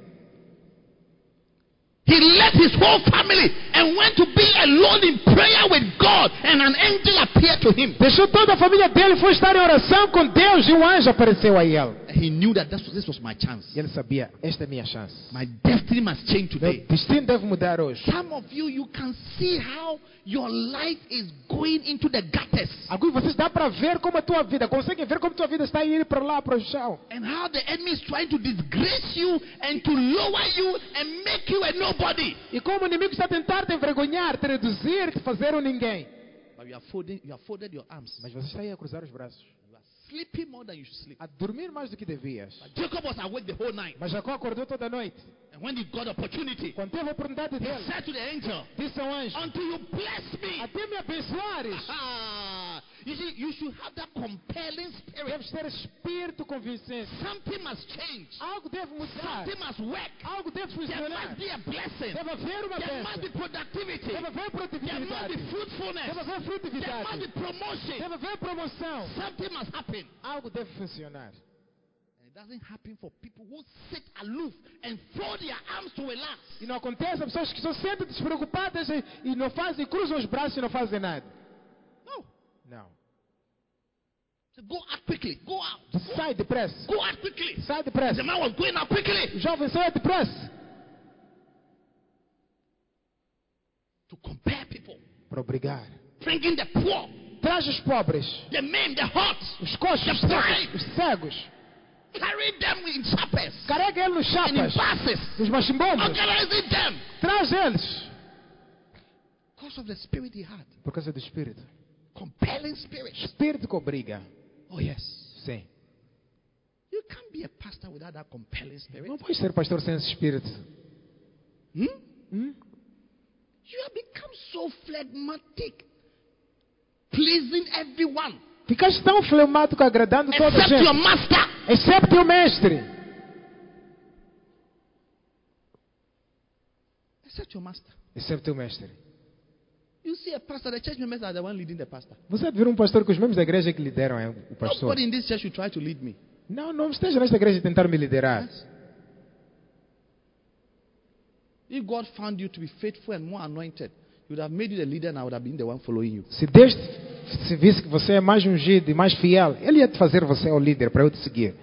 [SPEAKER 2] He left his whole family and went to be alone in prayer with God, and an angel appeared to him.
[SPEAKER 4] Deixou toda a família dele, foi estar em oração com Deus e um anjo apareceu a ele.
[SPEAKER 2] And He knew that this was, this was my chance.
[SPEAKER 4] E ele sabia, esta é a minha chance.
[SPEAKER 2] My destiny must change
[SPEAKER 4] Meu
[SPEAKER 2] today.
[SPEAKER 4] destino deve mudar hoje.
[SPEAKER 2] Some of you, you can see how your life is going into the gutters
[SPEAKER 4] Alguns de vocês dá para ver como é a tua vida, conseguem ver como a tua vida está indo para lá, para o chão.
[SPEAKER 2] and how the enemy is trying to disgrace you and to lower you and make you a nobody.
[SPEAKER 4] E como o inimigo está a tentar te envergonhar, te reduzir, te fazer um ninguém.
[SPEAKER 2] But you are folding, you are folded your arms.
[SPEAKER 4] Mas você está aí a cruzar os braços,
[SPEAKER 2] You are sleeping more than you should sleep.
[SPEAKER 4] a dormir mais do que devias.
[SPEAKER 2] Jacob was awake the whole night.
[SPEAKER 4] Mas Jacó acordou toda a noite.
[SPEAKER 2] And when he got opportunity,
[SPEAKER 4] Quando teve a oportunidade
[SPEAKER 2] he
[SPEAKER 4] dele,
[SPEAKER 2] said to the angel,
[SPEAKER 4] disse ao anjo:
[SPEAKER 2] Until you bless me.
[SPEAKER 4] Até me abençoares.
[SPEAKER 2] Ah, you, see, you should have that compelling spirit.
[SPEAKER 4] Deves ter espírito convincente.
[SPEAKER 2] Something must change.
[SPEAKER 4] Algo deve mudar.
[SPEAKER 2] Something must work.
[SPEAKER 4] Algo deve
[SPEAKER 2] There
[SPEAKER 4] funcionar.
[SPEAKER 2] must be a blessing.
[SPEAKER 4] Deve haver uma
[SPEAKER 2] There must be
[SPEAKER 4] bênção.
[SPEAKER 2] productivity.
[SPEAKER 4] Deve haver
[SPEAKER 2] There must be
[SPEAKER 4] produtividade. Deve
[SPEAKER 2] fruitfulness.
[SPEAKER 4] haver
[SPEAKER 2] There must be
[SPEAKER 4] frutividade.
[SPEAKER 2] promotion.
[SPEAKER 4] Deve haver promoção.
[SPEAKER 2] Something must happen.
[SPEAKER 4] Algo deve funcionar.
[SPEAKER 2] And it doesn't happen for people who sit aloof and fold their arms to relax.
[SPEAKER 4] E não acontece, há pessoas que são sempre despreocupadas e- e não fazem, cruzam os braços e não fazem nada.
[SPEAKER 2] No.
[SPEAKER 4] Não.
[SPEAKER 2] So go out quickly. Go out.
[SPEAKER 4] Sai depressa.
[SPEAKER 2] Go out quickly.
[SPEAKER 4] Sai depressa.
[SPEAKER 2] The man was going out
[SPEAKER 4] O
[SPEAKER 2] quickly
[SPEAKER 4] jovem sai depressa.
[SPEAKER 2] to compare people,
[SPEAKER 4] Para obrigar.
[SPEAKER 2] bringing the poor,
[SPEAKER 4] Traz os pobres,
[SPEAKER 2] the men, the hot,
[SPEAKER 4] os coxos, os cegos, os cegos.
[SPEAKER 2] carry them in chapels
[SPEAKER 4] Carrega ele nos
[SPEAKER 2] and in
[SPEAKER 4] chapas,
[SPEAKER 2] buses,
[SPEAKER 4] nos machimbombos.
[SPEAKER 2] organizing them
[SPEAKER 4] Traz eles.
[SPEAKER 2] because of the spirit he had,
[SPEAKER 4] Por causa do espírito.
[SPEAKER 2] compelling spirit.
[SPEAKER 4] Espírito que obriga.
[SPEAKER 2] Oh yes,
[SPEAKER 4] Sim.
[SPEAKER 2] you can't be a pastor without that compelling spirit.
[SPEAKER 4] Não pode ser pastor sem esse espírito.
[SPEAKER 2] Hmm?
[SPEAKER 4] Hum?
[SPEAKER 2] You have become so phlegmatic, pleasing everyone
[SPEAKER 4] Ficaste tão fleumático agradando toda a
[SPEAKER 2] except your
[SPEAKER 4] gente,
[SPEAKER 2] master.
[SPEAKER 4] excepto o mestre.
[SPEAKER 2] Except your master.
[SPEAKER 4] Excepto É o mestre.
[SPEAKER 2] You see a pastor, the church members are the one leading the pastor.
[SPEAKER 4] Você deve ver um pastor que os membros da igreja que lideram é o pastor.
[SPEAKER 2] Nobody in this church should try to lead me.
[SPEAKER 4] Não, não esteja nesta igreja a tentar me liderar.
[SPEAKER 2] If God found you to be faithful and more anointed, He would have made you the leader and I would have been the one following you.
[SPEAKER 4] Se Deus se visse que você é mais ungido e mais fiel, Ele ia te fazer você o líder para eu te seguir.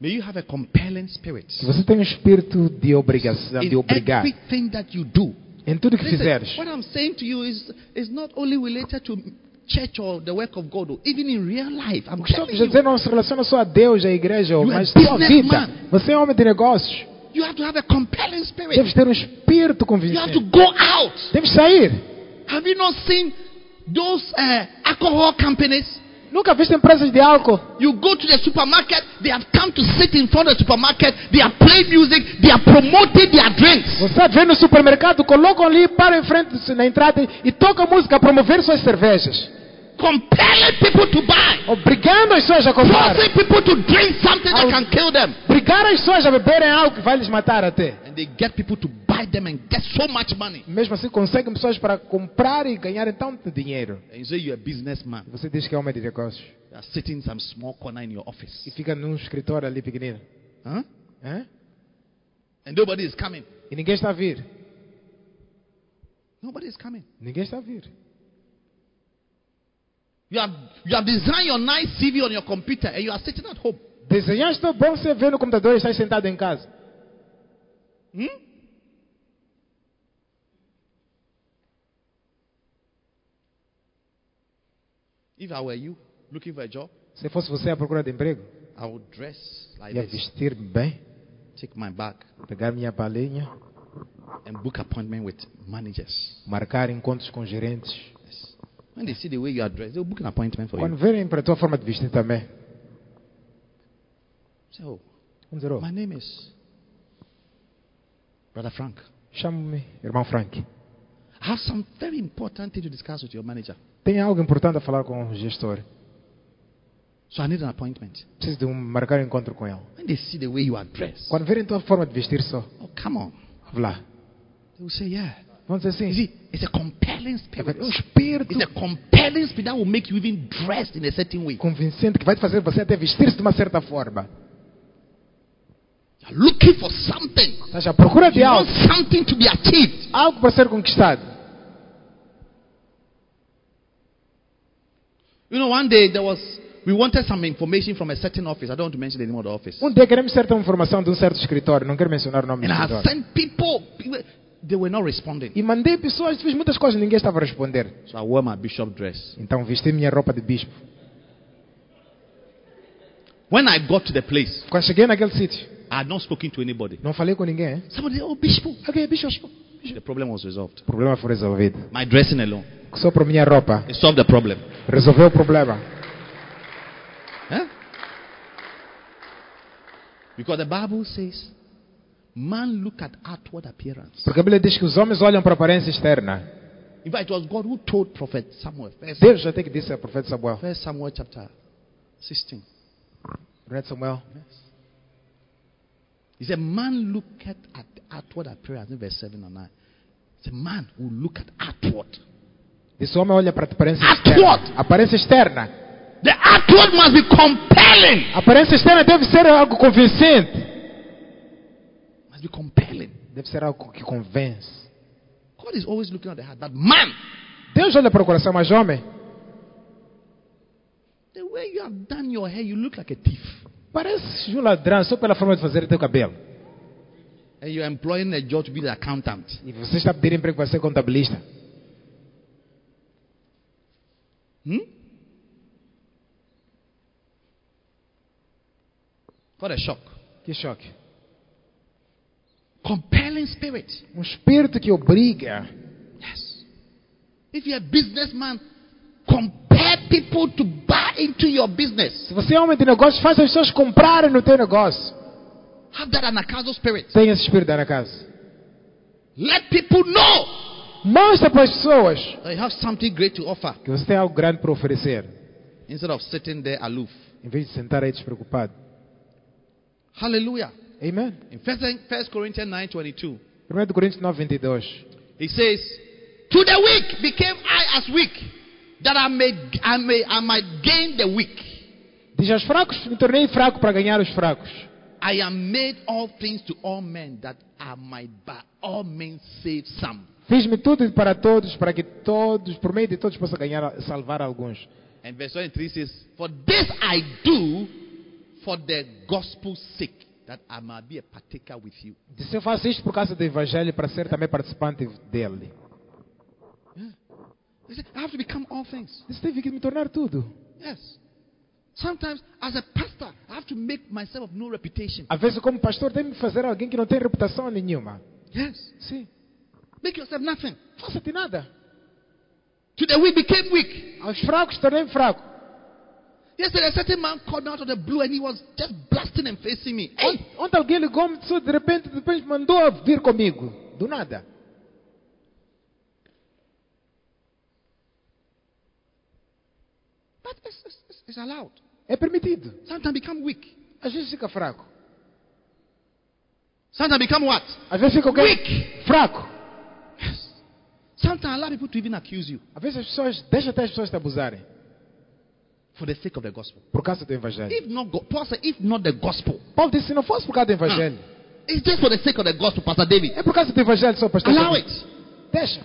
[SPEAKER 2] May you have a compelling spirit.
[SPEAKER 4] Que você tenha um espírito de obrigação, de
[SPEAKER 2] In
[SPEAKER 4] obrigar.
[SPEAKER 2] everything that you do.
[SPEAKER 4] Em tudo que
[SPEAKER 2] é Listen,
[SPEAKER 4] fizeres.
[SPEAKER 2] what I'm saying to you is, is not only related to church or the work of God, or even in real life. I'm
[SPEAKER 4] O que estamos
[SPEAKER 2] telling
[SPEAKER 4] a dizer
[SPEAKER 2] you,
[SPEAKER 4] não se relaciona só a Deus, a igreja,
[SPEAKER 2] You
[SPEAKER 4] mas
[SPEAKER 2] are
[SPEAKER 4] só a vida.
[SPEAKER 2] businessman.
[SPEAKER 4] Você é homem de negócios.
[SPEAKER 2] you have to have a compelling spirit.
[SPEAKER 4] Deves ter um
[SPEAKER 2] You
[SPEAKER 4] espírito
[SPEAKER 2] have
[SPEAKER 4] convincente.
[SPEAKER 2] to go out.
[SPEAKER 4] Deves sair.
[SPEAKER 2] Have you not seen those uh, alcohol companies?
[SPEAKER 4] Nunca viste empresas de álcool?
[SPEAKER 2] You go to the supermarket, they have come to sit in front of the supermarket, they are playing music, they are promoting their drinks.
[SPEAKER 4] Você vê no supermercado, colocam ali, para em frente na entrada e toca música a promover suas cervejas.
[SPEAKER 2] compelling people to buy,
[SPEAKER 4] Obrigando as pessoas a comprar.
[SPEAKER 2] forcing people to drink something that can kill them.
[SPEAKER 4] Obrigar as pessoas a beberem algo que vai lhes matar até.
[SPEAKER 2] And they get people to buy them and get so much money.
[SPEAKER 4] Mesmo assim, conseguem pessoas para comprar e ganharem tanto dinheiro.
[SPEAKER 2] And you say you're a businessman.
[SPEAKER 4] Você diz que é homem de negócios
[SPEAKER 2] You are sitting in some small corner in your
[SPEAKER 4] e
[SPEAKER 2] office.
[SPEAKER 4] fica num escritório ali pequenino.
[SPEAKER 2] Huh?
[SPEAKER 4] Hã?
[SPEAKER 2] And nobody is coming.
[SPEAKER 4] E ninguém está a vir.
[SPEAKER 2] Nobody is coming.
[SPEAKER 4] Ninguém está a vir.
[SPEAKER 2] You have, you have designed your nice CV on your computer and you are sitting at home.
[SPEAKER 4] Desenhaste o bom CV no computador e estás sentado em casa.
[SPEAKER 2] Hmm? If I were you looking for a job,
[SPEAKER 4] Se fosse você à procura de emprego,
[SPEAKER 2] I would dress like
[SPEAKER 4] ia
[SPEAKER 2] this,
[SPEAKER 4] vestir-me bem,
[SPEAKER 2] take my bag,
[SPEAKER 4] pegar minha balinha,
[SPEAKER 2] and book appointment with managers.
[SPEAKER 4] marcar encontros com gerentes.
[SPEAKER 2] Yes. When they see the way you are dressed, they'll book an appointment for
[SPEAKER 4] Quando
[SPEAKER 2] you.
[SPEAKER 4] verem para a tua forma de vestir também,
[SPEAKER 2] So,
[SPEAKER 4] vão dizer, oh,
[SPEAKER 2] my name is Brother Frank.
[SPEAKER 4] chamo-me irmão Frank.
[SPEAKER 2] I have some very important thing to discuss with your manager.
[SPEAKER 4] Tem algo importante a falar com o gestor.
[SPEAKER 2] So I need an appointment.
[SPEAKER 4] Preciso de um, marcar um encontro com ele.
[SPEAKER 2] When they see the way you are dressed,
[SPEAKER 4] Quando verem a tua forma de vestir só,
[SPEAKER 2] oh come on.
[SPEAKER 4] ouve lá.
[SPEAKER 2] They will say, yeah.
[SPEAKER 4] Vão dizer assim,
[SPEAKER 2] You see, it's a compelling
[SPEAKER 4] é
[SPEAKER 2] spirit. Oh,
[SPEAKER 4] um espírito
[SPEAKER 2] It's a compelling spirit that will make you even dress in a certain
[SPEAKER 4] é-
[SPEAKER 2] way.
[SPEAKER 4] convincente que vai te fazer você até vestir-se de uma certa forma.
[SPEAKER 2] You're looking for something.
[SPEAKER 4] Estás à procura de
[SPEAKER 2] You want
[SPEAKER 4] algo,
[SPEAKER 2] something to be achieved.
[SPEAKER 4] algo para ser conquistado.
[SPEAKER 2] You know, one day there was, we wanted some information from a certain office. I don't want to mention the name of the office.
[SPEAKER 4] Um dia queremos certa informação de um certo escritório, não quero mencionar o nome
[SPEAKER 2] And
[SPEAKER 4] do
[SPEAKER 2] I had
[SPEAKER 4] escritório.
[SPEAKER 2] sent people, people- they were not responding.
[SPEAKER 4] E mandei pessoas, fiz muitas coisas, ninguém estava a responder.
[SPEAKER 2] So I wore my bishop dress.
[SPEAKER 4] Então vesti minha roupa de bispo.
[SPEAKER 2] When I got to the place,
[SPEAKER 4] Quando cheguei naquele sítio,
[SPEAKER 2] I had not spoken to anybody.
[SPEAKER 4] Não falei com ninguém. Hein?
[SPEAKER 2] Somebody said, Oh, Bishop.
[SPEAKER 4] Ok, bicho,
[SPEAKER 2] The problem was resolved.
[SPEAKER 4] o problema foi resolvido.
[SPEAKER 2] My dressing alone.
[SPEAKER 4] Só por minha roupa.
[SPEAKER 2] It solved the problem.
[SPEAKER 4] Resolveu o problema.
[SPEAKER 2] Huh? Because the Bible says, man look at outward appearance.
[SPEAKER 4] Porque a Bíblia diz que os homens olham para a aparência externa.
[SPEAKER 2] In fact, it was God who told Prophet Samuel. First,
[SPEAKER 4] Deus até que disse ao profeta Samuel.
[SPEAKER 2] First Samuel chapter 16.
[SPEAKER 4] Reverendo Samuel.
[SPEAKER 2] He said, man looketh at the outward appearance. In verse 7 and 9. He said, man will look at outward.
[SPEAKER 4] Disse o homem olha para a aparência
[SPEAKER 2] Outward.
[SPEAKER 4] externa. Aparência externa.
[SPEAKER 2] The outward must be compelling.
[SPEAKER 4] A aparência externa deve ser algo convincente.
[SPEAKER 2] Must be compelling.
[SPEAKER 4] Deve ser algo que convence.
[SPEAKER 2] God is always looking at the heart. But man,
[SPEAKER 4] Deus olha para o coração, mas homem,
[SPEAKER 2] the way you have done your hair, you look like a thief.
[SPEAKER 4] parece um ladrão só pela forma de fazer o teu cabelo.
[SPEAKER 2] And you're employing a judge to be the accountant.
[SPEAKER 4] E você está a pedir emprego para ser contabilista.
[SPEAKER 2] Hmm? What a shock.
[SPEAKER 4] Que choque.
[SPEAKER 2] Compelling spirit.
[SPEAKER 4] Um espírito que obriga.
[SPEAKER 2] Yes. If you're a businessman, compel people to buy into your business.
[SPEAKER 4] Se você é homem de negócio, faça as pessoas comprarem no teu negócio.
[SPEAKER 2] Have that anakazo spirit.
[SPEAKER 4] Tem esse espírito na casa.
[SPEAKER 2] Let people know
[SPEAKER 4] Mostra para as pessoas
[SPEAKER 2] that you have something great to offer
[SPEAKER 4] que você tem algo grande para oferecer.
[SPEAKER 2] instead of sitting there aloof.
[SPEAKER 4] Em vez de sentar aí despreocupado.
[SPEAKER 2] Hallelujah.
[SPEAKER 4] Amém?
[SPEAKER 2] In 1 Corinthians 9 22,
[SPEAKER 4] 1 Coríntios 9, 22.
[SPEAKER 2] He says, To the weak became I as weak, that I may I may I might gain the weak.
[SPEAKER 4] Diz aos fracos, me tornei fraco para ganhar os fracos.
[SPEAKER 2] I am made all things to all men that I might by all men save some.
[SPEAKER 4] Fiz-me tudo e para todos, para que todos, por meio de todos, possa ganhar, salvar alguns.
[SPEAKER 2] And verse 23 says, For this I do for the gospel's sake, that I might be a partaker with you.
[SPEAKER 4] Disse, eu faço isto por causa do Evangelho, para ser também participante dele.
[SPEAKER 2] He said, I have to become all things.
[SPEAKER 4] Disse, tive que me tornar tudo.
[SPEAKER 2] Yes. Sometimes, as a pastor, I have to make myself of no reputation.
[SPEAKER 4] Às vezes, como pastor, tem que fazer alguém que não tem reputação nenhuma.
[SPEAKER 2] Yes.
[SPEAKER 4] Sim.
[SPEAKER 2] Make yourself nothing.
[SPEAKER 4] Faça-te nada.
[SPEAKER 2] To the weak became weak.
[SPEAKER 4] Aos fracos, tornei-me fraco.
[SPEAKER 2] Yesterday, a certain man called me out of the blue and he was just blasting and facing me. Hey!
[SPEAKER 4] Ont- Ontem alguém ligou-me, disse, "Oh, de repente, depois mandou vir comigo. Do nada.
[SPEAKER 2] But it's, it's, it's- it's allowed.
[SPEAKER 4] É permitido.
[SPEAKER 2] Sometimes become weak.
[SPEAKER 4] Às vezes fica fraco.
[SPEAKER 2] Sometimes become what?
[SPEAKER 4] Às vezes fica alguém
[SPEAKER 2] Weak.
[SPEAKER 4] fraco.
[SPEAKER 2] Sometimes allow people to even accuse you
[SPEAKER 4] Às vezes as pessoas, deixa até as pessoas te abusarem.
[SPEAKER 2] for the sake of the gospel.
[SPEAKER 4] Por causa do Evangelho.
[SPEAKER 2] If not, go- Paul said, if not the gospel,
[SPEAKER 4] Paulo disse, se não fosse por causa do Evangelho.
[SPEAKER 2] it's just for the sake of the gospel, Pastor David.
[SPEAKER 4] É por causa do Evangelho, só pastor.
[SPEAKER 2] Allow it.
[SPEAKER 4] Deixa.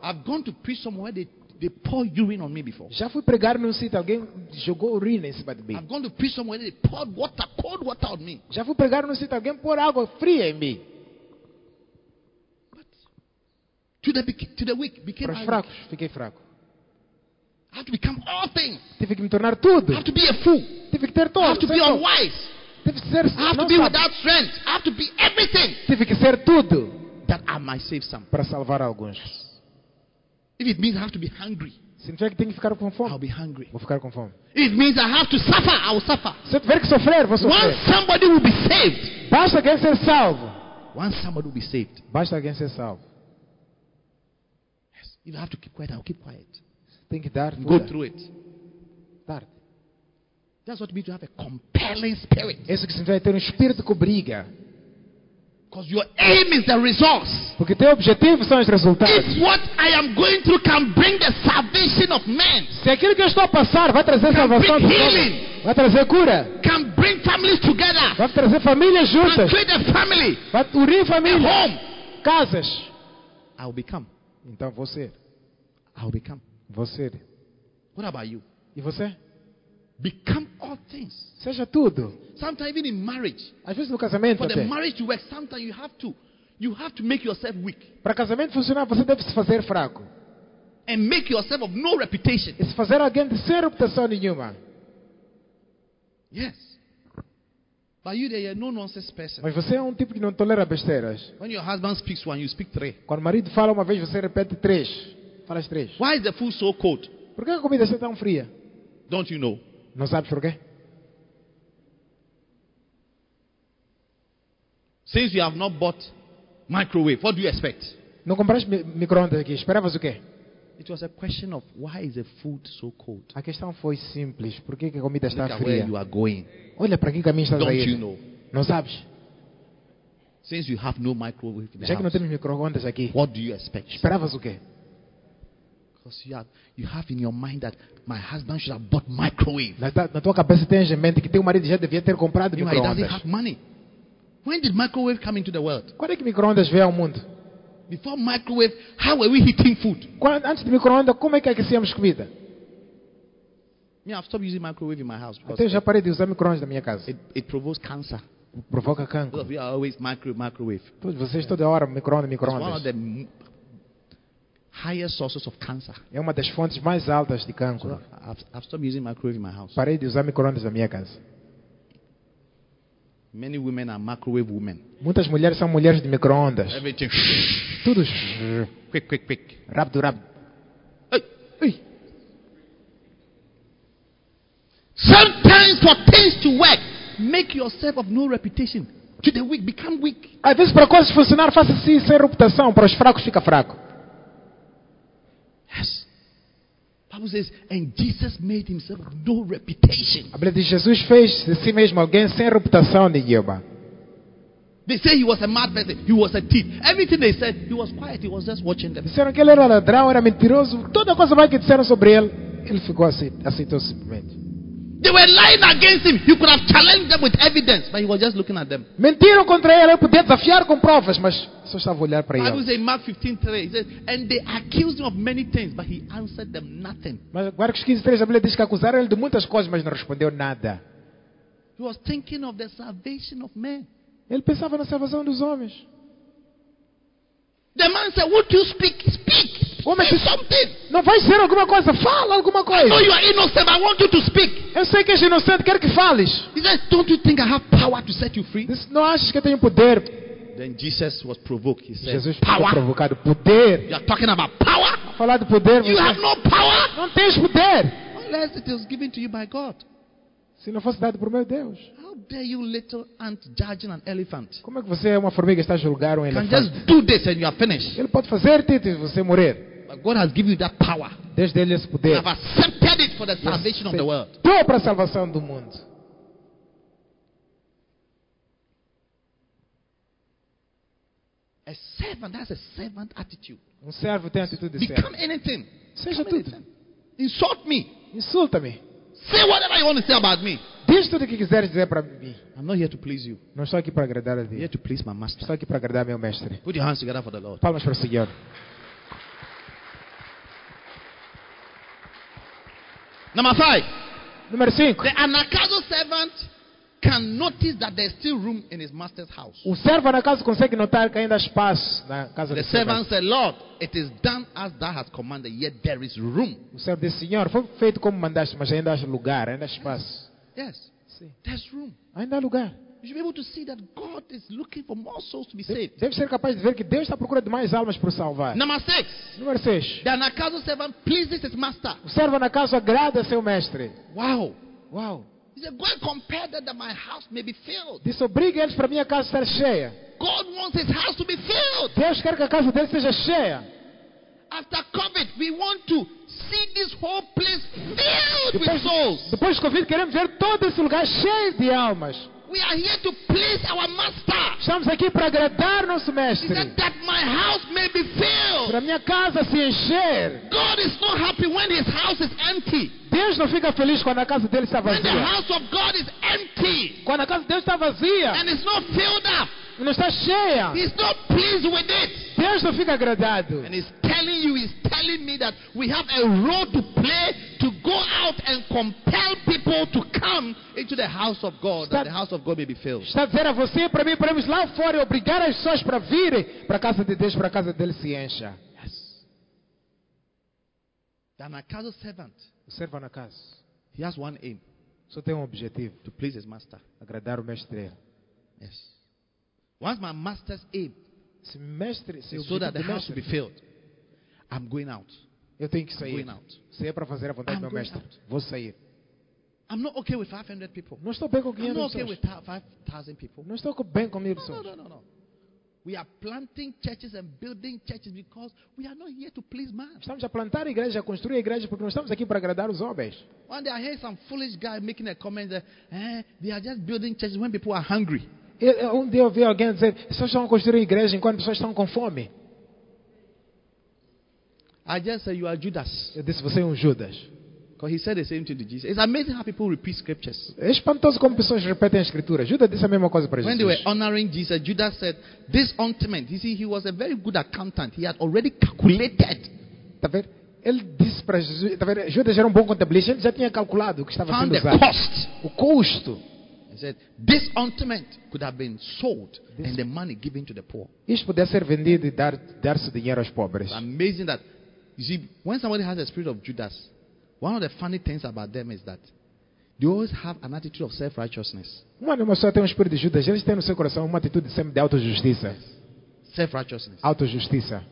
[SPEAKER 2] I've gone to preach somewhere they they pour urine on me before.
[SPEAKER 4] Já fui pregar num sítio, alguém jogou urina em cima de mim.
[SPEAKER 2] I've gone to preach somewhere they poured water, cold water on me.
[SPEAKER 4] Já fui pregar num sítio, alguém pôr água fria em mim.
[SPEAKER 2] But to the bec- to the weak became
[SPEAKER 4] Para os
[SPEAKER 2] I weak.
[SPEAKER 4] fracos, fiquei fraco.
[SPEAKER 2] I have to become all things.
[SPEAKER 4] Tive que me tornar tudo.
[SPEAKER 2] I have to be a fool.
[SPEAKER 4] Tive que ter todo.
[SPEAKER 2] I have to be
[SPEAKER 4] ser todo.
[SPEAKER 2] unwise.
[SPEAKER 4] Tive que ser
[SPEAKER 2] I have to
[SPEAKER 4] não
[SPEAKER 2] be
[SPEAKER 4] sabe.
[SPEAKER 2] without strength. I have to be everything
[SPEAKER 4] Tive que ser tudo
[SPEAKER 2] that I might save some.
[SPEAKER 4] para salvar alguns.
[SPEAKER 2] If it means I have to be hungry,
[SPEAKER 4] Se não tiver que tenho que ficar com
[SPEAKER 2] I'll
[SPEAKER 4] fome,
[SPEAKER 2] be hungry.
[SPEAKER 4] vou ficar com fome.
[SPEAKER 2] If it means I have to suffer, I will suffer.
[SPEAKER 4] Se eu tiver que sofrer, vou
[SPEAKER 2] Once
[SPEAKER 4] sofrer.
[SPEAKER 2] somebody will be saved,
[SPEAKER 4] Basta alguém ser salvo.
[SPEAKER 2] once somebody will be saved.
[SPEAKER 4] Basta alguém ser salvo.
[SPEAKER 2] Yes. If I have to keep quiet, I'll keep quiet.
[SPEAKER 4] Tem que dar.
[SPEAKER 2] Go
[SPEAKER 4] tudo.
[SPEAKER 2] through it.
[SPEAKER 4] Dar.
[SPEAKER 2] That's what it means to have a compelling spirit.
[SPEAKER 4] Isso que significa ter um espírito que briga.
[SPEAKER 2] Because your aim is the resource.
[SPEAKER 4] Porque teu objetivo são os resultados.
[SPEAKER 2] If what I am going through can bring the salvation of men,
[SPEAKER 4] Se aquilo que eu estou a passar vai trazer salvação,
[SPEAKER 2] bring
[SPEAKER 4] dos homens,
[SPEAKER 2] healing.
[SPEAKER 4] vai trazer cura,
[SPEAKER 2] can bring families together,
[SPEAKER 4] vai trazer famílias
[SPEAKER 2] can
[SPEAKER 4] juntas,
[SPEAKER 2] create a family,
[SPEAKER 4] vai unir
[SPEAKER 2] a
[SPEAKER 4] famílias,
[SPEAKER 2] home,
[SPEAKER 4] casas.
[SPEAKER 2] I'll become.
[SPEAKER 4] Então você,
[SPEAKER 2] I'll become.
[SPEAKER 4] você
[SPEAKER 2] What about you?
[SPEAKER 4] e você,
[SPEAKER 2] Become all things.
[SPEAKER 4] seja tudo.
[SPEAKER 2] Sometimes even in marriage,
[SPEAKER 4] Às vezes no casamento
[SPEAKER 2] for the
[SPEAKER 4] até.
[SPEAKER 2] marriage to work, sometimes you have to, you have to make yourself weak
[SPEAKER 4] Para casamento funcionar, você deve se fazer fraco.
[SPEAKER 2] and make yourself of no reputation.
[SPEAKER 4] E se fazer alguém de sem reputação nenhuma.
[SPEAKER 2] Yes. But you there, you're a no nonsense person.
[SPEAKER 4] Mas você é um tipo que não tolera besteiras.
[SPEAKER 2] When your husband speaks one, you speak three.
[SPEAKER 4] Quando o marido fala uma vez, você repete três. Falas três.
[SPEAKER 2] Why is the food so cold?
[SPEAKER 4] Por que a comida está tão fria?
[SPEAKER 2] Don't you know?
[SPEAKER 4] Não sabes por quê?
[SPEAKER 2] Since you have not bought microwave, what do you expect?
[SPEAKER 4] Não compraste mi- micro-ondas aqui. Esperavas o quê?
[SPEAKER 2] It was a question of why is the food so cold?
[SPEAKER 4] A questão foi simples. Por que que a comida
[SPEAKER 2] Look
[SPEAKER 4] está
[SPEAKER 2] at where
[SPEAKER 4] fria?
[SPEAKER 2] you are going.
[SPEAKER 4] Olha para que caminho estás a
[SPEAKER 2] Don't you
[SPEAKER 4] ir.
[SPEAKER 2] know?
[SPEAKER 4] Não sabes?
[SPEAKER 2] Since you have no microwave in the
[SPEAKER 4] Já que não
[SPEAKER 2] house,
[SPEAKER 4] temos micro-ondas aqui.
[SPEAKER 2] what do you expect?
[SPEAKER 4] Esperavas o quê?
[SPEAKER 2] Because you have, you have in your mind that my husband should have bought microwave.
[SPEAKER 4] Na, ta- na tua cabeça tens em mente que teu marido já devia ter comprado
[SPEAKER 2] You know, he doesn't
[SPEAKER 4] micro-ondas.
[SPEAKER 2] have money. When did microwave come into the world?
[SPEAKER 4] Quando é que micro-ondas veio ao mundo?
[SPEAKER 2] Before microwave, how were we heating food?
[SPEAKER 4] Quando, antes de micro-ondas, como é que aquecíamos comida?
[SPEAKER 2] Yeah, I've stopped using microwave in my house because
[SPEAKER 4] Até eu já parei de usar micro-ondas na minha casa.
[SPEAKER 2] it, it provokes cancer.
[SPEAKER 4] Provoca
[SPEAKER 2] All
[SPEAKER 4] cancro.
[SPEAKER 2] of you are always microwave, microwave. It's
[SPEAKER 4] Todos vocês toda hora micro-ondas,
[SPEAKER 2] one of
[SPEAKER 4] micro-ondas.
[SPEAKER 2] the m- highest sources of cancer.
[SPEAKER 4] É uma das fontes mais altas de cancro.
[SPEAKER 2] So I've, I've stopped using microwave in my house.
[SPEAKER 4] Parei de usar micro-ondas na minha casa.
[SPEAKER 2] Many women are microwave women.
[SPEAKER 4] Muitas mulheres são mulheres de micro-ondas.
[SPEAKER 2] Everything
[SPEAKER 4] Tudo
[SPEAKER 2] quick, quick, quick.
[SPEAKER 4] rápido, rápido.
[SPEAKER 2] Hey. Sometimes for things to work, make yourself of no reputation. To the weak, become weak.
[SPEAKER 4] Às vezes para coisas funcionar, faça assim sem reputação. Para os fracos fica fraco.
[SPEAKER 2] Yes. Bible says, and Jesus made himself of no reputation.
[SPEAKER 4] A Bíblia diz Jesus fez de si mesmo alguém sem reputação de Jeová.
[SPEAKER 2] They say he was a mad person, he was a thief. Everything they said, he was quiet, he was just watching them.
[SPEAKER 4] Disseram que ele era ladrão, era mentiroso. Toda coisa mais que disseram sobre ele, ele ficou assim, aceitou simplesmente.
[SPEAKER 2] They were lying against him. You could have challenged them with evidence, but he was just looking at them.
[SPEAKER 4] Mentiram contra ele, ele podia desafiar com provas, mas só estava a olhar para
[SPEAKER 2] Bible
[SPEAKER 4] ele.
[SPEAKER 2] says in Mark 15 3, it says, and they accused him of many things, but he answered them nothing.
[SPEAKER 4] Mas Marcos 15, 3, a Bíblia diz que acusaram ele de muitas coisas, mas não respondeu nada.
[SPEAKER 2] He was thinking of the salvation of men.
[SPEAKER 4] Ele pensava na salvação dos homens.
[SPEAKER 2] The man said, What do you speak? Speak.
[SPEAKER 4] Woman,
[SPEAKER 2] Say
[SPEAKER 4] this-
[SPEAKER 2] something.
[SPEAKER 4] Não vai ser alguma coisa, fala alguma
[SPEAKER 2] No,
[SPEAKER 4] coisa.
[SPEAKER 2] you are innocent. I want you to speak.
[SPEAKER 4] Eu sei que és inocente, quero que fales.
[SPEAKER 2] He says, Don't you think I have power to set you free?
[SPEAKER 4] Disse, não achas que eu tenho poder?
[SPEAKER 2] Then Jesus was provoked. He said,
[SPEAKER 4] Jesus ficou
[SPEAKER 2] Power.
[SPEAKER 4] provocado. Poder.
[SPEAKER 2] You are talking about power?
[SPEAKER 4] Falar de poder,
[SPEAKER 2] You have
[SPEAKER 4] você
[SPEAKER 2] no power
[SPEAKER 4] não tens poder.
[SPEAKER 2] unless it is given to you by God.
[SPEAKER 4] Se não fosse dado por meu Deus.
[SPEAKER 2] How dare you, little ant, judging an elephant?
[SPEAKER 4] Como é que você é uma formiga e está a julgar um
[SPEAKER 2] can
[SPEAKER 4] elefante?
[SPEAKER 2] just do this and you are finished.
[SPEAKER 4] Ele pode fazer Tito e você morrer.
[SPEAKER 2] But God has given you that power.
[SPEAKER 4] Deus deu-lhe esse
[SPEAKER 2] You
[SPEAKER 4] poder.
[SPEAKER 2] have accepted it for the salvation of the world.
[SPEAKER 4] Deu para a salvação do mundo.
[SPEAKER 2] A servant, that's a servant attitude.
[SPEAKER 4] Um servo tem a atitude de servo.
[SPEAKER 2] Become anything.
[SPEAKER 4] Seja
[SPEAKER 2] Become
[SPEAKER 4] tudo.
[SPEAKER 2] anything. Insult me.
[SPEAKER 4] Insulta-me.
[SPEAKER 2] Say whatever you want to say about me.
[SPEAKER 4] Diz tudo o que quiseres dizer para mim.
[SPEAKER 2] I'm not here to please you.
[SPEAKER 4] Não estou aqui para agradar a
[SPEAKER 2] I'm here
[SPEAKER 4] Deus.
[SPEAKER 2] to please my master.
[SPEAKER 4] Estou aqui para agradar meu mestre.
[SPEAKER 2] Put your hands together for the Lord.
[SPEAKER 4] Palmas para o Senhor.
[SPEAKER 2] Number five.
[SPEAKER 4] Número 5.
[SPEAKER 2] The anakazo servant can notice that there's still room in his master's house.
[SPEAKER 4] O servo na casa consegue notar que ainda há espaço na casa
[SPEAKER 2] The
[SPEAKER 4] do servo.
[SPEAKER 2] servant said, Lord, it is done as thou hast commanded, yet there is room.
[SPEAKER 4] O servo disse, Senhor, foi feito como mandaste, mas ainda há lugar, ainda há espaço.
[SPEAKER 2] Yes,
[SPEAKER 4] Sim.
[SPEAKER 2] there's room.
[SPEAKER 4] Ainda há lugar.
[SPEAKER 2] You should be able to see that God is looking for more souls to be
[SPEAKER 4] De-
[SPEAKER 2] saved.
[SPEAKER 4] Deve ser capaz de ver que Deus está à procura de mais almas para o salvar.
[SPEAKER 2] Number six.
[SPEAKER 4] Número 6.
[SPEAKER 2] The anakazo servant pleases his master.
[SPEAKER 4] O servo na casa agrada seu mestre.
[SPEAKER 2] Wow.
[SPEAKER 4] Uau!
[SPEAKER 2] He said, Go and compare that, that my house may be filled.
[SPEAKER 4] Disse, obriga eles para a minha casa estar cheia.
[SPEAKER 2] God wants his house to be filled.
[SPEAKER 4] Deus quer que a casa deles seja cheia.
[SPEAKER 2] After COVID, we want to see this whole place filled with souls.
[SPEAKER 4] Depois do Covid, queremos ver todo esse lugar cheio de almas.
[SPEAKER 2] We are here to please our master.
[SPEAKER 4] Estamos aqui para agradar nosso
[SPEAKER 2] He said
[SPEAKER 4] mestre.
[SPEAKER 2] that my house may be
[SPEAKER 4] Para
[SPEAKER 2] filled.
[SPEAKER 4] a minha casa se encher.
[SPEAKER 2] God is not happy when his house is empty.
[SPEAKER 4] Deus não fica feliz quando a casa dele está
[SPEAKER 2] When the
[SPEAKER 4] vazia.
[SPEAKER 2] house of God is empty
[SPEAKER 4] Quando a casa de Deus está vazia
[SPEAKER 2] and it's not filled up,
[SPEAKER 4] e não está cheia,
[SPEAKER 2] he's not pleased with it.
[SPEAKER 4] Deus não fica agradado.
[SPEAKER 2] And he's telling you, he's telling me that we have a role to play to go out and compel people to come into the house of God, that the house of God may be filled.
[SPEAKER 4] Está a dizer a você e para mim, para irmos lá fora e obrigar as pessoas para virem para a casa de Deus, para a casa dele se encha.
[SPEAKER 2] Yes. The Anakazo servant,
[SPEAKER 4] O servo na casa.
[SPEAKER 2] he has one aim.
[SPEAKER 4] O Só tem um objetivo:
[SPEAKER 2] to please his master.
[SPEAKER 4] agradar o mestre.
[SPEAKER 2] Yes. Once my master's aim
[SPEAKER 4] Se mestre, se o
[SPEAKER 2] so that
[SPEAKER 4] objetivo
[SPEAKER 2] the
[SPEAKER 4] do
[SPEAKER 2] house will
[SPEAKER 4] mestre,
[SPEAKER 2] be filled, I'm going out.
[SPEAKER 4] eu tenho que
[SPEAKER 2] I'm
[SPEAKER 4] sair.
[SPEAKER 2] going out.
[SPEAKER 4] Se é para fazer a vontade
[SPEAKER 2] I'm
[SPEAKER 4] do meu
[SPEAKER 2] going
[SPEAKER 4] mestre,
[SPEAKER 2] out.
[SPEAKER 4] vou sair.
[SPEAKER 2] I'm not okay with 500 people.
[SPEAKER 4] Não estou bem com
[SPEAKER 2] I'm
[SPEAKER 4] 500
[SPEAKER 2] not okay with
[SPEAKER 4] pessoas.
[SPEAKER 2] ta- 5,000 people.
[SPEAKER 4] Não estou com- bem com mil
[SPEAKER 2] No, no,
[SPEAKER 4] pessoas.
[SPEAKER 2] no, no, no. We are planting churches and building churches because we are not here to please man.
[SPEAKER 4] Estamos a plantar igreja, a construir igreja, porque não estamos aqui para agradar os homens.
[SPEAKER 2] One day I heard some foolish guy making a comment that eh, they are just building churches when people are hungry.
[SPEAKER 4] Eu- eu- Um dia eu ouvi alguém dizer: vocês estão a construir igreja enquanto pessoas estão com fome.
[SPEAKER 2] I just said you are Judas.
[SPEAKER 4] Eu disse: você é um Judas.
[SPEAKER 2] Because he said the same thing to Jesus. It's amazing how people repeat scriptures.
[SPEAKER 4] É espantoso como pessoas repetem a escritura. Judas disse a mesma coisa para
[SPEAKER 2] When they were
[SPEAKER 4] Jesus.
[SPEAKER 2] honoring Jesus, Judas said, This ointment, you see, he was a very good accountant. He had already calculated,
[SPEAKER 4] Tá vendo? Ele disse para Jesus, tá vendo? Judas era um bom contabilista, ele já tinha calculado o que estava
[SPEAKER 2] found
[SPEAKER 4] sendo
[SPEAKER 2] the
[SPEAKER 4] usado.
[SPEAKER 2] cost.
[SPEAKER 4] O custo.
[SPEAKER 2] He said, This ointment could have been sold and the money given to the poor.
[SPEAKER 4] Isto podia ser vendido e dar- dar-se dinheiro aos pobres.
[SPEAKER 2] It's amazing that, you see, when somebody has a spirit of Judas, one of the funny things about them is that they always have an attitude of self righteousness.
[SPEAKER 4] Uma uma pessoa tem um espírito de Judas, eles têm no seu coração uma atitude sempre de autojustiça.
[SPEAKER 2] Self righteousness.
[SPEAKER 4] Autojustiça.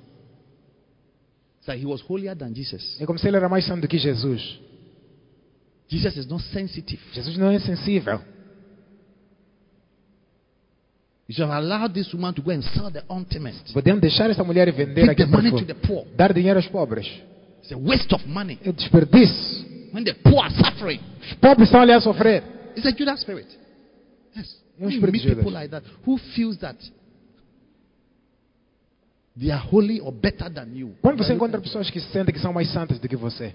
[SPEAKER 2] That he was holier than Jesus.
[SPEAKER 4] É como se ele era mais santo do que Jesus.
[SPEAKER 2] Jesus is not sensitive.
[SPEAKER 4] Jesus não é sensível.
[SPEAKER 2] You should have allowed this woman to go and sell the ointment,
[SPEAKER 4] Podemos deixar esta mulher e vender
[SPEAKER 2] give the
[SPEAKER 4] aquele
[SPEAKER 2] money to the
[SPEAKER 4] perfume.
[SPEAKER 2] poor.
[SPEAKER 4] Dar dinheiro aos pobres.
[SPEAKER 2] It's a waste of money.
[SPEAKER 4] É desperdício.
[SPEAKER 2] When the poor are suffering,
[SPEAKER 4] Os pobres estão ali a sofrer.
[SPEAKER 2] it's a Judas spirit. Yes.
[SPEAKER 4] É um
[SPEAKER 2] When you
[SPEAKER 4] espírito
[SPEAKER 2] meet
[SPEAKER 4] de Judas.
[SPEAKER 2] people like that who feels that they are holy or better than you.
[SPEAKER 4] Quando você encontra pessoas que sentem que são mais santas do que você,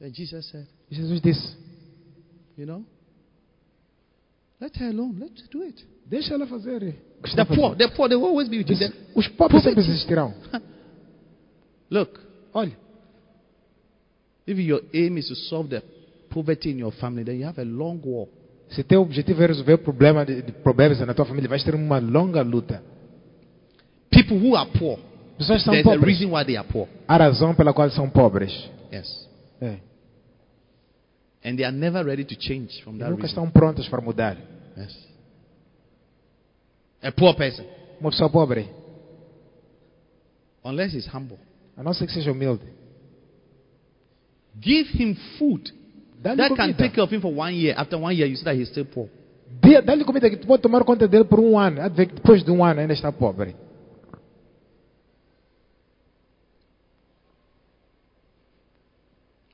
[SPEAKER 2] Then Jesus said,
[SPEAKER 4] Jesus disse:
[SPEAKER 2] you know, let her alone. Let her do it.
[SPEAKER 4] Deixa ela fazer. o que
[SPEAKER 2] The
[SPEAKER 4] está
[SPEAKER 2] poor,
[SPEAKER 4] fazendo."
[SPEAKER 2] the poor, they will always be with you.
[SPEAKER 4] Disse,
[SPEAKER 2] They-
[SPEAKER 4] Os pobres sempre
[SPEAKER 2] Poverty.
[SPEAKER 4] existirão.
[SPEAKER 2] Look,
[SPEAKER 4] Olha,
[SPEAKER 2] if your aim is to solve the poverty in your family, then you have a long war.
[SPEAKER 4] se teu objetivo é resolver o problema de, de problemas na tua família, vais ter uma longa luta.
[SPEAKER 2] People who are poor,
[SPEAKER 4] Pessoas são
[SPEAKER 2] there's a
[SPEAKER 4] pobres.
[SPEAKER 2] reason why they are poor.
[SPEAKER 4] Há razão pela qual são pobres.
[SPEAKER 2] Yes.
[SPEAKER 4] É.
[SPEAKER 2] And they are never ready to change from that
[SPEAKER 4] Nunca
[SPEAKER 2] reason.
[SPEAKER 4] estão prontas para mudar.
[SPEAKER 2] Yes. A poor person,
[SPEAKER 4] Uma pessoa pobre,
[SPEAKER 2] unless he's humble,
[SPEAKER 4] a não ser que seja humilde,
[SPEAKER 2] give him food
[SPEAKER 4] dá-lhe
[SPEAKER 2] that can take
[SPEAKER 4] comida.
[SPEAKER 2] care of him for one year. After one year, you see that he's still poor.
[SPEAKER 4] Dê- Dá-lhe comida que tu pode tomar conta dele por um ano. Há de ver que Depois de um ano ainda está pobre.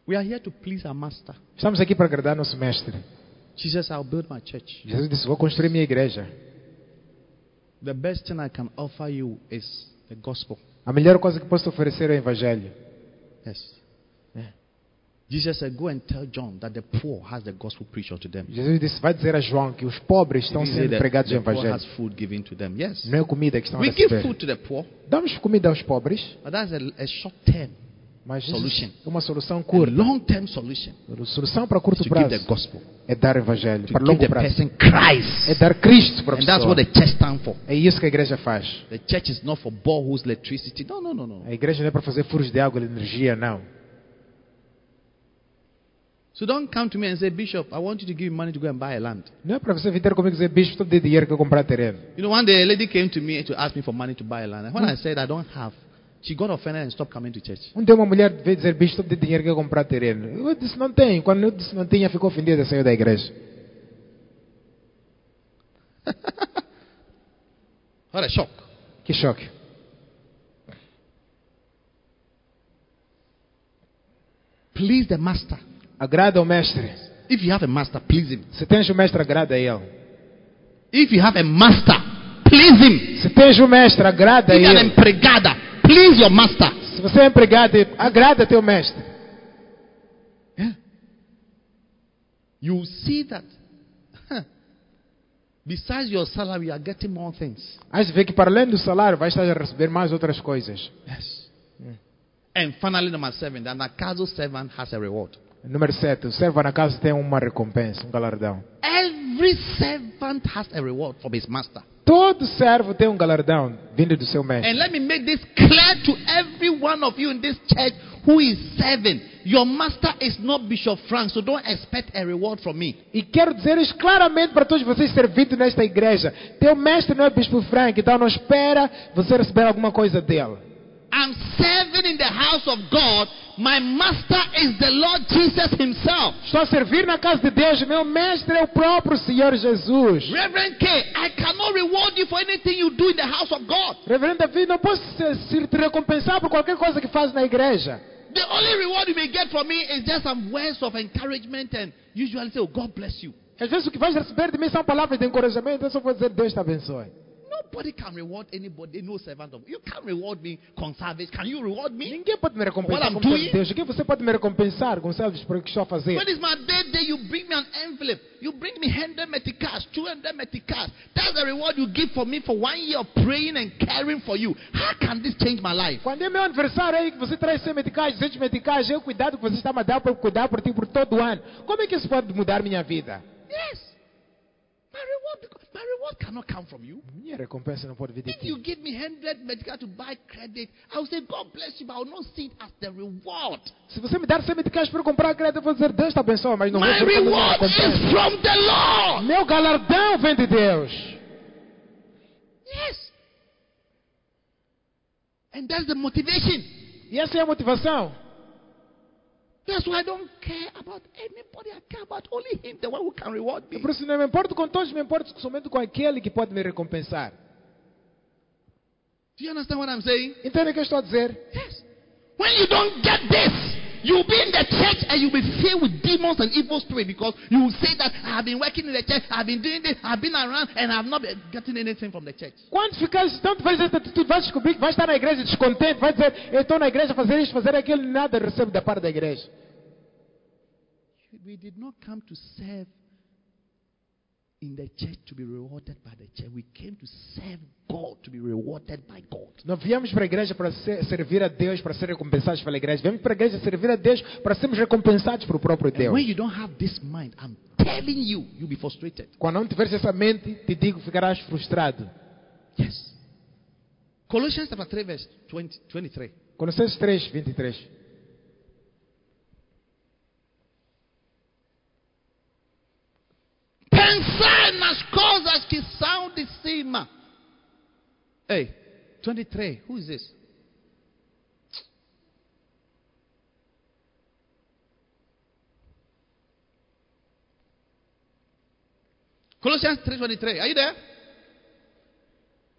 [SPEAKER 2] We are here to please our master.
[SPEAKER 4] Estamos aqui para agradar nosso mestre.
[SPEAKER 2] Jesus, I'll build my church.
[SPEAKER 4] Jesus disse: Vou construir minha igreja.
[SPEAKER 2] The best thing I can offer you is the gospel.
[SPEAKER 4] A melhor coisa que posso te oferecer é o Evangelho.
[SPEAKER 2] Yes.
[SPEAKER 4] Yeah.
[SPEAKER 2] Jesus said, Go and tell John that the poor has the gospel preached unto them.
[SPEAKER 4] Jesus disse: Vai dizer a João que os pobres estão
[SPEAKER 2] He said
[SPEAKER 4] sendo
[SPEAKER 2] that
[SPEAKER 4] pregados o
[SPEAKER 2] the poor has
[SPEAKER 4] Evangelho.
[SPEAKER 2] food given to them. Yes.
[SPEAKER 4] Não é comida que estão a
[SPEAKER 2] We give
[SPEAKER 4] receber.
[SPEAKER 2] food to the poor,
[SPEAKER 4] Damos comida aos pobres,
[SPEAKER 2] but that's a, a short term,
[SPEAKER 4] mas
[SPEAKER 2] Solution.
[SPEAKER 4] isso é uma solução
[SPEAKER 2] a
[SPEAKER 4] curta.
[SPEAKER 2] long term solution
[SPEAKER 4] Solução para curto
[SPEAKER 2] to give the
[SPEAKER 4] prazo
[SPEAKER 2] gospel.
[SPEAKER 4] é dar o Evangelho.
[SPEAKER 2] to
[SPEAKER 4] Para
[SPEAKER 2] give
[SPEAKER 4] longo
[SPEAKER 2] the
[SPEAKER 4] prazo
[SPEAKER 2] person Christ.
[SPEAKER 4] é dar Cristo para a
[SPEAKER 2] And that's what
[SPEAKER 4] pessoa.
[SPEAKER 2] the church stands for.
[SPEAKER 4] É isso que a igreja faz.
[SPEAKER 2] The church is not for boreholes, electricity. No, no, no, no.
[SPEAKER 4] A igreja não é para fazer furos de água, energia, não.
[SPEAKER 2] So don't come to me and say, Bishop, I want you to give me money to go and buy a land.
[SPEAKER 4] Não é para você vir ter comigo e dizer, bicho, estou de dinheiro que eu comprar terreno.
[SPEAKER 2] You know, one day a lady came to me to ask me for money to buy a land. And when I said I don't have, she got offended and stopped coming to church.
[SPEAKER 4] Um dia uma mulher veio dizer, bicho, estou de dinheiro que eu comprar terreno. Eu disse, não tenho. Quando eu disse não tinha, ficou ofendida e saiu da igreja.
[SPEAKER 2] What a shock.
[SPEAKER 4] Que choque.
[SPEAKER 2] Please the master.
[SPEAKER 4] Agrada ao mestre.
[SPEAKER 2] If you have a master, please him.
[SPEAKER 4] Se tens o mestre, agrada a ele.
[SPEAKER 2] If you have a master, please him.
[SPEAKER 4] Se tens o mestre, agrada a
[SPEAKER 2] If you're an
[SPEAKER 4] ele.
[SPEAKER 2] empregada, please your master.
[SPEAKER 4] Se você é empregado, agrada teu mestre.
[SPEAKER 2] Yeah. You see that huh, besides your salary, you are getting more things.
[SPEAKER 4] Hás de ver que para além do salário, vais estar a receber mais outras coisas.
[SPEAKER 2] Yes. And finally, number seven, the Nakazo servant has a reward.
[SPEAKER 4] Número 7. O servo na casa tem uma recompensa, um galardão.
[SPEAKER 2] Every servant has a reward from his master.
[SPEAKER 4] Todo servo tem um galardão vindo do seu mestre.
[SPEAKER 2] And let me make this clear to every one of you in this church who is serving. Your master is not Bishop Frank, so don't expect a reward from me.
[SPEAKER 4] E quero dizer isso claramente para todos vocês servindo nesta igreja. Teu mestre não é Bispo Frank, então não espera você receber alguma coisa dele.
[SPEAKER 2] I'm serving in the house of God. My master is the Lord Jesus Himself.
[SPEAKER 4] Estou a servir na casa de Deus, meu mestre é o próprio Senhor Jesus.
[SPEAKER 2] Reverend K, I cannot reward you for anything you do in the house of God.
[SPEAKER 4] Reverendo Davi, não posso se- se te recompensar por qualquer coisa que faz na igreja.
[SPEAKER 2] The only reward you may get from me is just some words of encouragement and usually say, oh, God bless you.
[SPEAKER 4] Às vezes o que vais receber de mim são palavras de encorajamento, eu só vou dizer Deus te abençoe.
[SPEAKER 2] Nobody can reward anybody, no servant of You can't reward me, conservatives. Can you reward me?
[SPEAKER 4] Ninguém pode me recompensar
[SPEAKER 2] Olha,
[SPEAKER 4] como
[SPEAKER 2] tu-
[SPEAKER 4] servo de Deus. O que você pode me recompensar, Gonçalves, por o que estou a fazer?
[SPEAKER 2] When it's my birthday, you bring me an envelope. You bring me 100 metric cash, 200 metric cash. That's the reward you give for me for one year of praying and caring for you. How can this change my life?
[SPEAKER 4] Quando é meu aniversário aí que você traz 100 medicais, 200 medicais, é o cuidado que você está me dar para cuidar por ti por todo o ano. Como é que isso pode mudar minha vida?
[SPEAKER 2] Yes. My reward, my reward cannot come from you.
[SPEAKER 4] Minha recompensa não pode vir de
[SPEAKER 2] If you
[SPEAKER 4] ti.
[SPEAKER 2] give me 100 medical to buy credit, I will say, God bless you, but I will not see it as the reward.
[SPEAKER 4] Se você me der 100 medicais para comprar crédito, eu vou dizer Deus te abençoe, mas não vou
[SPEAKER 2] My
[SPEAKER 4] dizer como minha
[SPEAKER 2] reward is
[SPEAKER 4] recompensa.
[SPEAKER 2] from the Lord.
[SPEAKER 4] Meu galardão vem de Deus.
[SPEAKER 2] Yes. And that's the motivation.
[SPEAKER 4] E essa é a motivação.
[SPEAKER 2] That's why I don't care about anybody. I care about only Him, the one who can reward
[SPEAKER 4] E
[SPEAKER 2] me.
[SPEAKER 4] por isso não me importo com todos, me importo somente com aquele que pode me recompensar.
[SPEAKER 2] Do you understand what I'm saying?
[SPEAKER 4] Entende o que eu estou a dizer?
[SPEAKER 2] Yes. When you don't get this, you'll be in the church and you'll be filled with demons and evil spirit because you will say that I've been working in the church, I've been doing this, I've been around, and I've not been getting anything from the church.
[SPEAKER 4] Quando ficares tão tiveres esta atitude, vais descobrir que vais estar na igreja descontente, vais dizer, eu estou na igreja a fazer isto, fazer aquilo, nada recebo da parte da igreja.
[SPEAKER 2] We did not come to serve in the church to be rewarded by the church. We came to serve God to be rewarded by God.
[SPEAKER 4] Não viemos para a igreja para ser- servir a Deus, para ser recompensados pela igreja. Viemos para a igreja servir a Deus para sermos recompensados pelo próprio
[SPEAKER 2] And when
[SPEAKER 4] Deus.
[SPEAKER 2] you don't have this mind, I'm telling you, you'll be frustrated.
[SPEAKER 4] Quando não tiveres essa mente, te digo, ficarás frustrado.
[SPEAKER 2] Yes. Colossians chapter 3, verse 20, 23.
[SPEAKER 4] Colossenses 3, 23.
[SPEAKER 2] Pensai nas coisas que são de cima. Hey, 23. Who is this? Colossians 3:23. Are you there?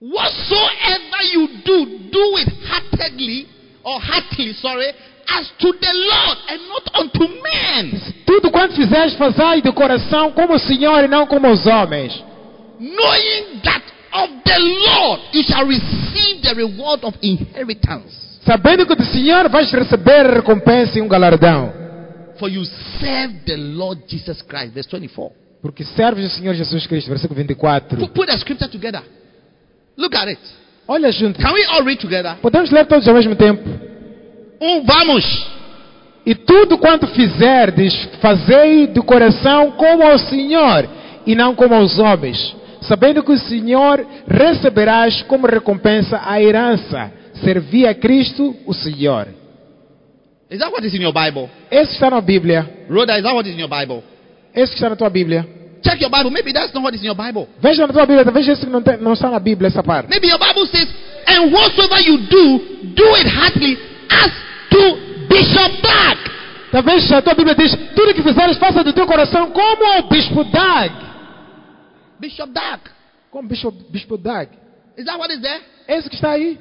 [SPEAKER 2] Whatsoever you do, do it heartedly or heartily, sorry, as to the Lord and not unto men.
[SPEAKER 4] Tudo quanto fizeres, fazai de coração como o Senhor e não como os homens.
[SPEAKER 2] knowing that of the Lord you shall receive the reward of inheritance.
[SPEAKER 4] Sabendo que do Senhor vais receber a recompensa e um galardão.
[SPEAKER 2] For you serve the Lord Jesus Christ. Verse 24.
[SPEAKER 4] Porque serves o Senhor Jesus Cristo. Versículo 24.
[SPEAKER 2] Put, put the scripture together. Look at it.
[SPEAKER 4] Olha junto.
[SPEAKER 2] Can we all read together?
[SPEAKER 4] Podemos ler todos ao mesmo tempo.
[SPEAKER 2] Um, vamos.
[SPEAKER 4] E tudo quanto fizerdes, fazei do coração como ao Senhor e não como aos homens, sabendo que o Senhor receberás como recompensa a herança. Servi a Cristo, o Senhor.
[SPEAKER 2] Is that what is in your Bible?
[SPEAKER 4] Esse está na Bíblia.
[SPEAKER 2] Rhoda, is that what is in your Bible?
[SPEAKER 4] Esse que está na tua Bíblia.
[SPEAKER 2] Check your Bible. Maybe that's not what is in your Bible.
[SPEAKER 4] Veja na tua Bíblia, talvez esse que não, tem- não está na Bíblia, essa parte.
[SPEAKER 2] Maybe your Bible says, and whatsoever you do, do it heartily as to Bishop Black.
[SPEAKER 4] Talvez a tua Bíblia diz: tudo que fizeres, faça do teu coração como ao Bispo Dag.
[SPEAKER 2] Bishop Dark.
[SPEAKER 4] Como Bispo, bispo Dag.
[SPEAKER 2] Is that what is there?
[SPEAKER 4] Esse que está aí.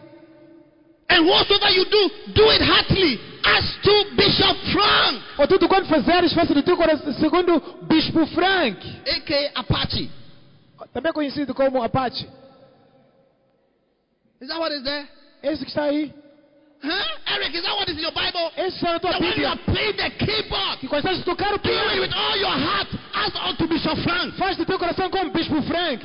[SPEAKER 2] And whatsoever you do, do it heartily, as to Bishop Frank,
[SPEAKER 4] Ou tudo quanto fizeres, faça do teu coração segundo o Bispo Frank.
[SPEAKER 2] aka Apache.
[SPEAKER 4] também conhecido como Apache.
[SPEAKER 2] Is that what is there?
[SPEAKER 4] Esse que está aí,
[SPEAKER 2] Huh? Eric, is that what is in your Bible?
[SPEAKER 4] esse está na tua
[SPEAKER 2] The one you
[SPEAKER 4] Bíblia,
[SPEAKER 2] are playing the
[SPEAKER 4] que
[SPEAKER 2] keyboard.
[SPEAKER 4] consegue tocar o
[SPEAKER 2] Do it
[SPEAKER 4] piano,
[SPEAKER 2] with all your heart, as unto Bishop Frank.
[SPEAKER 4] faz do teu coração como Bispo Frank.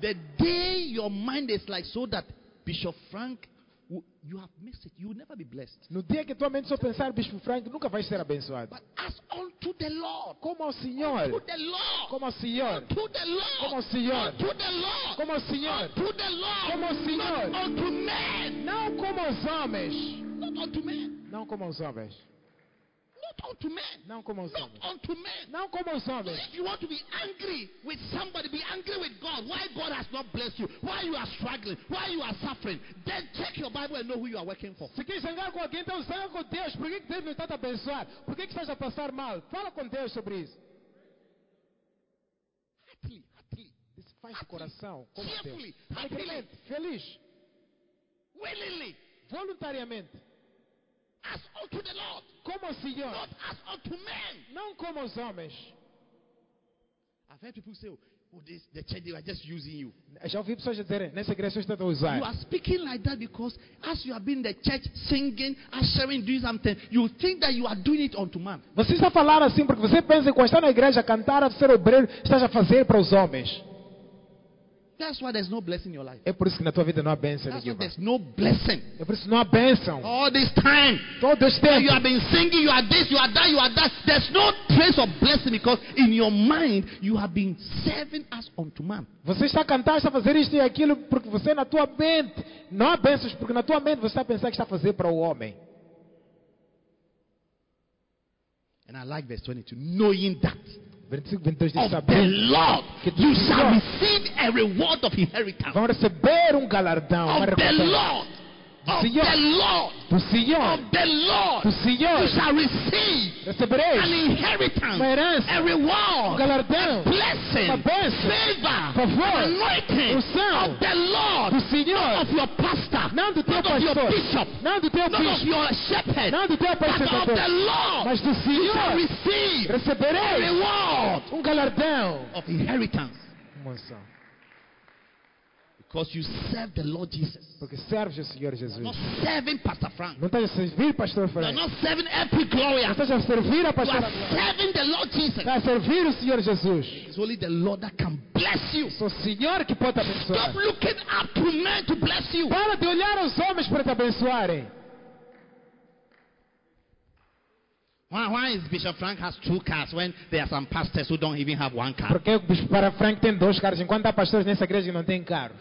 [SPEAKER 2] The day your mind is like so that Bishop Frank, w- you have missed it. You will never be blessed.
[SPEAKER 4] No dia que tua mente só pensar Bispo Frank, nunca vais ser abençoado.
[SPEAKER 2] But as unto the Lord,
[SPEAKER 4] Como ao
[SPEAKER 2] to
[SPEAKER 4] Senhor,
[SPEAKER 2] the Lord,
[SPEAKER 4] como ao Senhor,
[SPEAKER 2] to the
[SPEAKER 4] como ao
[SPEAKER 2] Lord,
[SPEAKER 4] Senhor,
[SPEAKER 2] to the Lord,
[SPEAKER 4] como ao Senhor,
[SPEAKER 2] to the Lord,
[SPEAKER 4] como ao Senhor,
[SPEAKER 2] not unto men,
[SPEAKER 4] não como aos homens,
[SPEAKER 2] not unto men.
[SPEAKER 4] não como aos homens.
[SPEAKER 2] unto men,
[SPEAKER 4] Não como os
[SPEAKER 2] not
[SPEAKER 4] homens.
[SPEAKER 2] unto men.
[SPEAKER 4] Não como os
[SPEAKER 2] So
[SPEAKER 4] homens.
[SPEAKER 2] if you want to be angry with somebody, be angry with God. Why God has not blessed you? Why you are struggling? Why you are suffering? Then check your Bible and know who you are working for.
[SPEAKER 4] Se quer zangar com alguém, então zanga com Deus. Por que que Deus não está te abençoar? Por que, que estás a passar mal? Fala com Deus sobre isso.
[SPEAKER 2] Heartily, heartily,
[SPEAKER 4] Isso faz de coração. Como
[SPEAKER 2] Cheerfully,
[SPEAKER 4] Deus.
[SPEAKER 2] happily.
[SPEAKER 4] Alegremente, feliz,
[SPEAKER 2] willingly,
[SPEAKER 4] voluntariamente.
[SPEAKER 2] as unto the Lord,
[SPEAKER 4] Como o
[SPEAKER 2] not
[SPEAKER 4] Senhor.
[SPEAKER 2] as unto men.
[SPEAKER 4] Não como os homens.
[SPEAKER 2] I've heard people say, "Oh, this the church they are just using you."
[SPEAKER 4] Já ouvi pessoas a dizerem, nessa igreja estão a usar.
[SPEAKER 2] You are speaking like that because as you have been in the church singing, ushering, doing something, you think that you are doing it unto man.
[SPEAKER 4] Você está a falar assim porque você pensa que quando está na igreja a cantar, a ser obreiro, estás a fazer para os homens.
[SPEAKER 2] That's why there's no blessing in your life.
[SPEAKER 4] É por isso que na tua vida não há bênção
[SPEAKER 2] That's why
[SPEAKER 4] nenhuma.
[SPEAKER 2] there's no blessing.
[SPEAKER 4] É por isso que não há bênção.
[SPEAKER 2] All this time,
[SPEAKER 4] Todo este
[SPEAKER 2] that you
[SPEAKER 4] tempo.
[SPEAKER 2] have been singing, you are this, you are that, you are that. There's no trace of blessing because in your mind you have been serving us unto man.
[SPEAKER 4] Você está a cantar, está a fazer isto e aquilo porque você é na tua mente, não há bênçãos, porque na tua mente você está a pensar que está a fazer para o homem.
[SPEAKER 2] And I like verse 22, knowing that
[SPEAKER 4] 25, 22 diz, assim,
[SPEAKER 2] of the
[SPEAKER 4] sabendo
[SPEAKER 2] Lord
[SPEAKER 4] que do
[SPEAKER 2] you shall
[SPEAKER 4] Senhor
[SPEAKER 2] receive a reward of inheritance.
[SPEAKER 4] vão receber um galardão, uma
[SPEAKER 2] Of the
[SPEAKER 4] recompensa.
[SPEAKER 2] Lord, of the Lord,
[SPEAKER 4] Senhor. Do
[SPEAKER 2] of
[SPEAKER 4] Senhor,
[SPEAKER 2] the Lord,
[SPEAKER 4] do
[SPEAKER 2] you
[SPEAKER 4] Senhor,
[SPEAKER 2] shall receive an
[SPEAKER 4] recebereis uma
[SPEAKER 2] inheritance,
[SPEAKER 4] herança,
[SPEAKER 2] a
[SPEAKER 4] um
[SPEAKER 2] reward,
[SPEAKER 4] galardão,
[SPEAKER 2] blessing,
[SPEAKER 4] uma bênção,
[SPEAKER 2] favor,
[SPEAKER 4] favor,
[SPEAKER 2] anointing
[SPEAKER 4] unção
[SPEAKER 2] of the Lord,
[SPEAKER 4] do Senhor,
[SPEAKER 2] of your pastor,
[SPEAKER 4] não do teu
[SPEAKER 2] not of your
[SPEAKER 4] pastor,
[SPEAKER 2] bishop,
[SPEAKER 4] não Tá do teu
[SPEAKER 2] not of
[SPEAKER 4] bispo,
[SPEAKER 2] your shepherd,
[SPEAKER 4] não do teu
[SPEAKER 2] but of the
[SPEAKER 4] pastor,
[SPEAKER 2] Lord,
[SPEAKER 4] mas do
[SPEAKER 2] you shall
[SPEAKER 4] Senhor
[SPEAKER 2] receive a
[SPEAKER 4] recebereis
[SPEAKER 2] reward
[SPEAKER 4] um galardão.
[SPEAKER 2] of inheritance
[SPEAKER 4] Uma unção.
[SPEAKER 2] because you serve the Lord Jesus.
[SPEAKER 4] Porque serves o Senhor
[SPEAKER 2] You are not
[SPEAKER 4] Jesus.
[SPEAKER 2] serving Pastor Frank.
[SPEAKER 4] Não estás a servir,
[SPEAKER 2] You
[SPEAKER 4] pastor
[SPEAKER 2] are
[SPEAKER 4] Fernando.
[SPEAKER 2] not serving Epic Gloria.
[SPEAKER 4] Não estás a servir a
[SPEAKER 2] You are
[SPEAKER 4] pastora Glória.
[SPEAKER 2] serving the Lord Jesus.
[SPEAKER 4] Está a servir o Senhor Jesus.
[SPEAKER 2] It's only the Lord that can bless you.
[SPEAKER 4] Sou o Senhor que pode te abençoar.
[SPEAKER 2] Stop looking up to men to bless you.
[SPEAKER 4] Para de olhar aos homens para te abençoarem.
[SPEAKER 2] Why, why is Bishop Frank has two cars when there are some pastors who don't even have one car?
[SPEAKER 4] Porque o bispo para Frank tem dois carros, enquanto há pastores nessa igreja que não têm carros.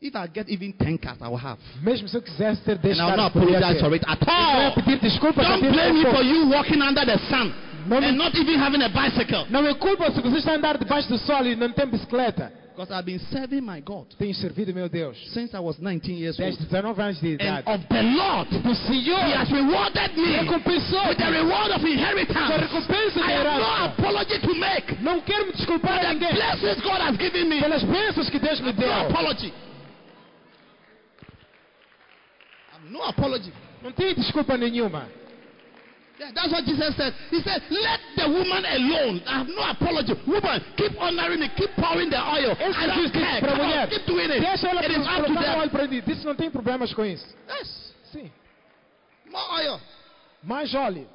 [SPEAKER 2] If I get even ten cars, I will have.
[SPEAKER 4] Mesmo se eu quisesse ter dez
[SPEAKER 2] And I will
[SPEAKER 4] carros,
[SPEAKER 2] not
[SPEAKER 4] poderia
[SPEAKER 2] apologize
[SPEAKER 4] ter.
[SPEAKER 2] for it at
[SPEAKER 4] Eu não ia
[SPEAKER 2] all.
[SPEAKER 4] pedir desculpas a
[SPEAKER 2] Don't
[SPEAKER 4] Deus
[SPEAKER 2] blame me
[SPEAKER 4] por
[SPEAKER 2] for
[SPEAKER 4] isso.
[SPEAKER 2] you walking under the sun
[SPEAKER 4] No,
[SPEAKER 2] and
[SPEAKER 4] É no.
[SPEAKER 2] not even having a bicycle.
[SPEAKER 4] Não me culpa se você está a andar debaixo do sol e não tem bicicleta.
[SPEAKER 2] Because I've been serving my God
[SPEAKER 4] Tenho servido meu Deus
[SPEAKER 2] since I was 19 years old.
[SPEAKER 4] desde 19 anos de
[SPEAKER 2] And
[SPEAKER 4] idade. assim,
[SPEAKER 2] of the Lord,
[SPEAKER 4] É, O Senhor
[SPEAKER 2] He has rewarded me
[SPEAKER 4] recompensou
[SPEAKER 2] with the reward of
[SPEAKER 4] a
[SPEAKER 2] inheritance.
[SPEAKER 4] recompensa
[SPEAKER 2] I
[SPEAKER 4] de
[SPEAKER 2] have no
[SPEAKER 4] herança.
[SPEAKER 2] apology to make.
[SPEAKER 4] Não quero me desculpar a
[SPEAKER 2] The
[SPEAKER 4] ninguém
[SPEAKER 2] blessings God has given me.
[SPEAKER 4] pelas bênçãos que Deus me deu.
[SPEAKER 2] No apology. I'm no apology.
[SPEAKER 4] Não tenho desculpa nenhuma.
[SPEAKER 2] Yeah, that's what Jesus said. He said, Let the woman alone. I have no apology. Woman, keep honoring me, keep pouring the oil.
[SPEAKER 4] Esse
[SPEAKER 2] I
[SPEAKER 4] Jesus
[SPEAKER 2] don't
[SPEAKER 4] disse
[SPEAKER 2] care.
[SPEAKER 4] para a
[SPEAKER 2] Come on,
[SPEAKER 4] mulher,
[SPEAKER 2] keep doing it.
[SPEAKER 4] Deixa ela
[SPEAKER 2] It is up to
[SPEAKER 4] provar o
[SPEAKER 2] them.
[SPEAKER 4] óleo para mim. Disse não tem problemas com isso.
[SPEAKER 2] Yes,
[SPEAKER 4] Sim.
[SPEAKER 2] more oil.
[SPEAKER 4] Mas olhe,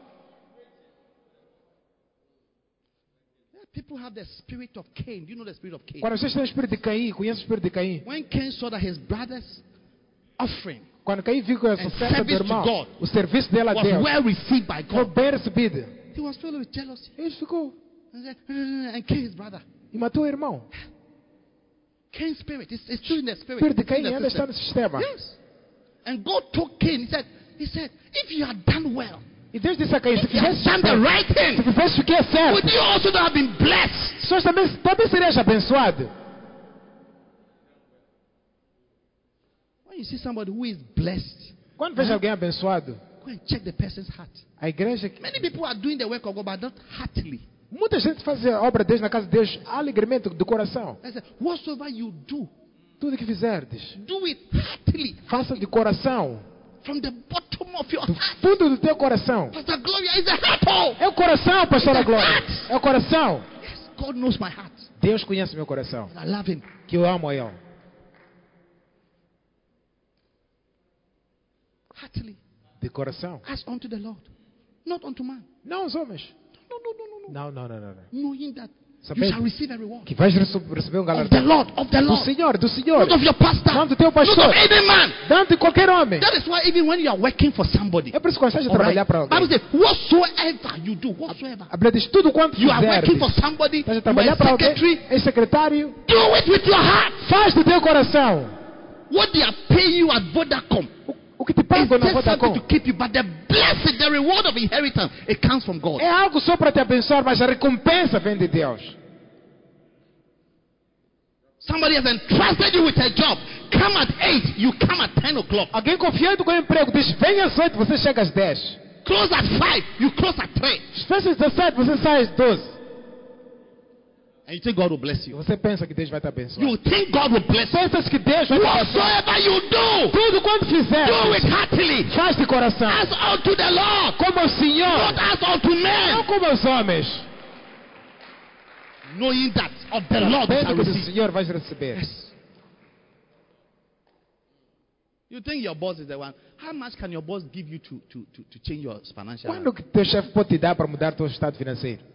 [SPEAKER 2] Yeah, people have the spirit of Cain. Do you know the spirit of Cain?
[SPEAKER 4] quando vocês têm o espírito de Caim, conhece o espírito de Caim.
[SPEAKER 2] When Cain saw that his brother's offering
[SPEAKER 4] Quando Caim viu que a
[SPEAKER 2] And
[SPEAKER 4] oferta do
[SPEAKER 2] service to
[SPEAKER 4] irmão,
[SPEAKER 2] God
[SPEAKER 4] o serviço dela a
[SPEAKER 2] was
[SPEAKER 4] Deus,
[SPEAKER 2] well received by
[SPEAKER 4] foi
[SPEAKER 2] God,
[SPEAKER 4] bem recebido.
[SPEAKER 2] he was filled with jealousy
[SPEAKER 4] Ele ficou
[SPEAKER 2] and, said, "No, no, no, no," and killed his brother.
[SPEAKER 4] e matou o irmão.
[SPEAKER 2] Cain's spirit. It's, it's still in the
[SPEAKER 4] O
[SPEAKER 2] spirit.
[SPEAKER 4] espírito de
[SPEAKER 2] It's in
[SPEAKER 4] Caim
[SPEAKER 2] the
[SPEAKER 4] ainda
[SPEAKER 2] system.
[SPEAKER 4] está no sistema.
[SPEAKER 2] Yes. And God took Cain. He said, He said, if you had done well,
[SPEAKER 4] E Deus disse a Caim, se
[SPEAKER 2] if you had
[SPEAKER 4] fizesse
[SPEAKER 2] done the
[SPEAKER 4] certo,
[SPEAKER 2] right
[SPEAKER 4] se
[SPEAKER 2] thing,
[SPEAKER 4] fizesse o que é certo,
[SPEAKER 2] would you also not have been blessed?
[SPEAKER 4] os senhores também, também serias abençoado.
[SPEAKER 2] When you see somebody who is blessed,
[SPEAKER 4] Quando vejo alguém abençoado,
[SPEAKER 2] go and check the person's heart.
[SPEAKER 4] a igreja... que-
[SPEAKER 2] Many people are doing the work of God, but not heartily.
[SPEAKER 4] Muita gente faz a obra de Deus na casa de Deus alegremente, do coração.
[SPEAKER 2] I said, whatsoever you do,
[SPEAKER 4] Tudo que fizerdes,
[SPEAKER 2] do it heartily,
[SPEAKER 4] faça de coração,
[SPEAKER 2] from the bottom of your
[SPEAKER 4] do
[SPEAKER 2] heart.
[SPEAKER 4] fundo do teu coração.
[SPEAKER 2] Pastor Gloria is a heart hole.
[SPEAKER 4] É o coração, pastora Glória. É o coração.
[SPEAKER 2] Yes, God knows my heart.
[SPEAKER 4] Deus conhece meu coração,
[SPEAKER 2] And I love Him.
[SPEAKER 4] que eu amo a Ele.
[SPEAKER 2] Heartily.
[SPEAKER 4] De coração.
[SPEAKER 2] As unto the Lord, not unto man.
[SPEAKER 4] Não os homens.
[SPEAKER 2] No, no, no, no, no.
[SPEAKER 4] Não, não, não, não. não.
[SPEAKER 2] Knowing that you
[SPEAKER 4] Sabendo.
[SPEAKER 2] shall receive a reward
[SPEAKER 4] Que vais rece- receber um
[SPEAKER 2] of the
[SPEAKER 4] galardão.
[SPEAKER 2] Lord, of the
[SPEAKER 4] Do
[SPEAKER 2] Lord,
[SPEAKER 4] Senhor, do Senhor.
[SPEAKER 2] not of your pastor,
[SPEAKER 4] Não do teu
[SPEAKER 2] not of
[SPEAKER 4] pastor.
[SPEAKER 2] any man.
[SPEAKER 4] Não de qualquer homem.
[SPEAKER 2] That is why even when you are working for somebody,
[SPEAKER 4] É por isso que consegue
[SPEAKER 2] all right,
[SPEAKER 4] trabalhar para
[SPEAKER 2] Bible
[SPEAKER 4] alguém.
[SPEAKER 2] says, whatsoever you do, whatsoever
[SPEAKER 4] A Bíblia diz tudo quanto
[SPEAKER 2] you are working for
[SPEAKER 4] fizeres.
[SPEAKER 2] somebody, you
[SPEAKER 4] Estás
[SPEAKER 2] are
[SPEAKER 4] a eh? trabalhar para
[SPEAKER 2] a
[SPEAKER 4] alguém.
[SPEAKER 2] secretary,
[SPEAKER 4] É secretário.
[SPEAKER 2] do it with your heart.
[SPEAKER 4] Faz do teu coração.
[SPEAKER 2] What they are paying you at Vodacom,
[SPEAKER 4] O- O que te
[SPEAKER 2] It's
[SPEAKER 4] pago não vou
[SPEAKER 2] just
[SPEAKER 4] dar
[SPEAKER 2] something to
[SPEAKER 4] conta.
[SPEAKER 2] keep you, but the blessing, the reward of inheritance, it comes from God.
[SPEAKER 4] É algo só para te abençoar, mas a recompensa vem de Deus.
[SPEAKER 2] Somebody has entrusted you with a job. Come at 8, you come at 10 o'clock.
[SPEAKER 4] Alguém confiante com o emprego diz: venha às 8, você chega às 10.
[SPEAKER 2] Close at 5, you close at 3.
[SPEAKER 4] Fecha às 17, você sai às 12.
[SPEAKER 2] And you think God will bless
[SPEAKER 4] E
[SPEAKER 2] you.
[SPEAKER 4] você pensa que Deus vai te abençoar.
[SPEAKER 2] You think God will bless you.
[SPEAKER 4] Pensas que Deus vai te abençoar.
[SPEAKER 2] Whatsoever you do,
[SPEAKER 4] Tudo quanto fizer,
[SPEAKER 2] do it heartily.
[SPEAKER 4] faz de coração.
[SPEAKER 2] As unto the Lord,
[SPEAKER 4] Como o Senhor,
[SPEAKER 2] not as unto
[SPEAKER 4] não
[SPEAKER 2] men.
[SPEAKER 4] como os homens.
[SPEAKER 2] Knowing that of the Lord you shall
[SPEAKER 4] Sabendo que do
[SPEAKER 2] receive.
[SPEAKER 4] Senhor vais receber.
[SPEAKER 2] You think your boss is the one. How much can your boss give you to, to, to, to change your financial?
[SPEAKER 4] Quando que teu chefe pode te dar para mudar teu estado financeiro?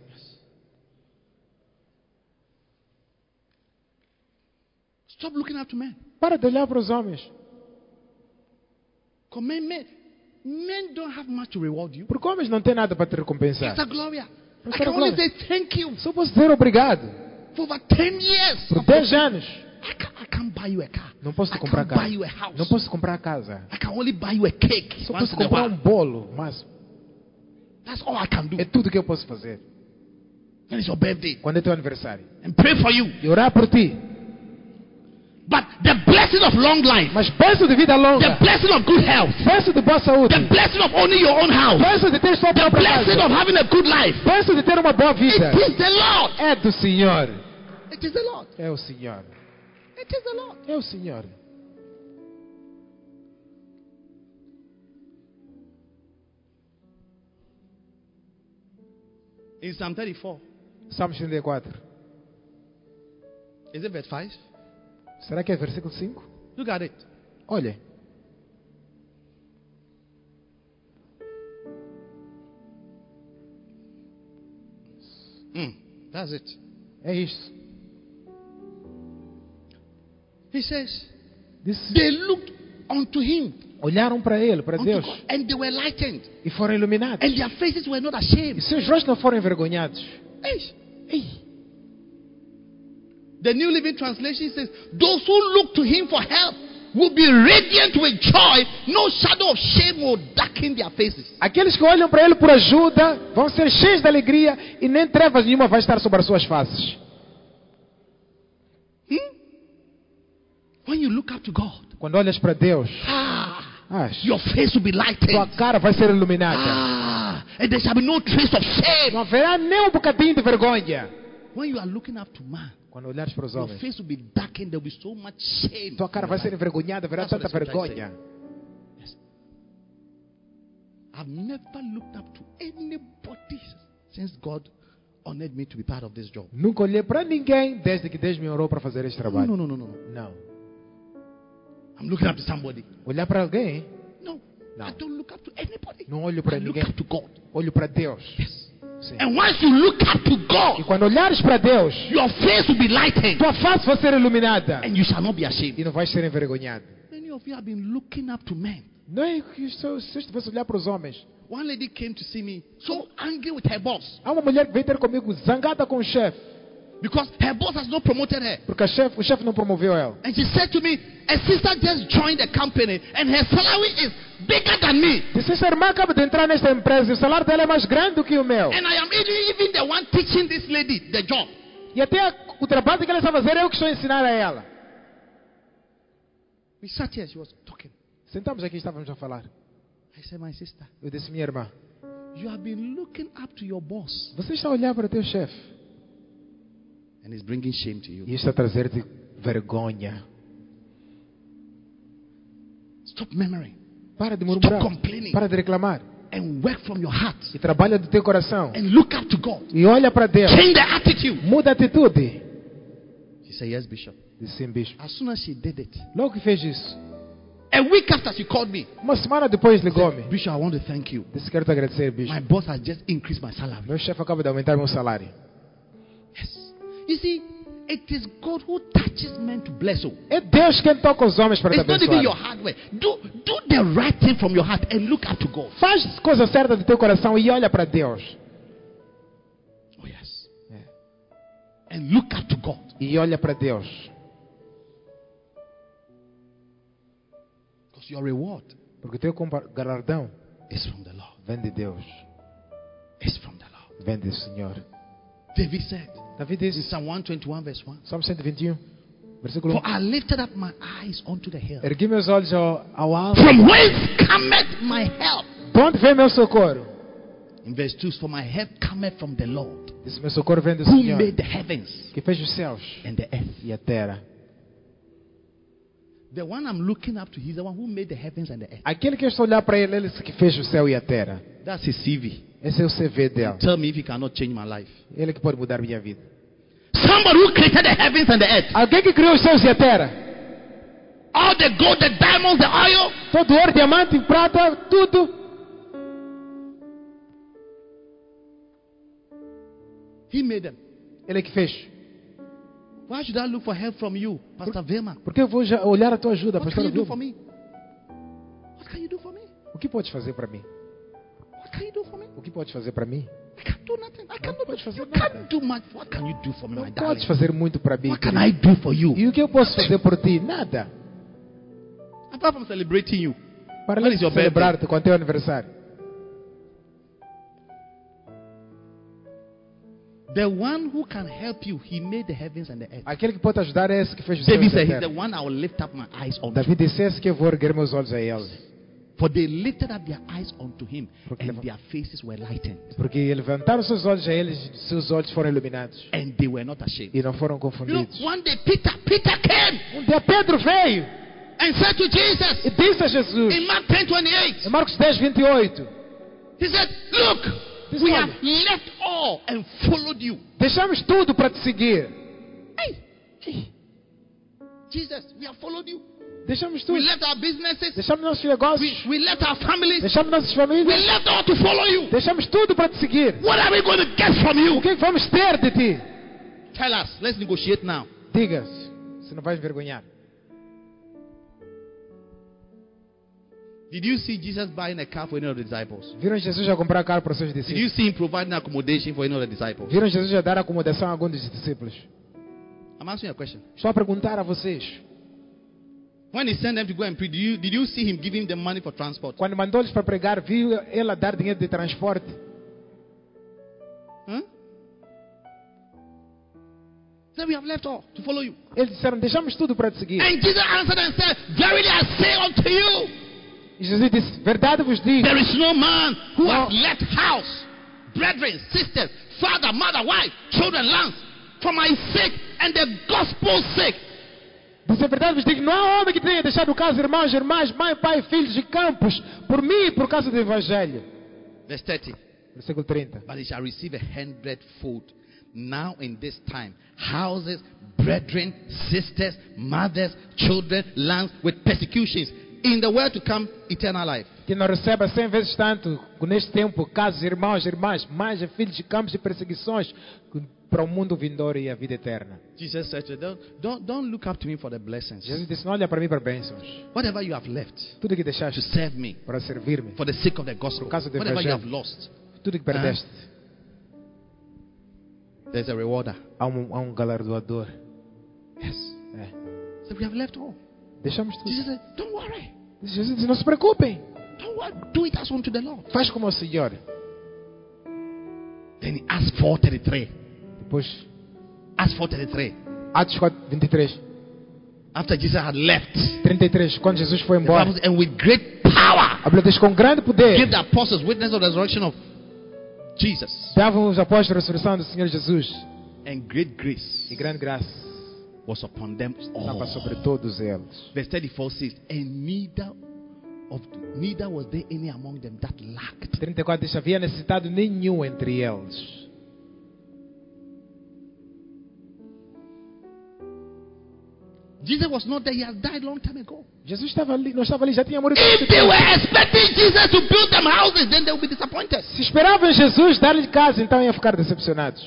[SPEAKER 2] Stop looking up to men.
[SPEAKER 4] Para de olhar para os homens.
[SPEAKER 2] Come men, men, men don't have much to reward you.
[SPEAKER 4] Porque homens não têm nada para te recompensar.
[SPEAKER 2] Pastor Gloria, I
[SPEAKER 4] Pastor
[SPEAKER 2] can only
[SPEAKER 4] Gloria.
[SPEAKER 2] say thank you
[SPEAKER 4] Só posso dizer obrigado.
[SPEAKER 2] for over 10 years.
[SPEAKER 4] Por 10 anos.
[SPEAKER 2] I can't, I can't buy you a car.
[SPEAKER 4] Não posso te
[SPEAKER 2] I
[SPEAKER 4] comprar
[SPEAKER 2] can't
[SPEAKER 4] casa.
[SPEAKER 2] buy you a house.
[SPEAKER 4] Não posso comprar casa.
[SPEAKER 2] I can only buy you a cake
[SPEAKER 4] Só
[SPEAKER 2] once
[SPEAKER 4] posso
[SPEAKER 2] in a
[SPEAKER 4] comprar um
[SPEAKER 2] while.
[SPEAKER 4] bolo, mas
[SPEAKER 2] That's all I can do.
[SPEAKER 4] é tudo que eu posso fazer.
[SPEAKER 2] When it's your birthday,
[SPEAKER 4] Quando é teu aniversário.
[SPEAKER 2] and pray for you.
[SPEAKER 4] E orar por ti.
[SPEAKER 2] But the blessing of long life,
[SPEAKER 4] Mas peço de vida
[SPEAKER 2] the
[SPEAKER 4] longa.
[SPEAKER 2] blessing of good health,
[SPEAKER 4] Peço de boa saúde.
[SPEAKER 2] the blessing of owning your own house,
[SPEAKER 4] Peço de ter sua
[SPEAKER 2] the
[SPEAKER 4] própria
[SPEAKER 2] blessing
[SPEAKER 4] casa.
[SPEAKER 2] of having a good life.
[SPEAKER 4] Peço de ter uma boa vida.
[SPEAKER 2] It is the Lord.
[SPEAKER 4] É do Senhor.
[SPEAKER 2] It is the Lord.
[SPEAKER 4] É o Senhor.
[SPEAKER 2] It is the Lord.
[SPEAKER 4] É o Senhor.
[SPEAKER 2] In Psalm 34,
[SPEAKER 4] Salmos 34.
[SPEAKER 2] is it verse 5?
[SPEAKER 4] Será que é versículo 5?
[SPEAKER 2] Look at it.
[SPEAKER 4] Olha.
[SPEAKER 2] Mm, that's it.
[SPEAKER 4] É isto.
[SPEAKER 2] He says,
[SPEAKER 4] Disse,
[SPEAKER 2] They looked unto him,
[SPEAKER 4] olharam para ele, para
[SPEAKER 2] unto
[SPEAKER 4] Deus,
[SPEAKER 2] God, and they were lightened,
[SPEAKER 4] e foram iluminados.
[SPEAKER 2] and their faces were not
[SPEAKER 4] E
[SPEAKER 2] ashamed.
[SPEAKER 4] seus rostos não foram envergonhados.
[SPEAKER 2] Eish.
[SPEAKER 4] Ei.
[SPEAKER 2] The New Living Translation says, Those who look to him for help will be radiant with joy. No shadow of shame will darken their faces.
[SPEAKER 4] Aqueles que olham para ele por ajuda vão ser cheios de alegria e nem trevas nenhuma vai estar sobre as suas faces.
[SPEAKER 2] Hmm? When you look up to God,
[SPEAKER 4] Quando olhas para Deus,
[SPEAKER 2] ah,
[SPEAKER 4] ah,
[SPEAKER 2] your face will be
[SPEAKER 4] sua
[SPEAKER 2] lightened.
[SPEAKER 4] cara vai ser iluminada.
[SPEAKER 2] Ah, and there shall be no trace of shame.
[SPEAKER 4] Não haverá nem um bocadinho de vergonha.
[SPEAKER 2] When you are looking up to man,
[SPEAKER 4] Quando olhares para os
[SPEAKER 2] your
[SPEAKER 4] homens,
[SPEAKER 2] face will be darkened. There will be so much shame.
[SPEAKER 4] tua cara
[SPEAKER 2] in your
[SPEAKER 4] vai ser
[SPEAKER 2] life.
[SPEAKER 4] envergonhada, haverá
[SPEAKER 2] That's what
[SPEAKER 4] tanta
[SPEAKER 2] the scripture
[SPEAKER 4] vergonha.
[SPEAKER 2] I've never looked up to anybody since God honored me to be part of this job.
[SPEAKER 4] Nunca olhei para ninguém desde que Deus me orou para fazer este
[SPEAKER 2] No,
[SPEAKER 4] trabalho.
[SPEAKER 2] no, no, no, no.
[SPEAKER 4] Não.
[SPEAKER 2] I'm looking up to somebody.
[SPEAKER 4] Olhar para alguém,
[SPEAKER 2] No,
[SPEAKER 4] No.
[SPEAKER 2] I don't look up to anybody.
[SPEAKER 4] não olho
[SPEAKER 2] I
[SPEAKER 4] para
[SPEAKER 2] look
[SPEAKER 4] ninguém.
[SPEAKER 2] up to God.
[SPEAKER 4] Olho para Deus.
[SPEAKER 2] Yes.
[SPEAKER 4] Sim.
[SPEAKER 2] And once you look up to
[SPEAKER 4] E
[SPEAKER 2] God,
[SPEAKER 4] quando olhares para Deus,
[SPEAKER 2] your face will be lightened,
[SPEAKER 4] tua face vai ser iluminada
[SPEAKER 2] and you shall not be ashamed.
[SPEAKER 4] e não vais ser envergonhado.
[SPEAKER 2] Many of you have been looking up to men.
[SPEAKER 4] Não é que só- se eu estivesse a olhar para os homens.
[SPEAKER 2] One lady came to see me, so angry with her boss
[SPEAKER 4] Há uma mulher que veio ter comigo zangada com o chefe,
[SPEAKER 2] because her boss has not promoted her.
[SPEAKER 4] porque a chefe- o chefe não promoveu ela.
[SPEAKER 2] And she said to me, A sister just joined the company and her salary is bigger than me.
[SPEAKER 4] Disse, essa irmã acaba de entrar nesta empresa e o salário dela é mais grande do que o meu.
[SPEAKER 2] And I am even, even the one teaching this lady the job.
[SPEAKER 4] E até a- o trabalho que ela está a fazer, eu que estou a ensinar a ela.
[SPEAKER 2] We sat here, she was talking.
[SPEAKER 4] Sentamos aqui e estávamos a falar.
[SPEAKER 2] I said, My sister,
[SPEAKER 4] Eu disse, minha irmã,
[SPEAKER 2] you have been looking up to your boss
[SPEAKER 4] você está a olhar para o teu chefe
[SPEAKER 2] and it's bringing shame to
[SPEAKER 4] e
[SPEAKER 2] you.
[SPEAKER 4] está a trazer-te vergonha.
[SPEAKER 2] Stop murmuring
[SPEAKER 4] Para de murmurar,
[SPEAKER 2] Stop complaining.
[SPEAKER 4] para de reclamar
[SPEAKER 2] and work from your heart
[SPEAKER 4] e trabalha do teu coração
[SPEAKER 2] and look up to God.
[SPEAKER 4] e olha para Deus.
[SPEAKER 2] Change the attitude.
[SPEAKER 4] Muda a atitude.
[SPEAKER 2] She said, Yes, Bishop.
[SPEAKER 4] Disse sim, bispo.
[SPEAKER 2] As soon as she did it,
[SPEAKER 4] Logo que fez isso,
[SPEAKER 2] a week after she called me,
[SPEAKER 4] uma semana depois ligou-me.
[SPEAKER 2] Bishop, I want to thank you.
[SPEAKER 4] Disse, quero te agradecer, bispo.
[SPEAKER 2] My boss has just increased my salary.
[SPEAKER 4] Meu chefe acaba de aumentar meu salário.
[SPEAKER 2] Yes. You see, it is God who touches men to bless you.
[SPEAKER 4] É Deus quem toca os homens para te
[SPEAKER 2] It's not even your
[SPEAKER 4] abençoar.
[SPEAKER 2] hard work. Do, do the right thing from your heart and look up to God.
[SPEAKER 4] Faz coisa certa do teu coração e olha para Deus.
[SPEAKER 2] Oh, yes.
[SPEAKER 4] Yeah.
[SPEAKER 2] And look up to God.
[SPEAKER 4] E olha para Deus.
[SPEAKER 2] Because your reward
[SPEAKER 4] Porque o teu compa- galardão
[SPEAKER 2] is from the Lord.
[SPEAKER 4] vem de Deus,
[SPEAKER 2] It's from the Lord.
[SPEAKER 4] vem do Senhor.
[SPEAKER 2] David said
[SPEAKER 4] Davi
[SPEAKER 2] in
[SPEAKER 4] diz,
[SPEAKER 2] Psalm 121, verse 1
[SPEAKER 4] Salmo 121, versículo
[SPEAKER 2] For
[SPEAKER 4] 1.
[SPEAKER 2] I lifted up my eyes unto the hill.
[SPEAKER 4] Ergui meus olhos ao, ao alto.
[SPEAKER 2] From whence cometh my help?
[SPEAKER 4] De onde vem meu socorro?
[SPEAKER 2] In verse 2, for my help cometh from the Lord,
[SPEAKER 4] Diz, meu socorro vem do
[SPEAKER 2] who
[SPEAKER 4] Senhor,
[SPEAKER 2] made the heavens
[SPEAKER 4] que fez os céus
[SPEAKER 2] and the earth.
[SPEAKER 4] e a terra.
[SPEAKER 2] The one I'm looking up to, he's the one who made the heavens and the earth.
[SPEAKER 4] Aquele que eu estou a olhar para ele, ele disse que fez o céu e a terra.
[SPEAKER 2] That's his CV.
[SPEAKER 4] Esse é o CV dele.
[SPEAKER 2] Tell me if he cannot change my life.
[SPEAKER 4] Ele que pode mudar minha vida.
[SPEAKER 2] Somebody who created the heavens and the earth.
[SPEAKER 4] Alguém que criou os céus e a terra.
[SPEAKER 2] All the gold, the diamonds, the oil.
[SPEAKER 4] Todo ouro, diamante, prata, tudo.
[SPEAKER 2] He made them.
[SPEAKER 4] Ele que fez.
[SPEAKER 2] Why should I look for help from you, Pastor Vema?
[SPEAKER 4] Por que eu vou já olhar a tua ajuda,
[SPEAKER 2] What can
[SPEAKER 4] pastor?
[SPEAKER 2] you do for me? What can you do for me?
[SPEAKER 4] O que podes fazer para mim?
[SPEAKER 2] What can you do for me?
[SPEAKER 4] O que podes fazer para mim?
[SPEAKER 2] I can't do nothing. I cannot do
[SPEAKER 4] podes fazer
[SPEAKER 2] You
[SPEAKER 4] nada.
[SPEAKER 2] can't do much. What can you do for me, my
[SPEAKER 4] Não
[SPEAKER 2] darling?
[SPEAKER 4] podes fazer muito para mim.
[SPEAKER 2] What can I do for you?
[SPEAKER 4] E o que eu posso fazer por ti? Nada.
[SPEAKER 2] Apart from celebrating you,
[SPEAKER 4] Para
[SPEAKER 2] When
[SPEAKER 4] além
[SPEAKER 2] is
[SPEAKER 4] de
[SPEAKER 2] your birthday?
[SPEAKER 4] celebrar-te com o teu aniversário.
[SPEAKER 2] the one who can help you, he made the heavens and the earth.
[SPEAKER 4] Aquele que pode ajudar é esse que fez o céu
[SPEAKER 2] David
[SPEAKER 4] e a
[SPEAKER 2] said, He's
[SPEAKER 4] terra.
[SPEAKER 2] the one I will lift up my eyes unto.
[SPEAKER 4] Davi disse esse que eu vou erguer meus olhos a ele.
[SPEAKER 2] For they lifted up their eyes unto him,
[SPEAKER 4] Porque
[SPEAKER 2] and
[SPEAKER 4] leva-
[SPEAKER 2] their faces were lightened,
[SPEAKER 4] Porque levantaram seus olhos a eles e seus olhos foram iluminados.
[SPEAKER 2] and they were not ashamed.
[SPEAKER 4] E não foram
[SPEAKER 2] You know,
[SPEAKER 4] confundidos.
[SPEAKER 2] one day Peter, Peter came
[SPEAKER 4] Um dia Pedro veio
[SPEAKER 2] and said to Jesus
[SPEAKER 4] e disse a Jesus,
[SPEAKER 2] in Mark 10 28,
[SPEAKER 4] em Marcos 10, 28,
[SPEAKER 2] He said, Look,
[SPEAKER 4] This
[SPEAKER 2] we
[SPEAKER 4] one.
[SPEAKER 2] have left all and followed you.
[SPEAKER 4] deixamos tudo para te seguir.
[SPEAKER 2] Hey, hey. Jesus, we have followed you.
[SPEAKER 4] Deixamos tudo.
[SPEAKER 2] We left our businesses.
[SPEAKER 4] Deixamos nossos
[SPEAKER 2] We,
[SPEAKER 4] negócios.
[SPEAKER 2] we left our families.
[SPEAKER 4] Deixamos nossas
[SPEAKER 2] We
[SPEAKER 4] famílias.
[SPEAKER 2] left all to follow you.
[SPEAKER 4] Deixamos tudo para te seguir.
[SPEAKER 2] What are we going to get from you?
[SPEAKER 4] O que é que vamos ter de ti?
[SPEAKER 2] Tell us. Let's negotiate now.
[SPEAKER 4] Diga, se não vais envergonhar.
[SPEAKER 2] Did you see Jesus buying a car for any of the disciples?
[SPEAKER 4] Viram Jesus a comprar carro para os seus
[SPEAKER 2] Did you
[SPEAKER 4] discípulos?
[SPEAKER 2] see him providing accommodation for any of the disciples?
[SPEAKER 4] Viram Jesus a dar acomodação a alguns dos discípulos?
[SPEAKER 2] I'm asking you a question.
[SPEAKER 4] Estou a perguntar a vocês.
[SPEAKER 2] When he sent them to go and preach, did you, did you see him giving them money for transport?
[SPEAKER 4] Quando mandou-lhes para pregar, viu ele a dar dinheiro de transporte?
[SPEAKER 2] Huh? So we have left all to follow you.
[SPEAKER 4] Eles disseram, deixamos tudo para te seguir.
[SPEAKER 2] And Jesus answered and said, Verily I say unto you,
[SPEAKER 4] E Jesus disse, verdade vos digo,
[SPEAKER 2] there is no man who
[SPEAKER 4] No.
[SPEAKER 2] has left house, brethren, sisters, father, mother, wife, children, lands, for my sake and the gospel's sake.
[SPEAKER 4] disse, verdade vos digo, não há homem que tenha deixado casa, irmãos, irmãs, mãe, pai, filhos e campos, por mim e por causa do Evangelho.
[SPEAKER 2] Verse 30.
[SPEAKER 4] Versículo 30.
[SPEAKER 2] But he shall receive a hundredfold now in this time. Houses, brethren, sisters, mothers, children, lands with persecutions. In the world to come, eternal life.
[SPEAKER 4] Que não receba cem vezes tanto neste tempo casos, irmãos, irmãs, mães, filhos, campos e perseguições para o mundo vindouro e a vida eterna.
[SPEAKER 2] Jesus said to them, don't, don't look up to me for the blessings.
[SPEAKER 4] Jesus disse: Não olha para mim para bênçãos.
[SPEAKER 2] Whatever you have left
[SPEAKER 4] Tudo que
[SPEAKER 2] to
[SPEAKER 4] deixaste
[SPEAKER 2] serve me,
[SPEAKER 4] para servir-me,
[SPEAKER 2] for the sake of the gospel,
[SPEAKER 4] Por causa do
[SPEAKER 2] whatever you
[SPEAKER 4] evangelho.
[SPEAKER 2] have lost,
[SPEAKER 4] tudo que perdeste,
[SPEAKER 2] there's a rewarder.
[SPEAKER 4] há um, há um galardoador.
[SPEAKER 2] Yes.
[SPEAKER 4] É.
[SPEAKER 2] So we have left all.
[SPEAKER 4] Deixamos tudo.
[SPEAKER 2] Jesus said, Don't worry.
[SPEAKER 4] Jesus disse: Não se preocupem.
[SPEAKER 2] Don't worry. Do it as unto the Lord.
[SPEAKER 4] Faz como o Senhor.
[SPEAKER 2] Then he asked 433.
[SPEAKER 4] Depois,
[SPEAKER 2] Asked 433.
[SPEAKER 4] Atos 4, 23.
[SPEAKER 2] After Jesus had left,
[SPEAKER 4] 33. Quando Jesus foi
[SPEAKER 2] the
[SPEAKER 4] embora,
[SPEAKER 2] Bible says, and with great power,
[SPEAKER 4] a Bíblia diz: Com grande
[SPEAKER 2] gave
[SPEAKER 4] poder,
[SPEAKER 2] the apostles witness of the resurrection of Jesus.
[SPEAKER 4] davam os apóstolos a ressurreição do Senhor Jesus.
[SPEAKER 2] And great
[SPEAKER 4] E
[SPEAKER 2] grace
[SPEAKER 4] grande graça
[SPEAKER 2] was upon them
[SPEAKER 4] estava
[SPEAKER 2] all.
[SPEAKER 4] sobre todos eles.
[SPEAKER 2] Verse 34 says, and neither of neither was there any among them that lacked.
[SPEAKER 4] 34 diz: Havia necessitado nenhum entre eles.
[SPEAKER 2] Jesus was not there, he had died long time ago.
[SPEAKER 4] Jesus estava ali, não estava ali, já tinha morrido.
[SPEAKER 2] If they were expecting Jesus to build them houses, then they would be disappointed.
[SPEAKER 4] Se esperavam Jesus dar-lhe casa, então iam ficar decepcionados.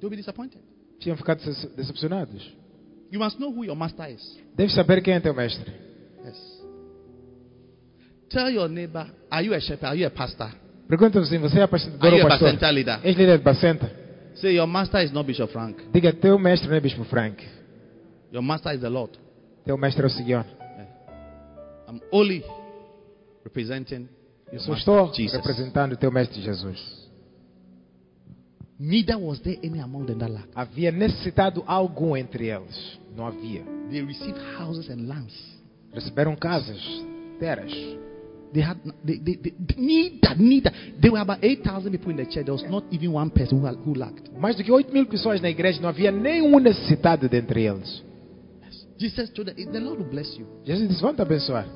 [SPEAKER 2] They'll be disappointed.
[SPEAKER 4] Tinham ficado dece- decepcionados.
[SPEAKER 2] You must know who your master is.
[SPEAKER 4] Deve saber quem é teu mestre.
[SPEAKER 2] Yes. Tell your neighbor, are you a shepherd? Are you a pastor?
[SPEAKER 4] Pergunta-me assim: Você é apacentador
[SPEAKER 2] Aí
[SPEAKER 4] ou
[SPEAKER 2] é
[SPEAKER 4] pastor?
[SPEAKER 2] bacenta líder.
[SPEAKER 4] És líder de Bacenta?
[SPEAKER 2] Say your master is not Bishop Frank.
[SPEAKER 4] Diga: Teu mestre não é Bispo Frank.
[SPEAKER 2] Your master is the Lord.
[SPEAKER 4] Teu mestre é o Senhor.
[SPEAKER 2] Yeah. I'm only representing
[SPEAKER 4] Eu
[SPEAKER 2] your
[SPEAKER 4] só
[SPEAKER 2] master,
[SPEAKER 4] estou
[SPEAKER 2] Jesus.
[SPEAKER 4] representando o teu mestre Jesus.
[SPEAKER 2] Neither was there any among them that lacked.
[SPEAKER 4] Havia necessitado algum entre eles? Não havia.
[SPEAKER 2] They received houses and lands.
[SPEAKER 4] Receberam casas, terras.
[SPEAKER 2] They had they, they, they, neither, neither. There were about 8,000 people in the church. There was not even one person who, who lacked.
[SPEAKER 4] Mais do que 8 mil pessoas na igreja, não havia nenhum necessitado dentre eles.
[SPEAKER 2] Jesus told them, the Lord will bless you.
[SPEAKER 4] Jesus disse: Vamos te abençoar.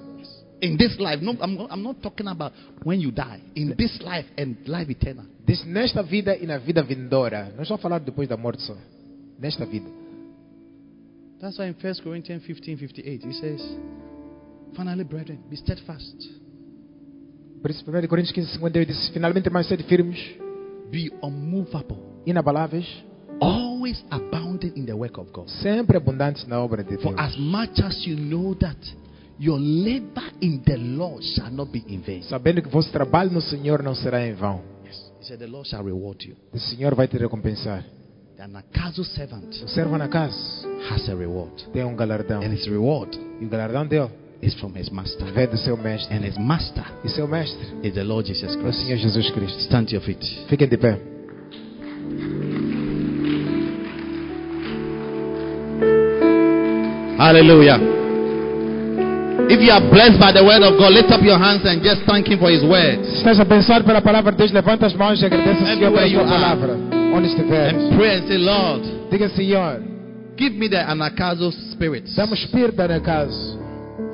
[SPEAKER 2] In this life, no, I'm, I'm not talking about when you die. In this life and life eternal.
[SPEAKER 4] Diz nesta vida e na vida vindoura. Não estou a falar depois da morte só. Nesta vida.
[SPEAKER 2] That's why in 1 Corinthians 15 58, he says, Finally, brethren, be steadfast,
[SPEAKER 4] Por isso, 1 Coríntios 15, 58 diz: Finalmente, irmãos, sede firmes,
[SPEAKER 2] be unmovable,
[SPEAKER 4] inabaláveis,
[SPEAKER 2] always abounding in the work of God.
[SPEAKER 4] sempre abundantes na obra de Deus.
[SPEAKER 2] For as much as you know that your labor in the Lord shall not be in vain.
[SPEAKER 4] Sabendo que vosso trabalho no Senhor não será em vão.
[SPEAKER 2] Yes. He said, The Lord shall reward you.
[SPEAKER 4] O Senhor vai te recompensar.
[SPEAKER 2] The Nakazu servant
[SPEAKER 4] O servo na casa
[SPEAKER 2] has a reward.
[SPEAKER 4] tem um galardão.
[SPEAKER 2] And his reward
[SPEAKER 4] E o galardão dele
[SPEAKER 2] is from his master.
[SPEAKER 4] vem do seu mestre.
[SPEAKER 2] And his master
[SPEAKER 4] E seu mestre
[SPEAKER 2] is the Lord Jesus
[SPEAKER 4] é o
[SPEAKER 2] Christ.
[SPEAKER 4] Senhor Jesus Cristo.
[SPEAKER 2] Stand to your feet.
[SPEAKER 4] Fiquem de pé.
[SPEAKER 2] Hallelujah. If you are blessed by the word of God, lift up your hands and just thank him for his word.
[SPEAKER 4] Se estás abençoado pela palavra de Deus, levanta as mãos e agradece ao Senhor
[SPEAKER 2] Everywhere
[SPEAKER 4] pela
[SPEAKER 2] you
[SPEAKER 4] sua
[SPEAKER 2] are.
[SPEAKER 4] palavra. Onde estiveres.
[SPEAKER 2] And pray and say, Lord,
[SPEAKER 4] Diga, Senhor,
[SPEAKER 2] give me the anakazo spirit
[SPEAKER 4] dá-me o espírito da minha casa.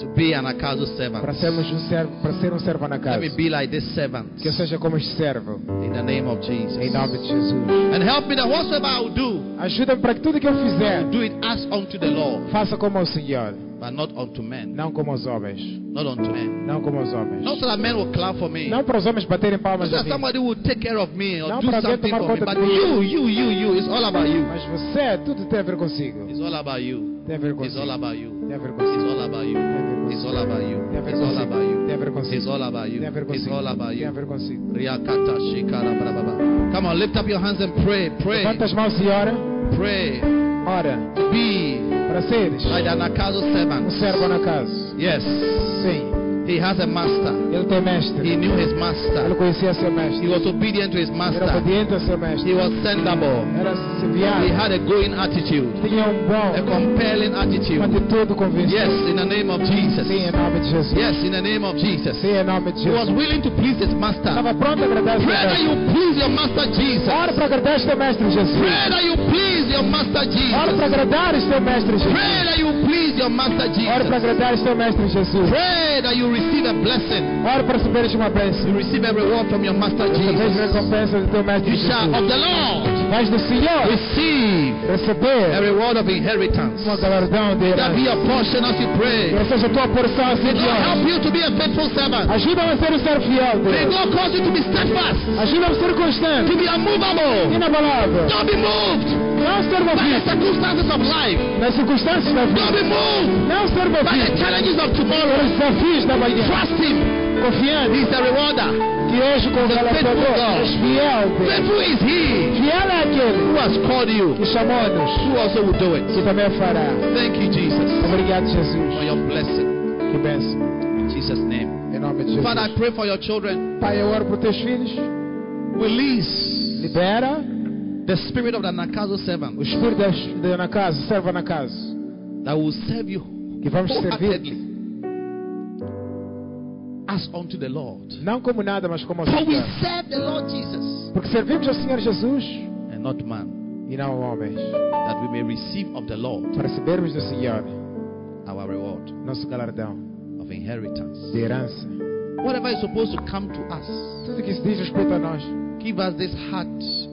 [SPEAKER 2] to be an anakazo
[SPEAKER 4] para
[SPEAKER 2] servant.
[SPEAKER 4] sermos um servo, para ser um servo na
[SPEAKER 2] Let
[SPEAKER 4] casa.
[SPEAKER 2] me be like this servant
[SPEAKER 4] Que eu seja como este servo,
[SPEAKER 2] in the name of Jesus.
[SPEAKER 4] em nome de Jesus.
[SPEAKER 2] And help me that whatsoever I will do,
[SPEAKER 4] Ajuda-me para que tudo que eu
[SPEAKER 2] I
[SPEAKER 4] fizer,
[SPEAKER 2] will do it as unto the Lord,
[SPEAKER 4] faça como ao Senhor,
[SPEAKER 2] but not unto men.
[SPEAKER 4] não como aos homens,
[SPEAKER 2] Not unto men.
[SPEAKER 4] não como aos homens.
[SPEAKER 2] Not so that men will clap for me.
[SPEAKER 4] Não para os homens baterem
[SPEAKER 2] Not so
[SPEAKER 4] palmas assim, a
[SPEAKER 2] that
[SPEAKER 4] mim,
[SPEAKER 2] somebody will take care of me or
[SPEAKER 4] Não
[SPEAKER 2] do
[SPEAKER 4] para alguém
[SPEAKER 2] something
[SPEAKER 4] tomar
[SPEAKER 2] for me.
[SPEAKER 4] conta
[SPEAKER 2] But
[SPEAKER 4] de mim.
[SPEAKER 2] you, you, you, you. It's all about you.
[SPEAKER 4] mas você, tudo tem a ver consigo.
[SPEAKER 2] It's all about you.
[SPEAKER 4] Tem a ver
[SPEAKER 2] It's
[SPEAKER 4] consigo.
[SPEAKER 2] all about you.
[SPEAKER 4] Tem a ver
[SPEAKER 2] It's
[SPEAKER 4] consigo.
[SPEAKER 2] all about you. It's all about you.
[SPEAKER 4] Tem a ver
[SPEAKER 2] It's all about
[SPEAKER 4] consigo.
[SPEAKER 2] you.
[SPEAKER 4] Tem a ver consigo.
[SPEAKER 2] It's all about you.
[SPEAKER 4] Tem a ver
[SPEAKER 2] It's
[SPEAKER 4] consigo.
[SPEAKER 2] all about
[SPEAKER 4] Tem a
[SPEAKER 2] you.
[SPEAKER 4] ver consigo.
[SPEAKER 2] Riakata shikara brababa. Come on, lift up your hands and pray, pray,
[SPEAKER 4] Levanta as mãos, Senhora.
[SPEAKER 2] pray.
[SPEAKER 4] Ora,
[SPEAKER 2] Be
[SPEAKER 4] para seres
[SPEAKER 2] like the
[SPEAKER 4] um
[SPEAKER 2] Anakazo servant.
[SPEAKER 4] servo na casa.
[SPEAKER 2] Yes,
[SPEAKER 4] Sim,
[SPEAKER 2] he has a master.
[SPEAKER 4] ele tem
[SPEAKER 2] He
[SPEAKER 4] mestre.
[SPEAKER 2] knew his
[SPEAKER 4] Ele
[SPEAKER 2] master.
[SPEAKER 4] conhecia seu
[SPEAKER 2] He
[SPEAKER 4] mestre.
[SPEAKER 2] was obedient to his
[SPEAKER 4] Era
[SPEAKER 2] master.
[SPEAKER 4] obediente ao seu mestre.
[SPEAKER 2] He was sendable.
[SPEAKER 4] Era
[SPEAKER 2] He
[SPEAKER 4] enviado.
[SPEAKER 2] had a going attitude,
[SPEAKER 4] Tinha um
[SPEAKER 2] a
[SPEAKER 4] bom,
[SPEAKER 2] compelling
[SPEAKER 4] uma
[SPEAKER 2] attitude.
[SPEAKER 4] atitude
[SPEAKER 2] É Yes,
[SPEAKER 4] convincente.
[SPEAKER 2] in the name of Jesus.
[SPEAKER 4] Sim, em nome de Jesus.
[SPEAKER 2] Yes, in the name of Jesus.
[SPEAKER 4] Sim, em nome de
[SPEAKER 2] He was
[SPEAKER 4] Jesus.
[SPEAKER 2] willing to please his master.
[SPEAKER 4] Estava pronto a agradar seu
[SPEAKER 2] Pray that you
[SPEAKER 4] mestre.
[SPEAKER 2] please your master Jesus.
[SPEAKER 4] Ora para agradar seu mestre Jesus.
[SPEAKER 2] Pray that you please your master
[SPEAKER 4] Ora para
[SPEAKER 2] Jesus.
[SPEAKER 4] agradar o seu mestre Jesus.
[SPEAKER 2] Pray that you please your master
[SPEAKER 4] Ora para
[SPEAKER 2] Jesus.
[SPEAKER 4] agradar o seu mestre Jesus.
[SPEAKER 2] Pray that you receive a blessing.
[SPEAKER 4] Ora para receberes uma bênção.
[SPEAKER 2] You receive a reward from your master
[SPEAKER 4] Recebes
[SPEAKER 2] Jesus.
[SPEAKER 4] recompensa do teu mestre
[SPEAKER 2] You shall of
[SPEAKER 4] Jesus.
[SPEAKER 2] the Lord
[SPEAKER 4] Vais do Senhor
[SPEAKER 2] receive a
[SPEAKER 4] receber
[SPEAKER 2] reward of inheritance.
[SPEAKER 4] uma galardão de
[SPEAKER 2] That be
[SPEAKER 4] herança.
[SPEAKER 2] your portion as you pray.
[SPEAKER 4] Que seja a tua porção,
[SPEAKER 2] May God help
[SPEAKER 4] Senhor.
[SPEAKER 2] you to be a faithful servant.
[SPEAKER 4] Ajuda-me a ser um ser fiel,
[SPEAKER 2] May
[SPEAKER 4] Deus.
[SPEAKER 2] God cause you to be steadfast,
[SPEAKER 4] Ajuda-me a ser
[SPEAKER 2] to
[SPEAKER 4] constante,
[SPEAKER 2] be unmovable.
[SPEAKER 4] inabalável.
[SPEAKER 2] Don't be moved
[SPEAKER 4] Não ser
[SPEAKER 2] by the
[SPEAKER 4] movido
[SPEAKER 2] circumstances of life.
[SPEAKER 4] nas circunstâncias da vida.
[SPEAKER 2] Don't be moved
[SPEAKER 4] Não ser
[SPEAKER 2] by the
[SPEAKER 4] movido
[SPEAKER 2] challenges of tomorrow.
[SPEAKER 4] pelos desafios da manhã.
[SPEAKER 2] Trust Him.
[SPEAKER 4] Confiante
[SPEAKER 2] He's the rewarder.
[SPEAKER 4] que és o consolador. És fiel, Deus.
[SPEAKER 2] Faithful is He
[SPEAKER 4] Fiel é aquele
[SPEAKER 2] who has called you,
[SPEAKER 4] que chamou-nos,
[SPEAKER 2] who also will do
[SPEAKER 4] que
[SPEAKER 2] it.
[SPEAKER 4] também o fará.
[SPEAKER 2] Thank you, Jesus,
[SPEAKER 4] Obrigado,
[SPEAKER 2] for
[SPEAKER 4] Jesus.
[SPEAKER 2] your blessing.
[SPEAKER 4] Que bênção.
[SPEAKER 2] In Jesus' name.
[SPEAKER 4] Em nome de
[SPEAKER 2] Father, I
[SPEAKER 4] Jesus.
[SPEAKER 2] pray for your children.
[SPEAKER 4] Pai, eu oro por teus filhos.
[SPEAKER 2] Release
[SPEAKER 4] Libera
[SPEAKER 2] the spirit of the Nakazo
[SPEAKER 4] o
[SPEAKER 2] servant
[SPEAKER 4] espírito das- da- na casa, serva na casa.
[SPEAKER 2] that will serve you
[SPEAKER 4] Que vamos servir,
[SPEAKER 2] wholeheartedly as unto the Lord.
[SPEAKER 4] não como nada, mas como ao
[SPEAKER 2] For we
[SPEAKER 4] Senhor.
[SPEAKER 2] serve the Lord Jesus
[SPEAKER 4] Porque servimos ao Senhor Jesus
[SPEAKER 2] and not man,
[SPEAKER 4] e não a homens.
[SPEAKER 2] that we may receive of the Lord
[SPEAKER 4] Para recebermos do Senhor
[SPEAKER 2] our reward
[SPEAKER 4] nosso galardão
[SPEAKER 2] of inheritance.
[SPEAKER 4] de herança.
[SPEAKER 2] Whatever is supposed to come to us,
[SPEAKER 4] Tudo que se diz respeito a nós,
[SPEAKER 2] give us this heart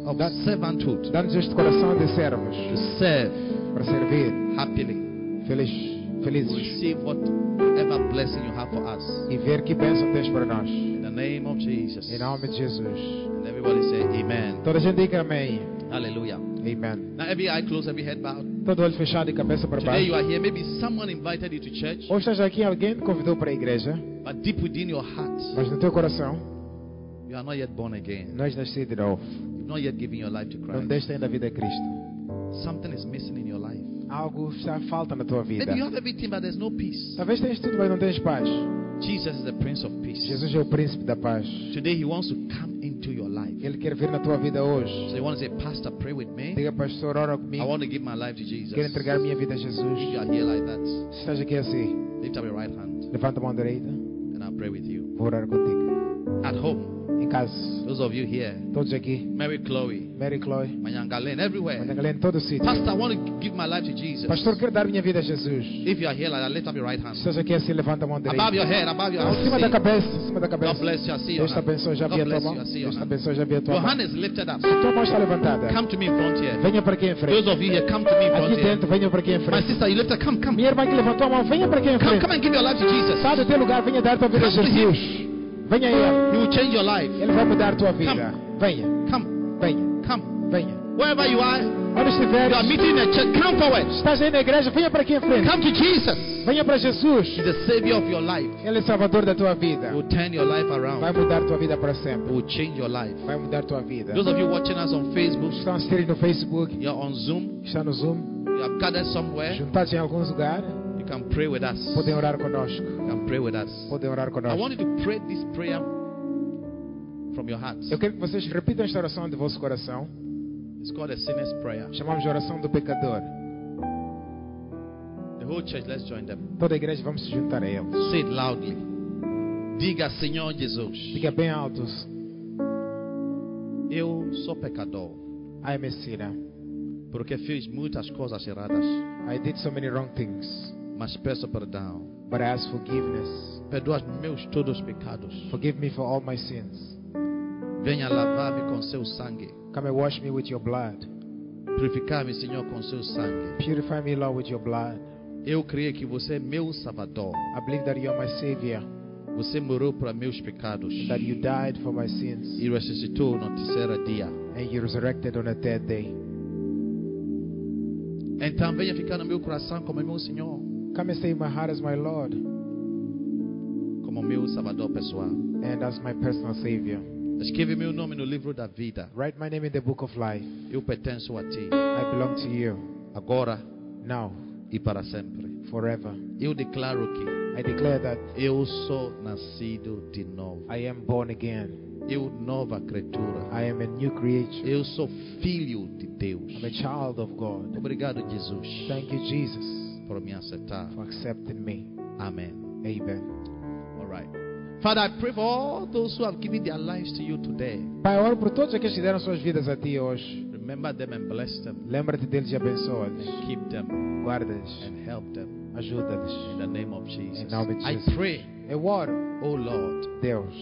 [SPEAKER 2] of
[SPEAKER 4] That-
[SPEAKER 2] servanthood
[SPEAKER 4] dá-nos este coração de servos
[SPEAKER 2] to serve
[SPEAKER 4] para servir
[SPEAKER 2] happily.
[SPEAKER 4] feliz,
[SPEAKER 2] We
[SPEAKER 4] felizes
[SPEAKER 2] receive whatever blessing you have for us.
[SPEAKER 4] e ver que bênção tens para nós.
[SPEAKER 2] In the name of Jesus.
[SPEAKER 4] Em nome de Jesus.
[SPEAKER 2] And everybody say Amen.
[SPEAKER 4] Toda a gente diga amém.
[SPEAKER 2] Hallelujah.
[SPEAKER 4] Amen.
[SPEAKER 2] Now every eye closed, every head bowed.
[SPEAKER 4] Todo olho fechado e cabeça para
[SPEAKER 2] Today you
[SPEAKER 4] baixo.
[SPEAKER 2] are here. Maybe someone invited you to church,
[SPEAKER 4] Ou estás aqui, alguém te convidou para a igreja,
[SPEAKER 2] but deep within your heart,
[SPEAKER 4] mas no teu coração,
[SPEAKER 2] you are not yet born again.
[SPEAKER 4] nós nasci de novo.
[SPEAKER 2] You've not yet given your life to
[SPEAKER 4] Não
[SPEAKER 2] Christ.
[SPEAKER 4] deste ainda a vida a Cristo.
[SPEAKER 2] Something is missing in your life.
[SPEAKER 4] Algo está falta na tua vida.
[SPEAKER 2] Maybe you have everything, but there's no peace.
[SPEAKER 4] Talvez tens tudo, mas não tens paz.
[SPEAKER 2] Jesus is the Prince of Peace.
[SPEAKER 4] Jesus é o príncipe da paz.
[SPEAKER 2] Today he wants to come into your life.
[SPEAKER 4] Ele quer vir na tua vida
[SPEAKER 2] So
[SPEAKER 4] hoje.
[SPEAKER 2] you want to say, Pastor, pray with me.
[SPEAKER 4] Diga, pastor, ora
[SPEAKER 2] I
[SPEAKER 4] comigo.
[SPEAKER 2] want to give my life to Jesus.
[SPEAKER 4] Quero entregar minha vida a
[SPEAKER 2] If you
[SPEAKER 4] Jesus.
[SPEAKER 2] are here like that,
[SPEAKER 4] Se estás aqui assim,
[SPEAKER 2] lift up your right hand
[SPEAKER 4] levanta a mão direita.
[SPEAKER 2] and I'll pray with you.
[SPEAKER 4] Vou orar contigo.
[SPEAKER 2] At home,
[SPEAKER 4] Em casa,
[SPEAKER 2] those of you here,
[SPEAKER 4] todos aqui.
[SPEAKER 2] Mary Chloe,
[SPEAKER 4] Mary Chloe.
[SPEAKER 2] Manyangalen, everywhere.
[SPEAKER 4] Mandangalene, todo sítio.
[SPEAKER 2] Pastor, I want to give my life to Jesus.
[SPEAKER 4] Pastor, quero dar minha vida a Jesus. Se
[SPEAKER 2] If you are here like that, lift up your right hand.
[SPEAKER 4] estás aqui assim, levanta a mão direita.
[SPEAKER 2] Above your head, above your
[SPEAKER 4] Acima da
[SPEAKER 2] head.
[SPEAKER 4] cabeça, acima da
[SPEAKER 2] God
[SPEAKER 4] cabeça.
[SPEAKER 2] bless you. I see your
[SPEAKER 4] Deus te
[SPEAKER 2] hand.
[SPEAKER 4] abençoe, já
[SPEAKER 2] God
[SPEAKER 4] vi a tua
[SPEAKER 2] bless
[SPEAKER 4] mão.
[SPEAKER 2] you. I see your
[SPEAKER 4] Deus te
[SPEAKER 2] hand.
[SPEAKER 4] abençoe, já vi a tua
[SPEAKER 2] Your
[SPEAKER 4] mão.
[SPEAKER 2] hand is lifted up.
[SPEAKER 4] Tua mão está levantada.
[SPEAKER 2] Come to me in front here.
[SPEAKER 4] Venha para aqui em frente.
[SPEAKER 2] Those of you here, come to me in front
[SPEAKER 4] Aqui
[SPEAKER 2] here.
[SPEAKER 4] dentro, venha para aqui em
[SPEAKER 2] My
[SPEAKER 4] frente.
[SPEAKER 2] sister, you lift her. Come, come.
[SPEAKER 4] Minha irmã que levantou a mão, venha para aqui em
[SPEAKER 2] Come,
[SPEAKER 4] frente.
[SPEAKER 2] come and give your life to Jesus.
[SPEAKER 4] Sai do teu lugar, venha dar tua vida a
[SPEAKER 2] Come to
[SPEAKER 4] Jesus. Venha a
[SPEAKER 2] He
[SPEAKER 4] Ele.
[SPEAKER 2] will change your life.
[SPEAKER 4] Ele vai mudar a tua vida. Venha,
[SPEAKER 2] Come,
[SPEAKER 4] venha,
[SPEAKER 2] come.
[SPEAKER 4] venha.
[SPEAKER 2] Wherever you are, you
[SPEAKER 4] Onde
[SPEAKER 2] are
[SPEAKER 4] estiveres,
[SPEAKER 2] meeting in a church. Come forward.
[SPEAKER 4] estás aí na igreja, venha para aqui em frente.
[SPEAKER 2] Come to Jesus.
[SPEAKER 4] Venha para Jesus.
[SPEAKER 2] He's the Savior of your life.
[SPEAKER 4] Ele é salvador da tua vida.
[SPEAKER 2] He will turn your life
[SPEAKER 4] Vai
[SPEAKER 2] around.
[SPEAKER 4] mudar tua vida para
[SPEAKER 2] He
[SPEAKER 4] sempre.
[SPEAKER 2] will change your life.
[SPEAKER 4] Vai mudar tua vida.
[SPEAKER 2] Those of you watching us on
[SPEAKER 4] Os que
[SPEAKER 2] Facebook,
[SPEAKER 4] estão assistindo no Facebook,
[SPEAKER 2] you're on Zoom,
[SPEAKER 4] que estão no Zoom,
[SPEAKER 2] you have gathered somewhere,
[SPEAKER 4] juntados em alguns lugares,
[SPEAKER 2] you can pray with us.
[SPEAKER 4] podem
[SPEAKER 2] You
[SPEAKER 4] orar conosco.
[SPEAKER 2] can pray with us.
[SPEAKER 4] Podem orar
[SPEAKER 2] I
[SPEAKER 4] conosco.
[SPEAKER 2] want you to pray this prayer from your heart.
[SPEAKER 4] Eu quero que vocês repitam esta oração de vosso coração.
[SPEAKER 2] It's called a sinner's prayer.
[SPEAKER 4] Chamamos de oração do pecador.
[SPEAKER 2] The whole church, let's join them.
[SPEAKER 4] Toda a igreja vamos se juntar a ele.
[SPEAKER 2] Say it loudly. Diga, Senhor Jesus,
[SPEAKER 4] Diga bem alto.
[SPEAKER 2] eu sou pecador.
[SPEAKER 4] I am a sinner.
[SPEAKER 2] Porque fiz muitas coisas erradas,
[SPEAKER 4] I did so many wrong things.
[SPEAKER 2] mas peço perdão.
[SPEAKER 4] But I ask forgiveness.
[SPEAKER 2] Perdoa meus todos os pecados.
[SPEAKER 4] Forgive me for all my sins.
[SPEAKER 2] Venha lavar-me com seu sangue.
[SPEAKER 4] Come and wash me with your blood.
[SPEAKER 2] Purificar-me, Senhor, com seu sangue.
[SPEAKER 4] Purify me, Lord, with your blood.
[SPEAKER 2] Eu creio que você é meu salvador.
[SPEAKER 4] I believe that you are my Savior,
[SPEAKER 2] Você morreu para meus pecados
[SPEAKER 4] that you died for my sins,
[SPEAKER 2] e ressuscitou no terceiro dia.
[SPEAKER 4] and you resurrected on the third day.
[SPEAKER 2] Então venha ficar no meu coração como meu Senhor,
[SPEAKER 4] Come and save my heart as my Lord
[SPEAKER 2] como meu salvador pessoal.
[SPEAKER 4] and as my personal Savior.
[SPEAKER 2] Escreve meu nome no livro da vida.
[SPEAKER 4] Write my name in the book of life.
[SPEAKER 2] Eu pertenço a ti,
[SPEAKER 4] I belong to you
[SPEAKER 2] agora
[SPEAKER 4] now,
[SPEAKER 2] e para sempre.
[SPEAKER 4] forever.
[SPEAKER 2] Eu declaro que
[SPEAKER 4] I declare that
[SPEAKER 2] eu sou nascido de novo.
[SPEAKER 4] I am born again.
[SPEAKER 2] Eu nova criatura.
[SPEAKER 4] I am a new creature.
[SPEAKER 2] Eu sou filho de Deus.
[SPEAKER 4] I'm a child of God.
[SPEAKER 2] Obrigado, Jesus,
[SPEAKER 4] Thank you, Jesus,
[SPEAKER 2] por me aceitar.
[SPEAKER 4] for accepting me.
[SPEAKER 2] Amém.
[SPEAKER 4] Amen.
[SPEAKER 2] All right. Father, I pray for all those who have given their lives to you today.
[SPEAKER 4] Pai, oro por todos aqueles que deram suas vidas a ti hoje.
[SPEAKER 2] Remember them and bless them.
[SPEAKER 4] Lembra-te deles e abençoa-lhes.
[SPEAKER 2] Keep them
[SPEAKER 4] Guarda-lhes.
[SPEAKER 2] and help them in
[SPEAKER 4] Ajuda-lhes.
[SPEAKER 2] the name of Jesus.
[SPEAKER 4] Em nome de
[SPEAKER 2] I
[SPEAKER 4] Jesus.
[SPEAKER 2] pray,
[SPEAKER 4] Eu oro,
[SPEAKER 2] oh Lord,
[SPEAKER 4] Deus,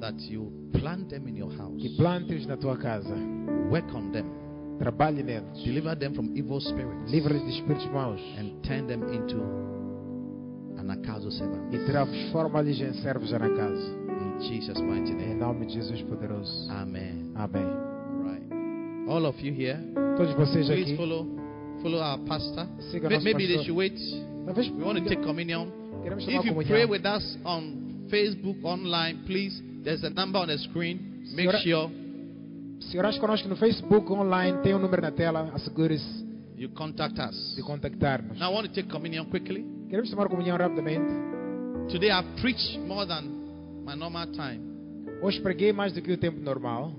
[SPEAKER 2] that you plant them in your house.
[SPEAKER 4] que plantes na tua casa.
[SPEAKER 2] Work on them.
[SPEAKER 4] Trabalhe neles.
[SPEAKER 2] Deliver them from evil spirits.
[SPEAKER 4] Livra-lhes de espíritos maus.
[SPEAKER 2] and turn them into an acaso servant.
[SPEAKER 4] E transforma-lhes em servos já na casa.
[SPEAKER 2] In Jesus' mighty
[SPEAKER 4] Em
[SPEAKER 2] name.
[SPEAKER 4] nome de Jesus poderoso.
[SPEAKER 2] Amen.
[SPEAKER 4] Amém.
[SPEAKER 2] All right. All of you here,
[SPEAKER 4] Todos vocês
[SPEAKER 2] please
[SPEAKER 4] aqui.
[SPEAKER 2] follow follow our pastor.
[SPEAKER 4] Siga
[SPEAKER 2] May-
[SPEAKER 4] nosso
[SPEAKER 2] Maybe they
[SPEAKER 4] pastor.
[SPEAKER 2] should wait.
[SPEAKER 4] Talvez
[SPEAKER 2] We want to take communion.
[SPEAKER 4] queremos tomar
[SPEAKER 2] If you pray
[SPEAKER 4] comunhão.
[SPEAKER 2] with us on Facebook online, please, there's a number on the screen. Make
[SPEAKER 4] Senhora-
[SPEAKER 2] sure
[SPEAKER 4] Se orares conosco no Facebook, online, tem um número na tela. Assegure-se
[SPEAKER 2] you contact us.
[SPEAKER 4] de contactar-nos.
[SPEAKER 2] Now I want to take communion quickly.
[SPEAKER 4] Queremos tomar comunhão rapidamente.
[SPEAKER 2] Today I've preached more than my normal time.
[SPEAKER 4] Hoje preguei mais do que o tempo normal,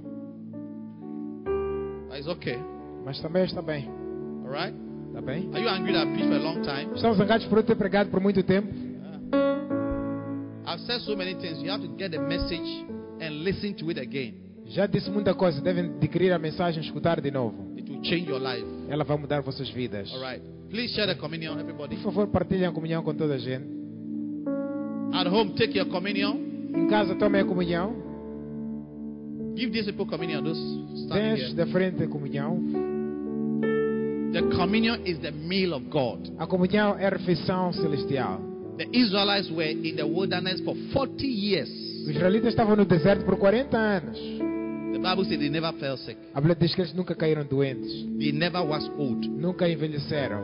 [SPEAKER 2] But it's okay.
[SPEAKER 4] mas também está bem.
[SPEAKER 2] All right?
[SPEAKER 4] Está bem?
[SPEAKER 2] Are you angry that I preached for a long time?
[SPEAKER 4] Estamos zangados por eu ter pregado por muito tempo.
[SPEAKER 2] I've said so many things. You have to get the message and listen to it again.
[SPEAKER 4] Já disse muita coisa. Devem adquirir a mensagem e escutar de novo.
[SPEAKER 2] It will change your life.
[SPEAKER 4] Ela vai mudar vossas vidas.
[SPEAKER 2] All right. Please share the communion,
[SPEAKER 4] Por
[SPEAKER 2] everybody.
[SPEAKER 4] favor, partilhem a comunhão com toda a gente.
[SPEAKER 2] At home, take your communion.
[SPEAKER 4] Em casa, tomem a comunhão.
[SPEAKER 2] Give these people communion. Those standing
[SPEAKER 4] Deixe
[SPEAKER 2] here.
[SPEAKER 4] da frente a comunhão.
[SPEAKER 2] The communion is the meal of God.
[SPEAKER 4] A comunhão é a refeição celestial.
[SPEAKER 2] The Israelites were in the wilderness for 40 years.
[SPEAKER 4] Os israelitas estavam no deserto por 40 anos.
[SPEAKER 2] The Bible said they never fell sick.
[SPEAKER 4] A Bíblia diz que eles nunca caíram doentes.
[SPEAKER 2] They never was old.
[SPEAKER 4] Nunca envelheceram.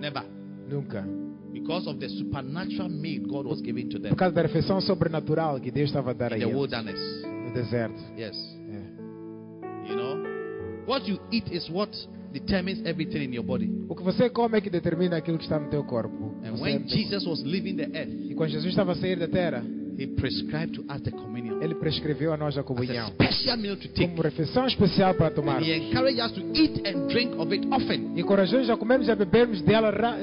[SPEAKER 2] Never.
[SPEAKER 4] Nunca.
[SPEAKER 2] Because of the supernatural meal God was giving to them
[SPEAKER 4] Por causa da refeição sobrenatural que Deus estava a dar a
[SPEAKER 2] in the
[SPEAKER 4] eles.
[SPEAKER 2] wilderness.
[SPEAKER 4] No deserto.
[SPEAKER 2] Yes.
[SPEAKER 4] É.
[SPEAKER 2] You know, what you eat is what determines everything in your body.
[SPEAKER 4] O que você come é que determina aquilo que está no teu corpo.
[SPEAKER 2] And
[SPEAKER 4] Você- é
[SPEAKER 2] when Jesus was leaving the earth,
[SPEAKER 4] E quando Jesus estava a sair da terra,
[SPEAKER 2] he prescribed to us the communion
[SPEAKER 4] ele prescreveu a nós a
[SPEAKER 2] as a
[SPEAKER 4] comunhão
[SPEAKER 2] special meal to take.
[SPEAKER 4] como refeição especial para tomar.
[SPEAKER 2] And he encouraged us to eat and drink of it often.
[SPEAKER 4] E encorajou-nos a comermos e a bebermos dela ra-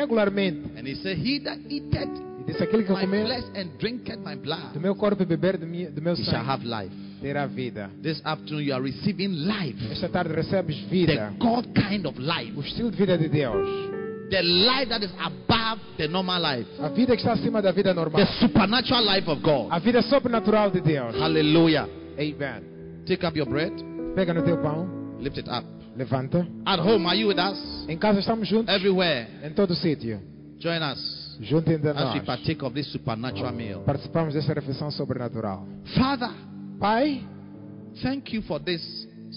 [SPEAKER 4] regularmente.
[SPEAKER 2] And he said, He that eateth
[SPEAKER 4] E disse: aquele que
[SPEAKER 2] my
[SPEAKER 4] comer
[SPEAKER 2] flesh and drinketh my blood,
[SPEAKER 4] do meu corpo e beber do mi- do meu
[SPEAKER 2] he shall
[SPEAKER 4] sangue
[SPEAKER 2] have life.
[SPEAKER 4] terá vida.
[SPEAKER 2] This afternoon, you are receiving life,
[SPEAKER 4] Esta tarde recebes vida,
[SPEAKER 2] the God kind of life,
[SPEAKER 4] o estilo de vida de Deus,
[SPEAKER 2] the life that is above the normal life,
[SPEAKER 4] a vida que está acima da vida normal,
[SPEAKER 2] the supernatural life of God.
[SPEAKER 4] a vida sobrenatural de Deus.
[SPEAKER 2] Hallelujah.
[SPEAKER 4] Amen.
[SPEAKER 2] Take up your bread,
[SPEAKER 4] Pega no teu pão,
[SPEAKER 2] lift it up.
[SPEAKER 4] levanta.
[SPEAKER 2] At home, are you with us?
[SPEAKER 4] Em casa estamos juntos,
[SPEAKER 2] Everywhere,
[SPEAKER 4] em todo sítio.
[SPEAKER 2] join us
[SPEAKER 4] Juntem de
[SPEAKER 2] as we
[SPEAKER 4] nós.
[SPEAKER 2] partake of this supernatural meal.
[SPEAKER 4] Participamos desta refeição sobrenatural.
[SPEAKER 2] Father,
[SPEAKER 4] Pai,
[SPEAKER 2] thank you for this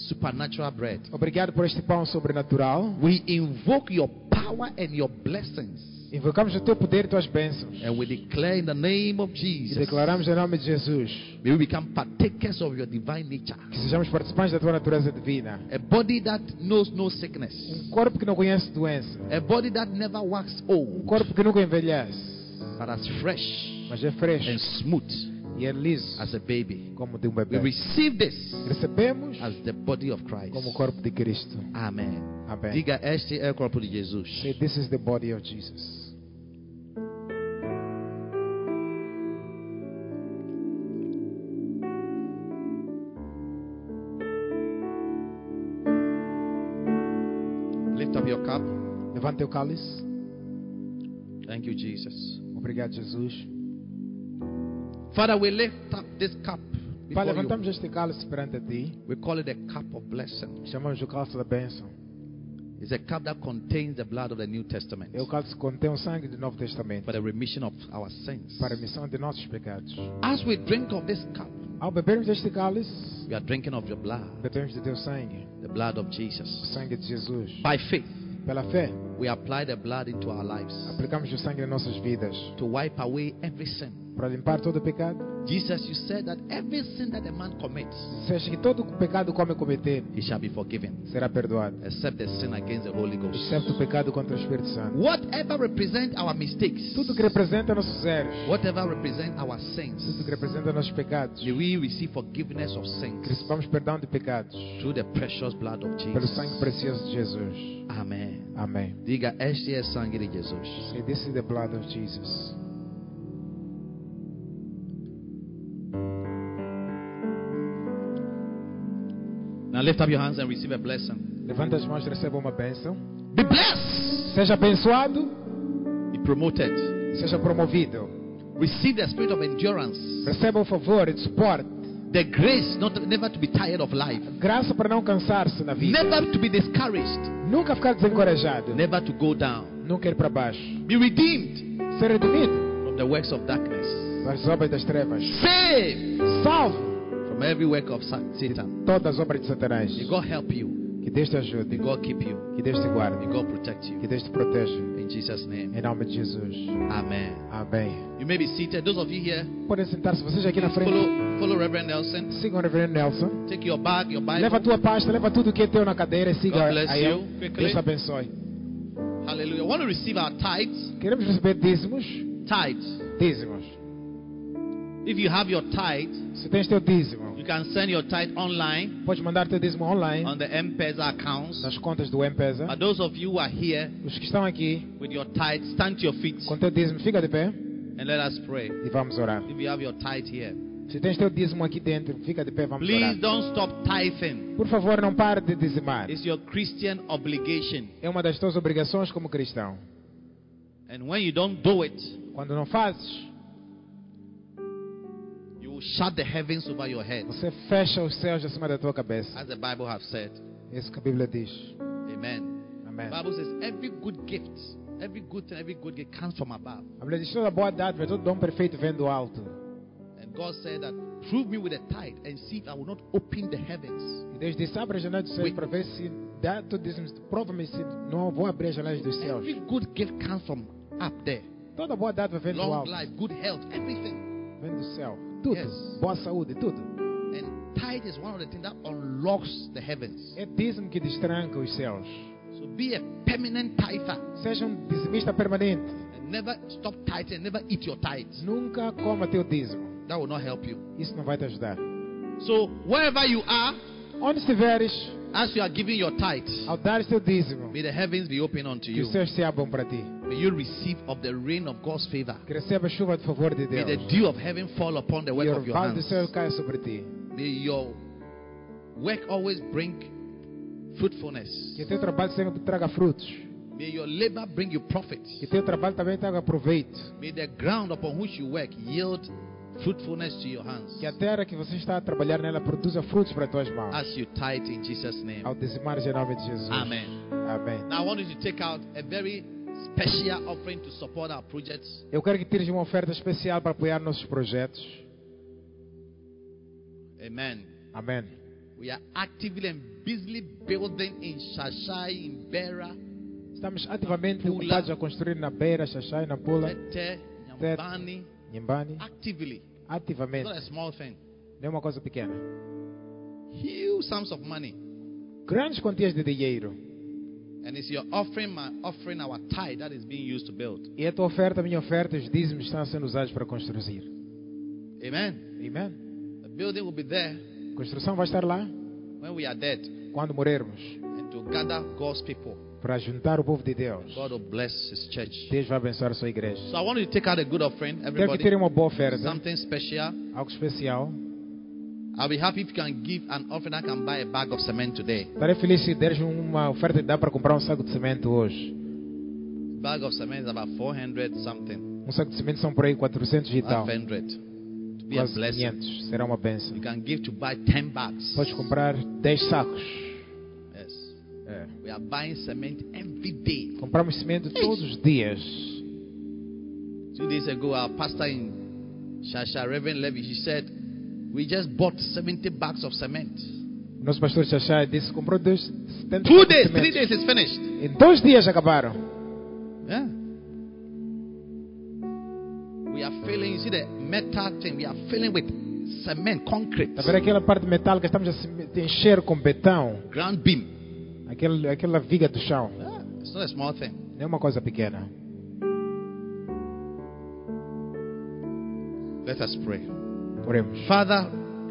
[SPEAKER 2] supernatural bread.
[SPEAKER 4] obrigado por este pão sobrenatural.
[SPEAKER 2] We invoke your power and your blessings.
[SPEAKER 4] Invocamos o teu poder e tuas bênçãos.
[SPEAKER 2] And we declare in the name of
[SPEAKER 4] E
[SPEAKER 2] Jesus,
[SPEAKER 4] declaramos em nome de Jesus
[SPEAKER 2] may we become partakers of your divine nature.
[SPEAKER 4] que sejamos participantes da tua natureza divina.
[SPEAKER 2] A body that knows no sickness.
[SPEAKER 4] Um corpo que não conhece doença.
[SPEAKER 2] A body that never waxes
[SPEAKER 4] Um
[SPEAKER 2] old,
[SPEAKER 4] corpo que nunca envelhece,
[SPEAKER 2] but as fresh
[SPEAKER 4] mas é
[SPEAKER 2] and
[SPEAKER 4] fresco
[SPEAKER 2] smooth
[SPEAKER 4] e é liso
[SPEAKER 2] as a baby.
[SPEAKER 4] como de um
[SPEAKER 2] We
[SPEAKER 4] bebê.
[SPEAKER 2] receive this
[SPEAKER 4] Recebemos
[SPEAKER 2] as the body of Christ.
[SPEAKER 4] como o corpo de Cristo.
[SPEAKER 2] Amém.
[SPEAKER 4] Amém.
[SPEAKER 2] Diga, este é o corpo de Jesus.
[SPEAKER 4] Say, This is the body of Jesus.
[SPEAKER 2] Lift up your cup.
[SPEAKER 4] Levanta teu cálice.
[SPEAKER 2] Thank you, Jesus.
[SPEAKER 4] Obrigado, Jesus.
[SPEAKER 2] Father, we lift up this cup. before
[SPEAKER 4] Pai, levantamos este cálice perante ti.
[SPEAKER 2] you. We call it a cup of blessing.
[SPEAKER 4] Chamamos o cálice da bênção.
[SPEAKER 2] It's a cup that contains the blood of the New Testament
[SPEAKER 4] É o cálice que contém o sangue do Novo Testamento
[SPEAKER 2] for the remission of our sins.
[SPEAKER 4] para a missão de nossos pecados.
[SPEAKER 2] As we drink of this cup,
[SPEAKER 4] Ao bebermos este cálice,
[SPEAKER 2] we are drinking of your blood,
[SPEAKER 4] bebemos do teu sangue,
[SPEAKER 2] the blood of
[SPEAKER 4] o
[SPEAKER 2] Jesus.
[SPEAKER 4] sangue de Jesus.
[SPEAKER 2] By faith,
[SPEAKER 4] Pela fé,
[SPEAKER 2] we apply the blood into our lives
[SPEAKER 4] aplicamos o sangue em nossas vidas
[SPEAKER 2] to wipe away every sin.
[SPEAKER 4] para limpar todo o pecado.
[SPEAKER 2] Jesus, you said that every sin that a man commits,
[SPEAKER 4] Disseste que todo o pecado que o homem cometer
[SPEAKER 2] he shall be forgiven,
[SPEAKER 4] será perdoado,
[SPEAKER 2] except the sin against the Holy Ghost.
[SPEAKER 4] exceto o pecado contra o Espírito Santo.
[SPEAKER 2] Whatever represents our mistakes,
[SPEAKER 4] Tudo que representa nossos erros,
[SPEAKER 2] whatever represents our
[SPEAKER 4] tudo
[SPEAKER 2] sins,
[SPEAKER 4] que representa nossos pecados,
[SPEAKER 2] may we receive forgiveness of
[SPEAKER 4] que
[SPEAKER 2] sins
[SPEAKER 4] recebamos perdão de pecados
[SPEAKER 2] through the precious blood of
[SPEAKER 4] pelo
[SPEAKER 2] Jesus.
[SPEAKER 4] sangue precioso de Jesus.
[SPEAKER 2] Amém.
[SPEAKER 4] Amém.
[SPEAKER 2] Diga, este é sangue de Jesus.
[SPEAKER 4] Say, this is the blood of Jesus.
[SPEAKER 2] Now lift up your hands and receive a blessing.
[SPEAKER 4] Levanta as mãos e receba uma bênção.
[SPEAKER 2] Be blessed.
[SPEAKER 4] Seja abençoado,
[SPEAKER 2] Be promoted.
[SPEAKER 4] seja promovido.
[SPEAKER 2] Receive the spirit of endurance.
[SPEAKER 4] Receba o favor e o suporte.
[SPEAKER 2] The grace not never to be tired of life.
[SPEAKER 4] Graça para não cansar-se na vida.
[SPEAKER 2] Never to be discouraged.
[SPEAKER 4] Nunca ficar desencorajado.
[SPEAKER 2] Never to go down.
[SPEAKER 4] Nunca ir para baixo.
[SPEAKER 2] Be redeemed
[SPEAKER 4] Ser redimido
[SPEAKER 2] from the works of darkness.
[SPEAKER 4] das obras das trevas.
[SPEAKER 2] Saved
[SPEAKER 4] Salvo
[SPEAKER 2] from every work of Sa- Satan.
[SPEAKER 4] todas as obras de Satanás.
[SPEAKER 2] May God help you.
[SPEAKER 4] Que Deus te
[SPEAKER 2] May
[SPEAKER 4] ajude.
[SPEAKER 2] God keep you.
[SPEAKER 4] Que Deus te guarde.
[SPEAKER 2] May God protect you.
[SPEAKER 4] Que Deus te proteja.
[SPEAKER 2] In Jesus' name.
[SPEAKER 4] Em nome de Jesus.
[SPEAKER 2] Amen.
[SPEAKER 4] Amém.
[SPEAKER 2] You may be seated. Those of you here,
[SPEAKER 4] Podem sentar-se vocês aqui na
[SPEAKER 2] please
[SPEAKER 4] frente.
[SPEAKER 2] follow, follow Reverend Nelson.
[SPEAKER 4] Sigam o Reverendo Nelson.
[SPEAKER 2] Take your bag, your Bible.
[SPEAKER 4] Leva a tua pasta, leva tudo que é teu na cadeira e siga
[SPEAKER 2] God bless
[SPEAKER 4] a ele.
[SPEAKER 2] you. Quickly.
[SPEAKER 4] Deus te abençoe.
[SPEAKER 2] Hallelujah. I want to receive our tithes.
[SPEAKER 4] Queremos receber dízimos.
[SPEAKER 2] Tithes.
[SPEAKER 4] Dízimos.
[SPEAKER 2] If you have your tithe,
[SPEAKER 4] Se tens teu dízimo,
[SPEAKER 2] you can send your tithe online
[SPEAKER 4] podes mandar teu dízimo online
[SPEAKER 2] on the M-Pesa accounts.
[SPEAKER 4] nas contas do M-Pesa.
[SPEAKER 2] But those of you who are here
[SPEAKER 4] Os que estão aqui
[SPEAKER 2] with your tithe, stand to your feet
[SPEAKER 4] com teu dízimo, fica de pé
[SPEAKER 2] and let us pray.
[SPEAKER 4] e vamos orar.
[SPEAKER 2] If you have your tithe here,
[SPEAKER 4] Se tens teu dízimo aqui dentro, fica de pé, vamos
[SPEAKER 2] please
[SPEAKER 4] orar.
[SPEAKER 2] don't stop tithing.
[SPEAKER 4] Por favor, não pare de dizimar.
[SPEAKER 2] It's your Christian obligation.
[SPEAKER 4] É uma das tuas obrigações como cristão.
[SPEAKER 2] And when you don't do it,
[SPEAKER 4] Quando não fazes,
[SPEAKER 2] you will shut the heavens over your head.
[SPEAKER 4] você fecha os céus acima da tua cabeça.
[SPEAKER 2] As the Bible has said.
[SPEAKER 4] É isso que a Bíblia diz.
[SPEAKER 2] Amen. The
[SPEAKER 4] Amém.
[SPEAKER 2] Bible says every good gift, every good thing, every good gift comes from above.
[SPEAKER 4] A Bíblia diz toda boa dádiva, é todo dom perfeito vem do alto.
[SPEAKER 2] And God said that, prove me with a tithe and see if I will not open the heavens.
[SPEAKER 4] E Deus disse, abre a janela dos céus para ver se dá teu dízimo. Prova-me se não vou abrir as janelas dos céus.
[SPEAKER 2] Every good gift comes from up there.
[SPEAKER 4] Toda boa dádiva vem do
[SPEAKER 2] Long
[SPEAKER 4] alto.
[SPEAKER 2] life, good health, everything.
[SPEAKER 4] Vem do céu. Tudo.
[SPEAKER 2] Yes.
[SPEAKER 4] Boa saúde, tudo.
[SPEAKER 2] And Tithe is one of the things that unlocks the heavens.
[SPEAKER 4] É dízimo que destranca os céus.
[SPEAKER 2] So be a permanent tither
[SPEAKER 4] Seja um dizimista permanente.
[SPEAKER 2] and never stop tithing, never eat your tithes.
[SPEAKER 4] Nunca coma teu dízimo.
[SPEAKER 2] That will not help you.
[SPEAKER 4] Isso não vai te ajudar.
[SPEAKER 2] So wherever you are,
[SPEAKER 4] Onde estiveres,
[SPEAKER 2] as you are giving your tithe,
[SPEAKER 4] ao dares teu dízimo,
[SPEAKER 2] may the heavens be open unto
[SPEAKER 4] que
[SPEAKER 2] you.
[SPEAKER 4] os céus se abram para ti.
[SPEAKER 2] May you receive of the rain of God's favor.
[SPEAKER 4] Que receba a chuva de favor de
[SPEAKER 2] May
[SPEAKER 4] Deus.
[SPEAKER 2] the dew of heaven fall upon the
[SPEAKER 4] E
[SPEAKER 2] work
[SPEAKER 4] o
[SPEAKER 2] of your
[SPEAKER 4] orvalho do
[SPEAKER 2] hands.
[SPEAKER 4] céu caia sobre ti.
[SPEAKER 2] May your work always bring fruitfulness.
[SPEAKER 4] Que o teu trabalho sempre traga frutos.
[SPEAKER 2] May your labor bring you profit.
[SPEAKER 4] Que o teu trabalho também traga proveito.
[SPEAKER 2] May the ground upon which you work yield fruitfulness to your hands
[SPEAKER 4] Que a terra que você está a trabalhar nela produza frutos para as tuas mãos.
[SPEAKER 2] as you tithe in Jesus' name.
[SPEAKER 4] Ao dizimar em nome de Jesus.
[SPEAKER 2] Amen.
[SPEAKER 4] Amém.
[SPEAKER 2] Now I want you to take out a very special offering to support our projects.
[SPEAKER 4] Eu quero que tires uma oferta especial para apoiar nossos projetos.
[SPEAKER 2] Amen.
[SPEAKER 4] Amém.
[SPEAKER 2] We are actively and busily building in Shashai, in Bera,
[SPEAKER 4] Estamos ativamente ocupados a construir na beira, Xaxai, na Pula,
[SPEAKER 2] Tete, Nyambani.
[SPEAKER 4] Nhambani.
[SPEAKER 2] Actively. It's not
[SPEAKER 4] Ativamente.
[SPEAKER 2] a small thing.
[SPEAKER 4] Não é uma coisa pequena.
[SPEAKER 2] Huge sums of money.
[SPEAKER 4] Grandes quantias de dinheiro.
[SPEAKER 2] And it's your offering, my offering, our tithe that is being used to build.
[SPEAKER 4] E a tua oferta, a minha oferta, os dízimos estão sendo usados para construir.
[SPEAKER 2] Amen.
[SPEAKER 4] Amém.
[SPEAKER 2] The building will be there
[SPEAKER 4] A construção vai estar lá
[SPEAKER 2] when we are dead
[SPEAKER 4] quando morrermos.
[SPEAKER 2] and to gather God's people.
[SPEAKER 4] Para juntar o povo de Deus.
[SPEAKER 2] God will bless His church.
[SPEAKER 4] Deus vai abençoar a sua igreja.
[SPEAKER 2] So I want you to take out a good offering,
[SPEAKER 4] Quero que
[SPEAKER 2] everybody.
[SPEAKER 4] tirem uma boa oferta.
[SPEAKER 2] Something special.
[SPEAKER 4] Algo especial.
[SPEAKER 2] I'll be happy if you can give an offering. I can buy a bag of cement today.
[SPEAKER 4] Estarei feliz se deres uma oferta que dá para comprar um saco de cimento hoje.
[SPEAKER 2] bag of cement is about 400 something,
[SPEAKER 4] Um saco de cimento são por aí 400 e tal.
[SPEAKER 2] 500. To be a
[SPEAKER 4] Quase
[SPEAKER 2] blessing.
[SPEAKER 4] 500. Será uma benção.
[SPEAKER 2] You can give to buy 10 bags.
[SPEAKER 4] Podes comprar 10 sacos.
[SPEAKER 2] Yes.
[SPEAKER 4] É.
[SPEAKER 2] We are buying cement every day.
[SPEAKER 4] Compramos cimento todos os dias.
[SPEAKER 2] Two days ago, our pastor in Shasha, Reverend Levy, he said, We just bought 70 bags of cement.
[SPEAKER 4] Nosso pastor Xaxá disse que comprou dois, 70
[SPEAKER 2] Two
[SPEAKER 4] sacos de
[SPEAKER 2] days, three
[SPEAKER 4] cimento.
[SPEAKER 2] days is finished.
[SPEAKER 4] Em dois dias acabaram.
[SPEAKER 2] Yeah. We are filling, you see the metal thing, we are filling with cement, concrete,
[SPEAKER 4] Está a ver Tá aquela parte metálica? Estamos a cime- encher com betão.
[SPEAKER 2] ground beam.
[SPEAKER 4] Aquela, aquela viga do chão.
[SPEAKER 2] Yeah, It's not a small thing.
[SPEAKER 4] Não é uma coisa pequena.
[SPEAKER 2] Let us pray.
[SPEAKER 4] Oremos.
[SPEAKER 2] Father,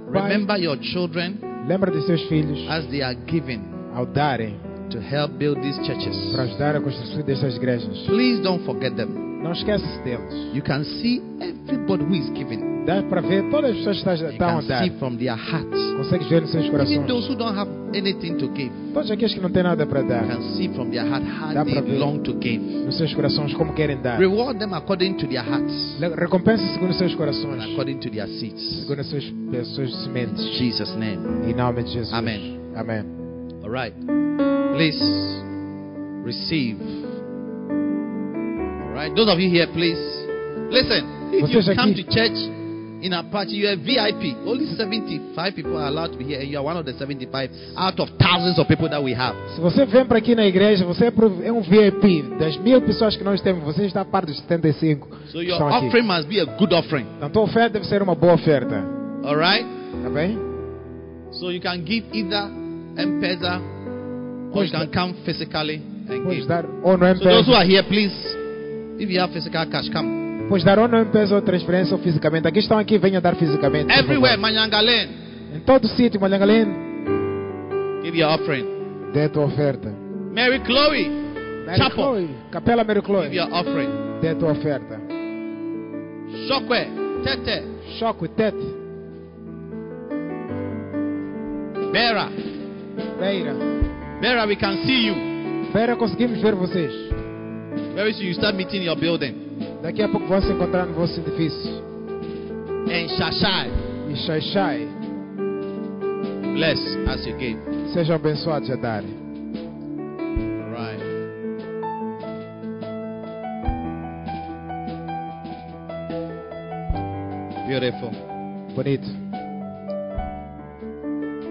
[SPEAKER 2] remember your children
[SPEAKER 4] Lembra dos seus filhos
[SPEAKER 2] as they are giving
[SPEAKER 4] ao darem
[SPEAKER 2] to help build these
[SPEAKER 4] para
[SPEAKER 2] churches.
[SPEAKER 4] ajudar a construção destas igrejas.
[SPEAKER 2] Please don't forget them.
[SPEAKER 4] Não esquece deles.
[SPEAKER 2] You can see everybody who is giving.
[SPEAKER 4] Dá para ver todas as pessoas que estás-
[SPEAKER 2] You
[SPEAKER 4] estão a
[SPEAKER 2] can
[SPEAKER 4] andar.
[SPEAKER 2] see from their hearts.
[SPEAKER 4] Consegues ver nos seus
[SPEAKER 2] Even
[SPEAKER 4] corações.
[SPEAKER 2] those who don't have anything to give, you
[SPEAKER 4] Todos aqueles que não têm nada para dar,
[SPEAKER 2] can see from their heart how
[SPEAKER 4] Dá
[SPEAKER 2] they
[SPEAKER 4] pra ver.
[SPEAKER 2] long to give.
[SPEAKER 4] nos seus corações, como querem dar.
[SPEAKER 2] Reward them according to their hearts
[SPEAKER 4] Le- Recompensa segundo os seus
[SPEAKER 2] and
[SPEAKER 4] corações,
[SPEAKER 2] according to their seeds.
[SPEAKER 4] segundo os seus, os seus
[SPEAKER 2] In
[SPEAKER 4] sementes.
[SPEAKER 2] Jesus' name.
[SPEAKER 4] Em nome de Jesus.
[SPEAKER 2] Amém.
[SPEAKER 4] Amém.
[SPEAKER 2] All right. Please receive. All right. Those of you here, please listen. If
[SPEAKER 4] Vocês
[SPEAKER 2] you come
[SPEAKER 4] aqui.
[SPEAKER 2] to church in Apache, you're a VIP. Only 75 people are allowed to be here, and you are one of the 75 out of thousands of people that we have.
[SPEAKER 4] Se você vem para aqui na igreja, você é pro- é um VIP. Das mil pessoas que nós temos, você está a par dos 75
[SPEAKER 2] So
[SPEAKER 4] que
[SPEAKER 2] your
[SPEAKER 4] estão aqui.
[SPEAKER 2] offering must be a good offering.
[SPEAKER 4] Então, a tua oferta deve ser uma boa oferta.
[SPEAKER 2] All right?
[SPEAKER 4] Está bem?
[SPEAKER 2] So you can give either M-Pesa or you can come physically and
[SPEAKER 4] Podes
[SPEAKER 2] give.
[SPEAKER 4] dar ou é no
[SPEAKER 2] So those who
[SPEAKER 4] MPESA,
[SPEAKER 2] are here, please, if you have physical cash, come.
[SPEAKER 4] podes dar ou no MPESA ou transferência ou fisicamente. Aqui estão aqui, venha dar fisicamente. por favor.
[SPEAKER 2] Everywhere, Manyanga Lane,
[SPEAKER 4] Em todo sítio, Malhangalém,
[SPEAKER 2] give your offering.
[SPEAKER 4] dê a tua oferta.
[SPEAKER 2] Mary Chloe,
[SPEAKER 4] Mary
[SPEAKER 2] Chapel.
[SPEAKER 4] Chloe, Capela Mary Chloe,
[SPEAKER 2] give your offering.
[SPEAKER 4] dê a tua oferta.
[SPEAKER 2] Shokwe, Tete,
[SPEAKER 4] Choco, Tete,
[SPEAKER 2] Vera.
[SPEAKER 4] Beira.
[SPEAKER 2] Vera, we can see you.
[SPEAKER 4] Beira, conseguimos ver vocês.
[SPEAKER 2] Very soon you start meeting your building.
[SPEAKER 4] Daqui a pouco vão se encontrar no vosso edifício.
[SPEAKER 2] And Shashai,
[SPEAKER 4] E Xai Xai,
[SPEAKER 2] bless as you give.
[SPEAKER 4] sejam abençoados a dar.
[SPEAKER 2] Right. Beautiful.
[SPEAKER 4] Bonito.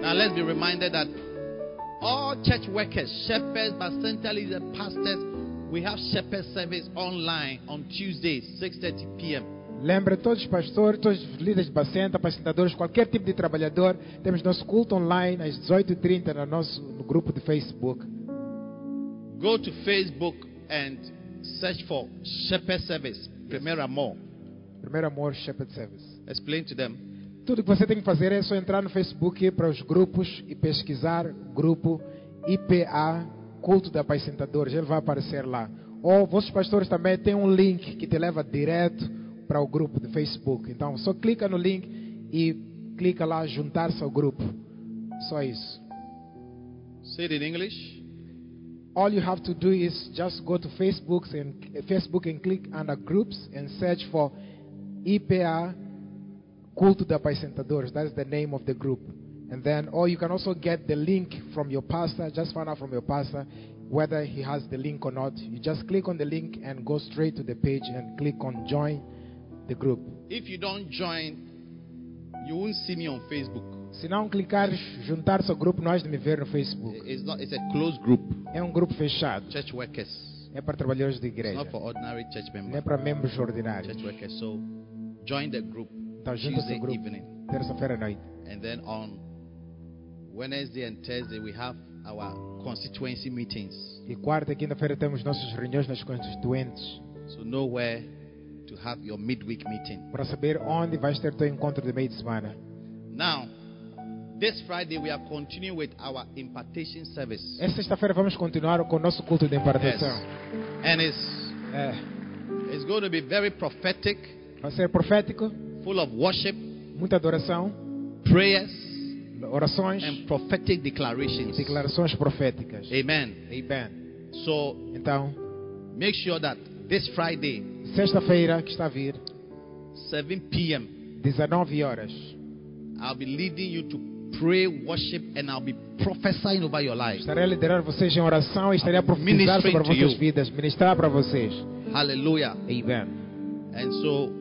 [SPEAKER 2] Now let's be reminded that all church workers, shepherds, but centrally the pastors, we have shepherd service online on Tuesdays, 6:30 p.m.
[SPEAKER 4] Lembra, todos os pastores, todos os líderes de paciente, apresentadores, qualquer tipo de trabalhador, temos nosso culto online às 18h30 no nosso no grupo de Facebook.
[SPEAKER 2] Go to Facebook and search for Shepherd Service, Premier Amor.
[SPEAKER 4] Primeiro amor, Shepherd Service.
[SPEAKER 2] Explain to them.
[SPEAKER 4] Tudo que você tem que fazer é só entrar no Facebook para os grupos e pesquisar grupo IPA Culto de Apacentadores. Ele vai aparecer lá. Ou vossos pastores também têm um link que te leva direto para o grupo do Facebook. Então só clica no link e clica lá juntar-se ao grupo. Só isso.
[SPEAKER 2] Say it in English.
[SPEAKER 4] All you have to do is just go to Facebook and uh, Facebook and click under groups and search for IPA Culto de Apacentadores. That's the name of the group. And then, or you can also get the link from your pastor. Just find out from your pastor whether he has the link or not. You just click on the link and go straight to the page and click on join the group.
[SPEAKER 2] If you don't join, you won't see me on Facebook.
[SPEAKER 4] Se não clicares juntar-se ao grupo, não has de me ver no Facebook.
[SPEAKER 2] It's not. It's a closed group.
[SPEAKER 4] É um grupo fechado.
[SPEAKER 2] Church workers.
[SPEAKER 4] É para trabalhadores de
[SPEAKER 2] It's
[SPEAKER 4] igreja.
[SPEAKER 2] not for ordinary church
[SPEAKER 4] Não é
[SPEAKER 2] members.
[SPEAKER 4] para membros ordinários.
[SPEAKER 2] Church workers. So join the group
[SPEAKER 4] Então junta-se
[SPEAKER 2] Tuesday
[SPEAKER 4] ao grupo.
[SPEAKER 2] evening,
[SPEAKER 4] Terça-feira à noite.
[SPEAKER 2] and then on Wednesday and Thursday we have our constituency meetings.
[SPEAKER 4] E quarta e quinta-feira temos nossas reuniões nas constituintes.
[SPEAKER 2] So know where to have your midweek meeting.
[SPEAKER 4] Para saber onde vais ter teu encontro de meio de semana.
[SPEAKER 2] Now, this Friday we are continuing with our impartation service.
[SPEAKER 4] Essa sexta-feira vamos continuar com o nosso culto de impartação.
[SPEAKER 2] And it's
[SPEAKER 4] É,
[SPEAKER 2] it's going to be very prophetic,
[SPEAKER 4] vai ser profético,
[SPEAKER 2] full of worship,
[SPEAKER 4] muita adoração,
[SPEAKER 2] prayers,
[SPEAKER 4] orações,
[SPEAKER 2] and prophetic declarations.
[SPEAKER 4] declarações proféticas.
[SPEAKER 2] Amen.
[SPEAKER 4] Amen.
[SPEAKER 2] So
[SPEAKER 4] Então,
[SPEAKER 2] make sure that this Friday,
[SPEAKER 4] sexta-feira que está a vir,
[SPEAKER 2] 7 p.m.,
[SPEAKER 4] 19 horas,
[SPEAKER 2] I'll be leading you to pray, worship, and I'll be prophesying over your life.
[SPEAKER 4] estarei a liderar vocês em oração e estarei a profetizar
[SPEAKER 2] Ministering
[SPEAKER 4] sobre
[SPEAKER 2] to
[SPEAKER 4] vossas
[SPEAKER 2] you.
[SPEAKER 4] vidas, ministrar para vocês.
[SPEAKER 2] Hallelujah.
[SPEAKER 4] Amen.
[SPEAKER 2] And so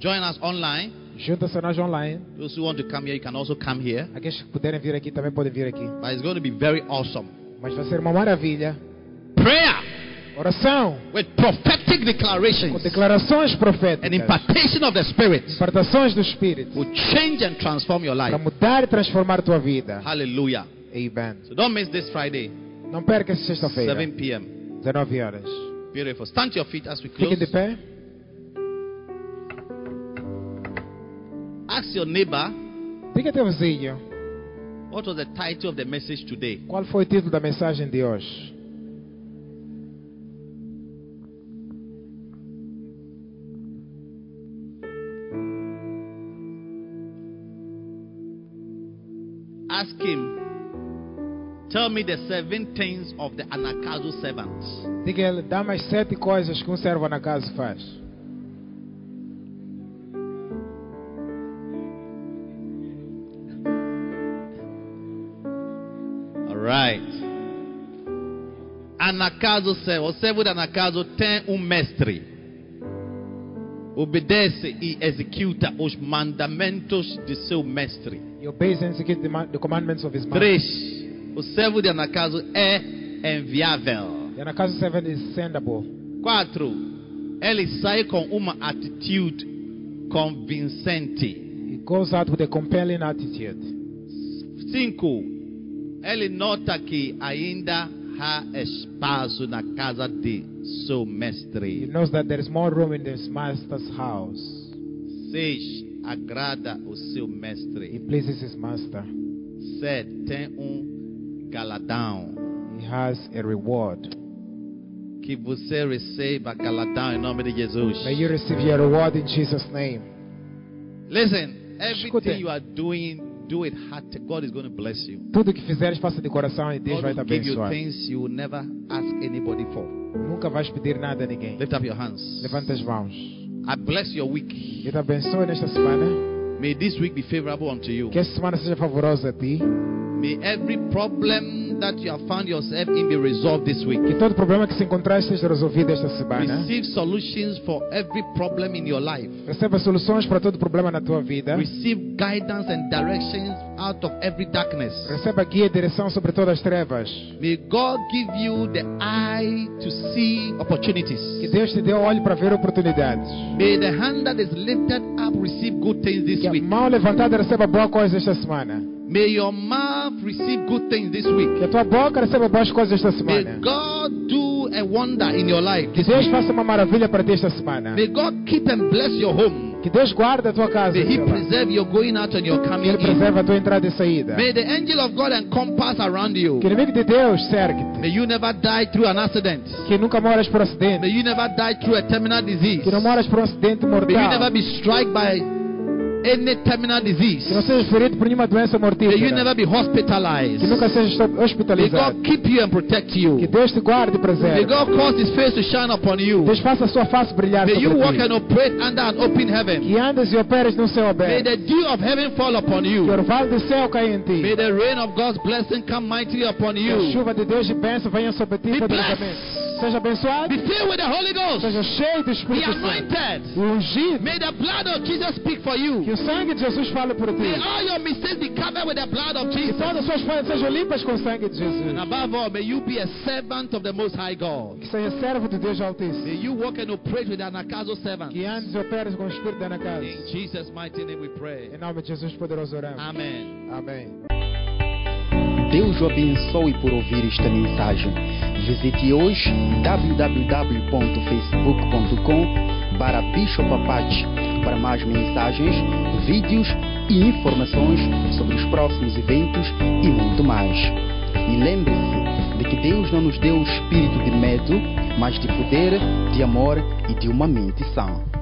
[SPEAKER 2] join us online.
[SPEAKER 4] Junta-se a nós online.
[SPEAKER 2] Those who want to come here, you can also come here.
[SPEAKER 4] Aqueles que puderem vir aqui também podem vir aqui.
[SPEAKER 2] But it's going to be very awesome.
[SPEAKER 4] Mas vai ser uma maravilha.
[SPEAKER 2] Prayer
[SPEAKER 4] Oração
[SPEAKER 2] with prophetic
[SPEAKER 4] com
[SPEAKER 2] declarations
[SPEAKER 4] declarações
[SPEAKER 2] and
[SPEAKER 4] proféticas,
[SPEAKER 2] impartation of the Spirit
[SPEAKER 4] impartações do Espírito,
[SPEAKER 2] will change and transform your
[SPEAKER 4] para
[SPEAKER 2] life.
[SPEAKER 4] mudar e transformar tua vida.
[SPEAKER 2] Hallelujah.
[SPEAKER 4] Amen.
[SPEAKER 2] So don't miss this Friday,
[SPEAKER 4] Não perca essa sexta-feira,
[SPEAKER 2] 7 p.m.
[SPEAKER 4] 19 horas.
[SPEAKER 2] Beautiful. Stand to your feet as we
[SPEAKER 4] Fiquem de
[SPEAKER 2] close.
[SPEAKER 4] pé.
[SPEAKER 2] Ask your neighbor,
[SPEAKER 4] Diga a teu vizinho
[SPEAKER 2] what was the title of the message today?
[SPEAKER 4] qual foi o título da mensagem de hoje.
[SPEAKER 2] Ask him, tell me the seven things of the Anakazu servant.
[SPEAKER 4] Diga ele, dá mais sete coisas que um servo na casa faz.
[SPEAKER 2] All right. Anakazu servo, o servo de Anakazu é tem um mestre. Obedece e executa os mandamentos de seu mestre.
[SPEAKER 4] E obeys and execute the ma- the commandments of his master.
[SPEAKER 2] Três, o servo de Anakazu é enviável.
[SPEAKER 4] E na casa seven is sendable.
[SPEAKER 2] 4. Ele sai com uma atitude convincente.
[SPEAKER 4] He goes out with a compelling attitude.
[SPEAKER 2] 5. Ele nota que ainda há espaço na casa de seu
[SPEAKER 4] He
[SPEAKER 2] mestre.
[SPEAKER 4] knows that there is more room in his master's house.
[SPEAKER 2] 6. Agrada o seu
[SPEAKER 4] He
[SPEAKER 2] mestre.
[SPEAKER 4] pleases his master.
[SPEAKER 2] 7. Tem um galadão.
[SPEAKER 4] He has a reward.
[SPEAKER 2] Que você receba galadão em nome de Jesus.
[SPEAKER 4] May you receive your reward in Jesus' name.
[SPEAKER 2] Listen,
[SPEAKER 4] Escutem.
[SPEAKER 2] everything you are doing, do it hard. God is going to bless you.
[SPEAKER 4] Tudo que fizeres, faça de coração e Deus
[SPEAKER 2] God
[SPEAKER 4] vai é. te
[SPEAKER 2] will give you
[SPEAKER 4] abençoar.
[SPEAKER 2] things you will never ask anybody for.
[SPEAKER 4] Nunca vais pedir nada a ninguém.
[SPEAKER 2] Lift up your hands.
[SPEAKER 4] Levanta as mãos.
[SPEAKER 2] I bless your week.
[SPEAKER 4] Eu te abençoe nesta semana.
[SPEAKER 2] May this week be favorable unto you.
[SPEAKER 4] Que esta semana seja favorosa a ti.
[SPEAKER 2] May every problem that you have found yourself in be resolved this week.
[SPEAKER 4] Que todo problema que se encontrar seja resolvido esta semana.
[SPEAKER 2] Receive solutions for every problem in your life.
[SPEAKER 4] Receba soluções para todo problema na tua vida.
[SPEAKER 2] Receive guidance and directions out of every darkness.
[SPEAKER 4] Receba guia e direção sobre todas as trevas.
[SPEAKER 2] May God give you the eye to see
[SPEAKER 4] Que
[SPEAKER 2] opportunities.
[SPEAKER 4] Deus te dê o olho para ver oportunidades.
[SPEAKER 2] May the hand that is lifted up receive good things this
[SPEAKER 4] Que a
[SPEAKER 2] week.
[SPEAKER 4] mão levantada receba boa coisa esta semana.
[SPEAKER 2] May your mouth receive good things this week.
[SPEAKER 4] Que a tua boca receba boas coisas esta
[SPEAKER 2] May
[SPEAKER 4] semana.
[SPEAKER 2] God do a wonder in your life
[SPEAKER 4] Que
[SPEAKER 2] this
[SPEAKER 4] Deus
[SPEAKER 2] week.
[SPEAKER 4] faça uma maravilha para ti esta semana.
[SPEAKER 2] May God keep and bless your home.
[SPEAKER 4] Que Deus guarde a tua casa.
[SPEAKER 2] May He
[SPEAKER 4] sei lá.
[SPEAKER 2] preserve your going out and your
[SPEAKER 4] Que
[SPEAKER 2] coming
[SPEAKER 4] Ele
[SPEAKER 2] in.
[SPEAKER 4] preserve a tua entrada e saída.
[SPEAKER 2] May the angel of God encompass around you.
[SPEAKER 4] Que o inimigo de Deus
[SPEAKER 2] May
[SPEAKER 4] cerque-te.
[SPEAKER 2] you never die through an accident.
[SPEAKER 4] Que nunca moras por
[SPEAKER 2] May
[SPEAKER 4] acidente.
[SPEAKER 2] you never die through a terminal disease.
[SPEAKER 4] Que não moras por um acidente
[SPEAKER 2] May you never
[SPEAKER 4] mortal.
[SPEAKER 2] be struck by any terminal disease.
[SPEAKER 4] Que não sejas ferido por nenhuma doença
[SPEAKER 2] May you
[SPEAKER 4] mortífera.
[SPEAKER 2] never be hospitalized.
[SPEAKER 4] Que nunca sejas
[SPEAKER 2] May
[SPEAKER 4] hospitalizado.
[SPEAKER 2] God keep you and protect
[SPEAKER 4] Que
[SPEAKER 2] you.
[SPEAKER 4] Deus te guarde e
[SPEAKER 2] May
[SPEAKER 4] preserve.
[SPEAKER 2] God cause His face to shine upon you.
[SPEAKER 4] Deus faça a sua face brilhar
[SPEAKER 2] May you walk
[SPEAKER 4] sobre ti.
[SPEAKER 2] and operate under an open heaven.
[SPEAKER 4] Que andas e operas no céu
[SPEAKER 2] May
[SPEAKER 4] aberto.
[SPEAKER 2] the dew of heaven fall upon
[SPEAKER 4] Que o
[SPEAKER 2] you.
[SPEAKER 4] orvalho do céu caia em
[SPEAKER 2] May
[SPEAKER 4] ti.
[SPEAKER 2] the rain of God's blessing come mightily upon
[SPEAKER 4] Que a
[SPEAKER 2] you.
[SPEAKER 4] chuva de Deus e bênção venha sobre ti
[SPEAKER 2] Be
[SPEAKER 4] poderosamente.
[SPEAKER 2] blessed.
[SPEAKER 4] Seja abençoado.
[SPEAKER 2] Be filled with the Holy Ghost.
[SPEAKER 4] Seja cheio do
[SPEAKER 2] Be
[SPEAKER 4] Espírito Santo. E
[SPEAKER 2] anointed.
[SPEAKER 4] ungido.
[SPEAKER 2] May the blood of Jesus speak for
[SPEAKER 4] Que
[SPEAKER 2] you.
[SPEAKER 4] o sangue de Jesus fale por ti.
[SPEAKER 2] May all your mistakes be covered with the blood of
[SPEAKER 4] Que todas as
[SPEAKER 2] Jesus.
[SPEAKER 4] suas falhas sejam limpas com o sangue de
[SPEAKER 2] And
[SPEAKER 4] Jesus.
[SPEAKER 2] above all, may you be a servant of the Most High God.
[SPEAKER 4] Que seja servo de Deus Altíssimo.
[SPEAKER 2] May you walk and operate with an acaso servant.
[SPEAKER 4] Que andes e operes com o Espírito da casa.
[SPEAKER 2] In Jesus' mighty name we
[SPEAKER 4] Em
[SPEAKER 2] pray.
[SPEAKER 4] nome de Jesus poderoso oramos.
[SPEAKER 2] Amen.
[SPEAKER 4] Amém.
[SPEAKER 1] Deus o abençoe por ouvir esta mensagem. Visite hoje www.facebook.com para Bishop Apache para mais mensagens, vídeos e informações sobre os próximos eventos e muito mais. E lembre-se de que Deus não nos deu o espírito de medo, mas de poder, de amor e de uma mente sã.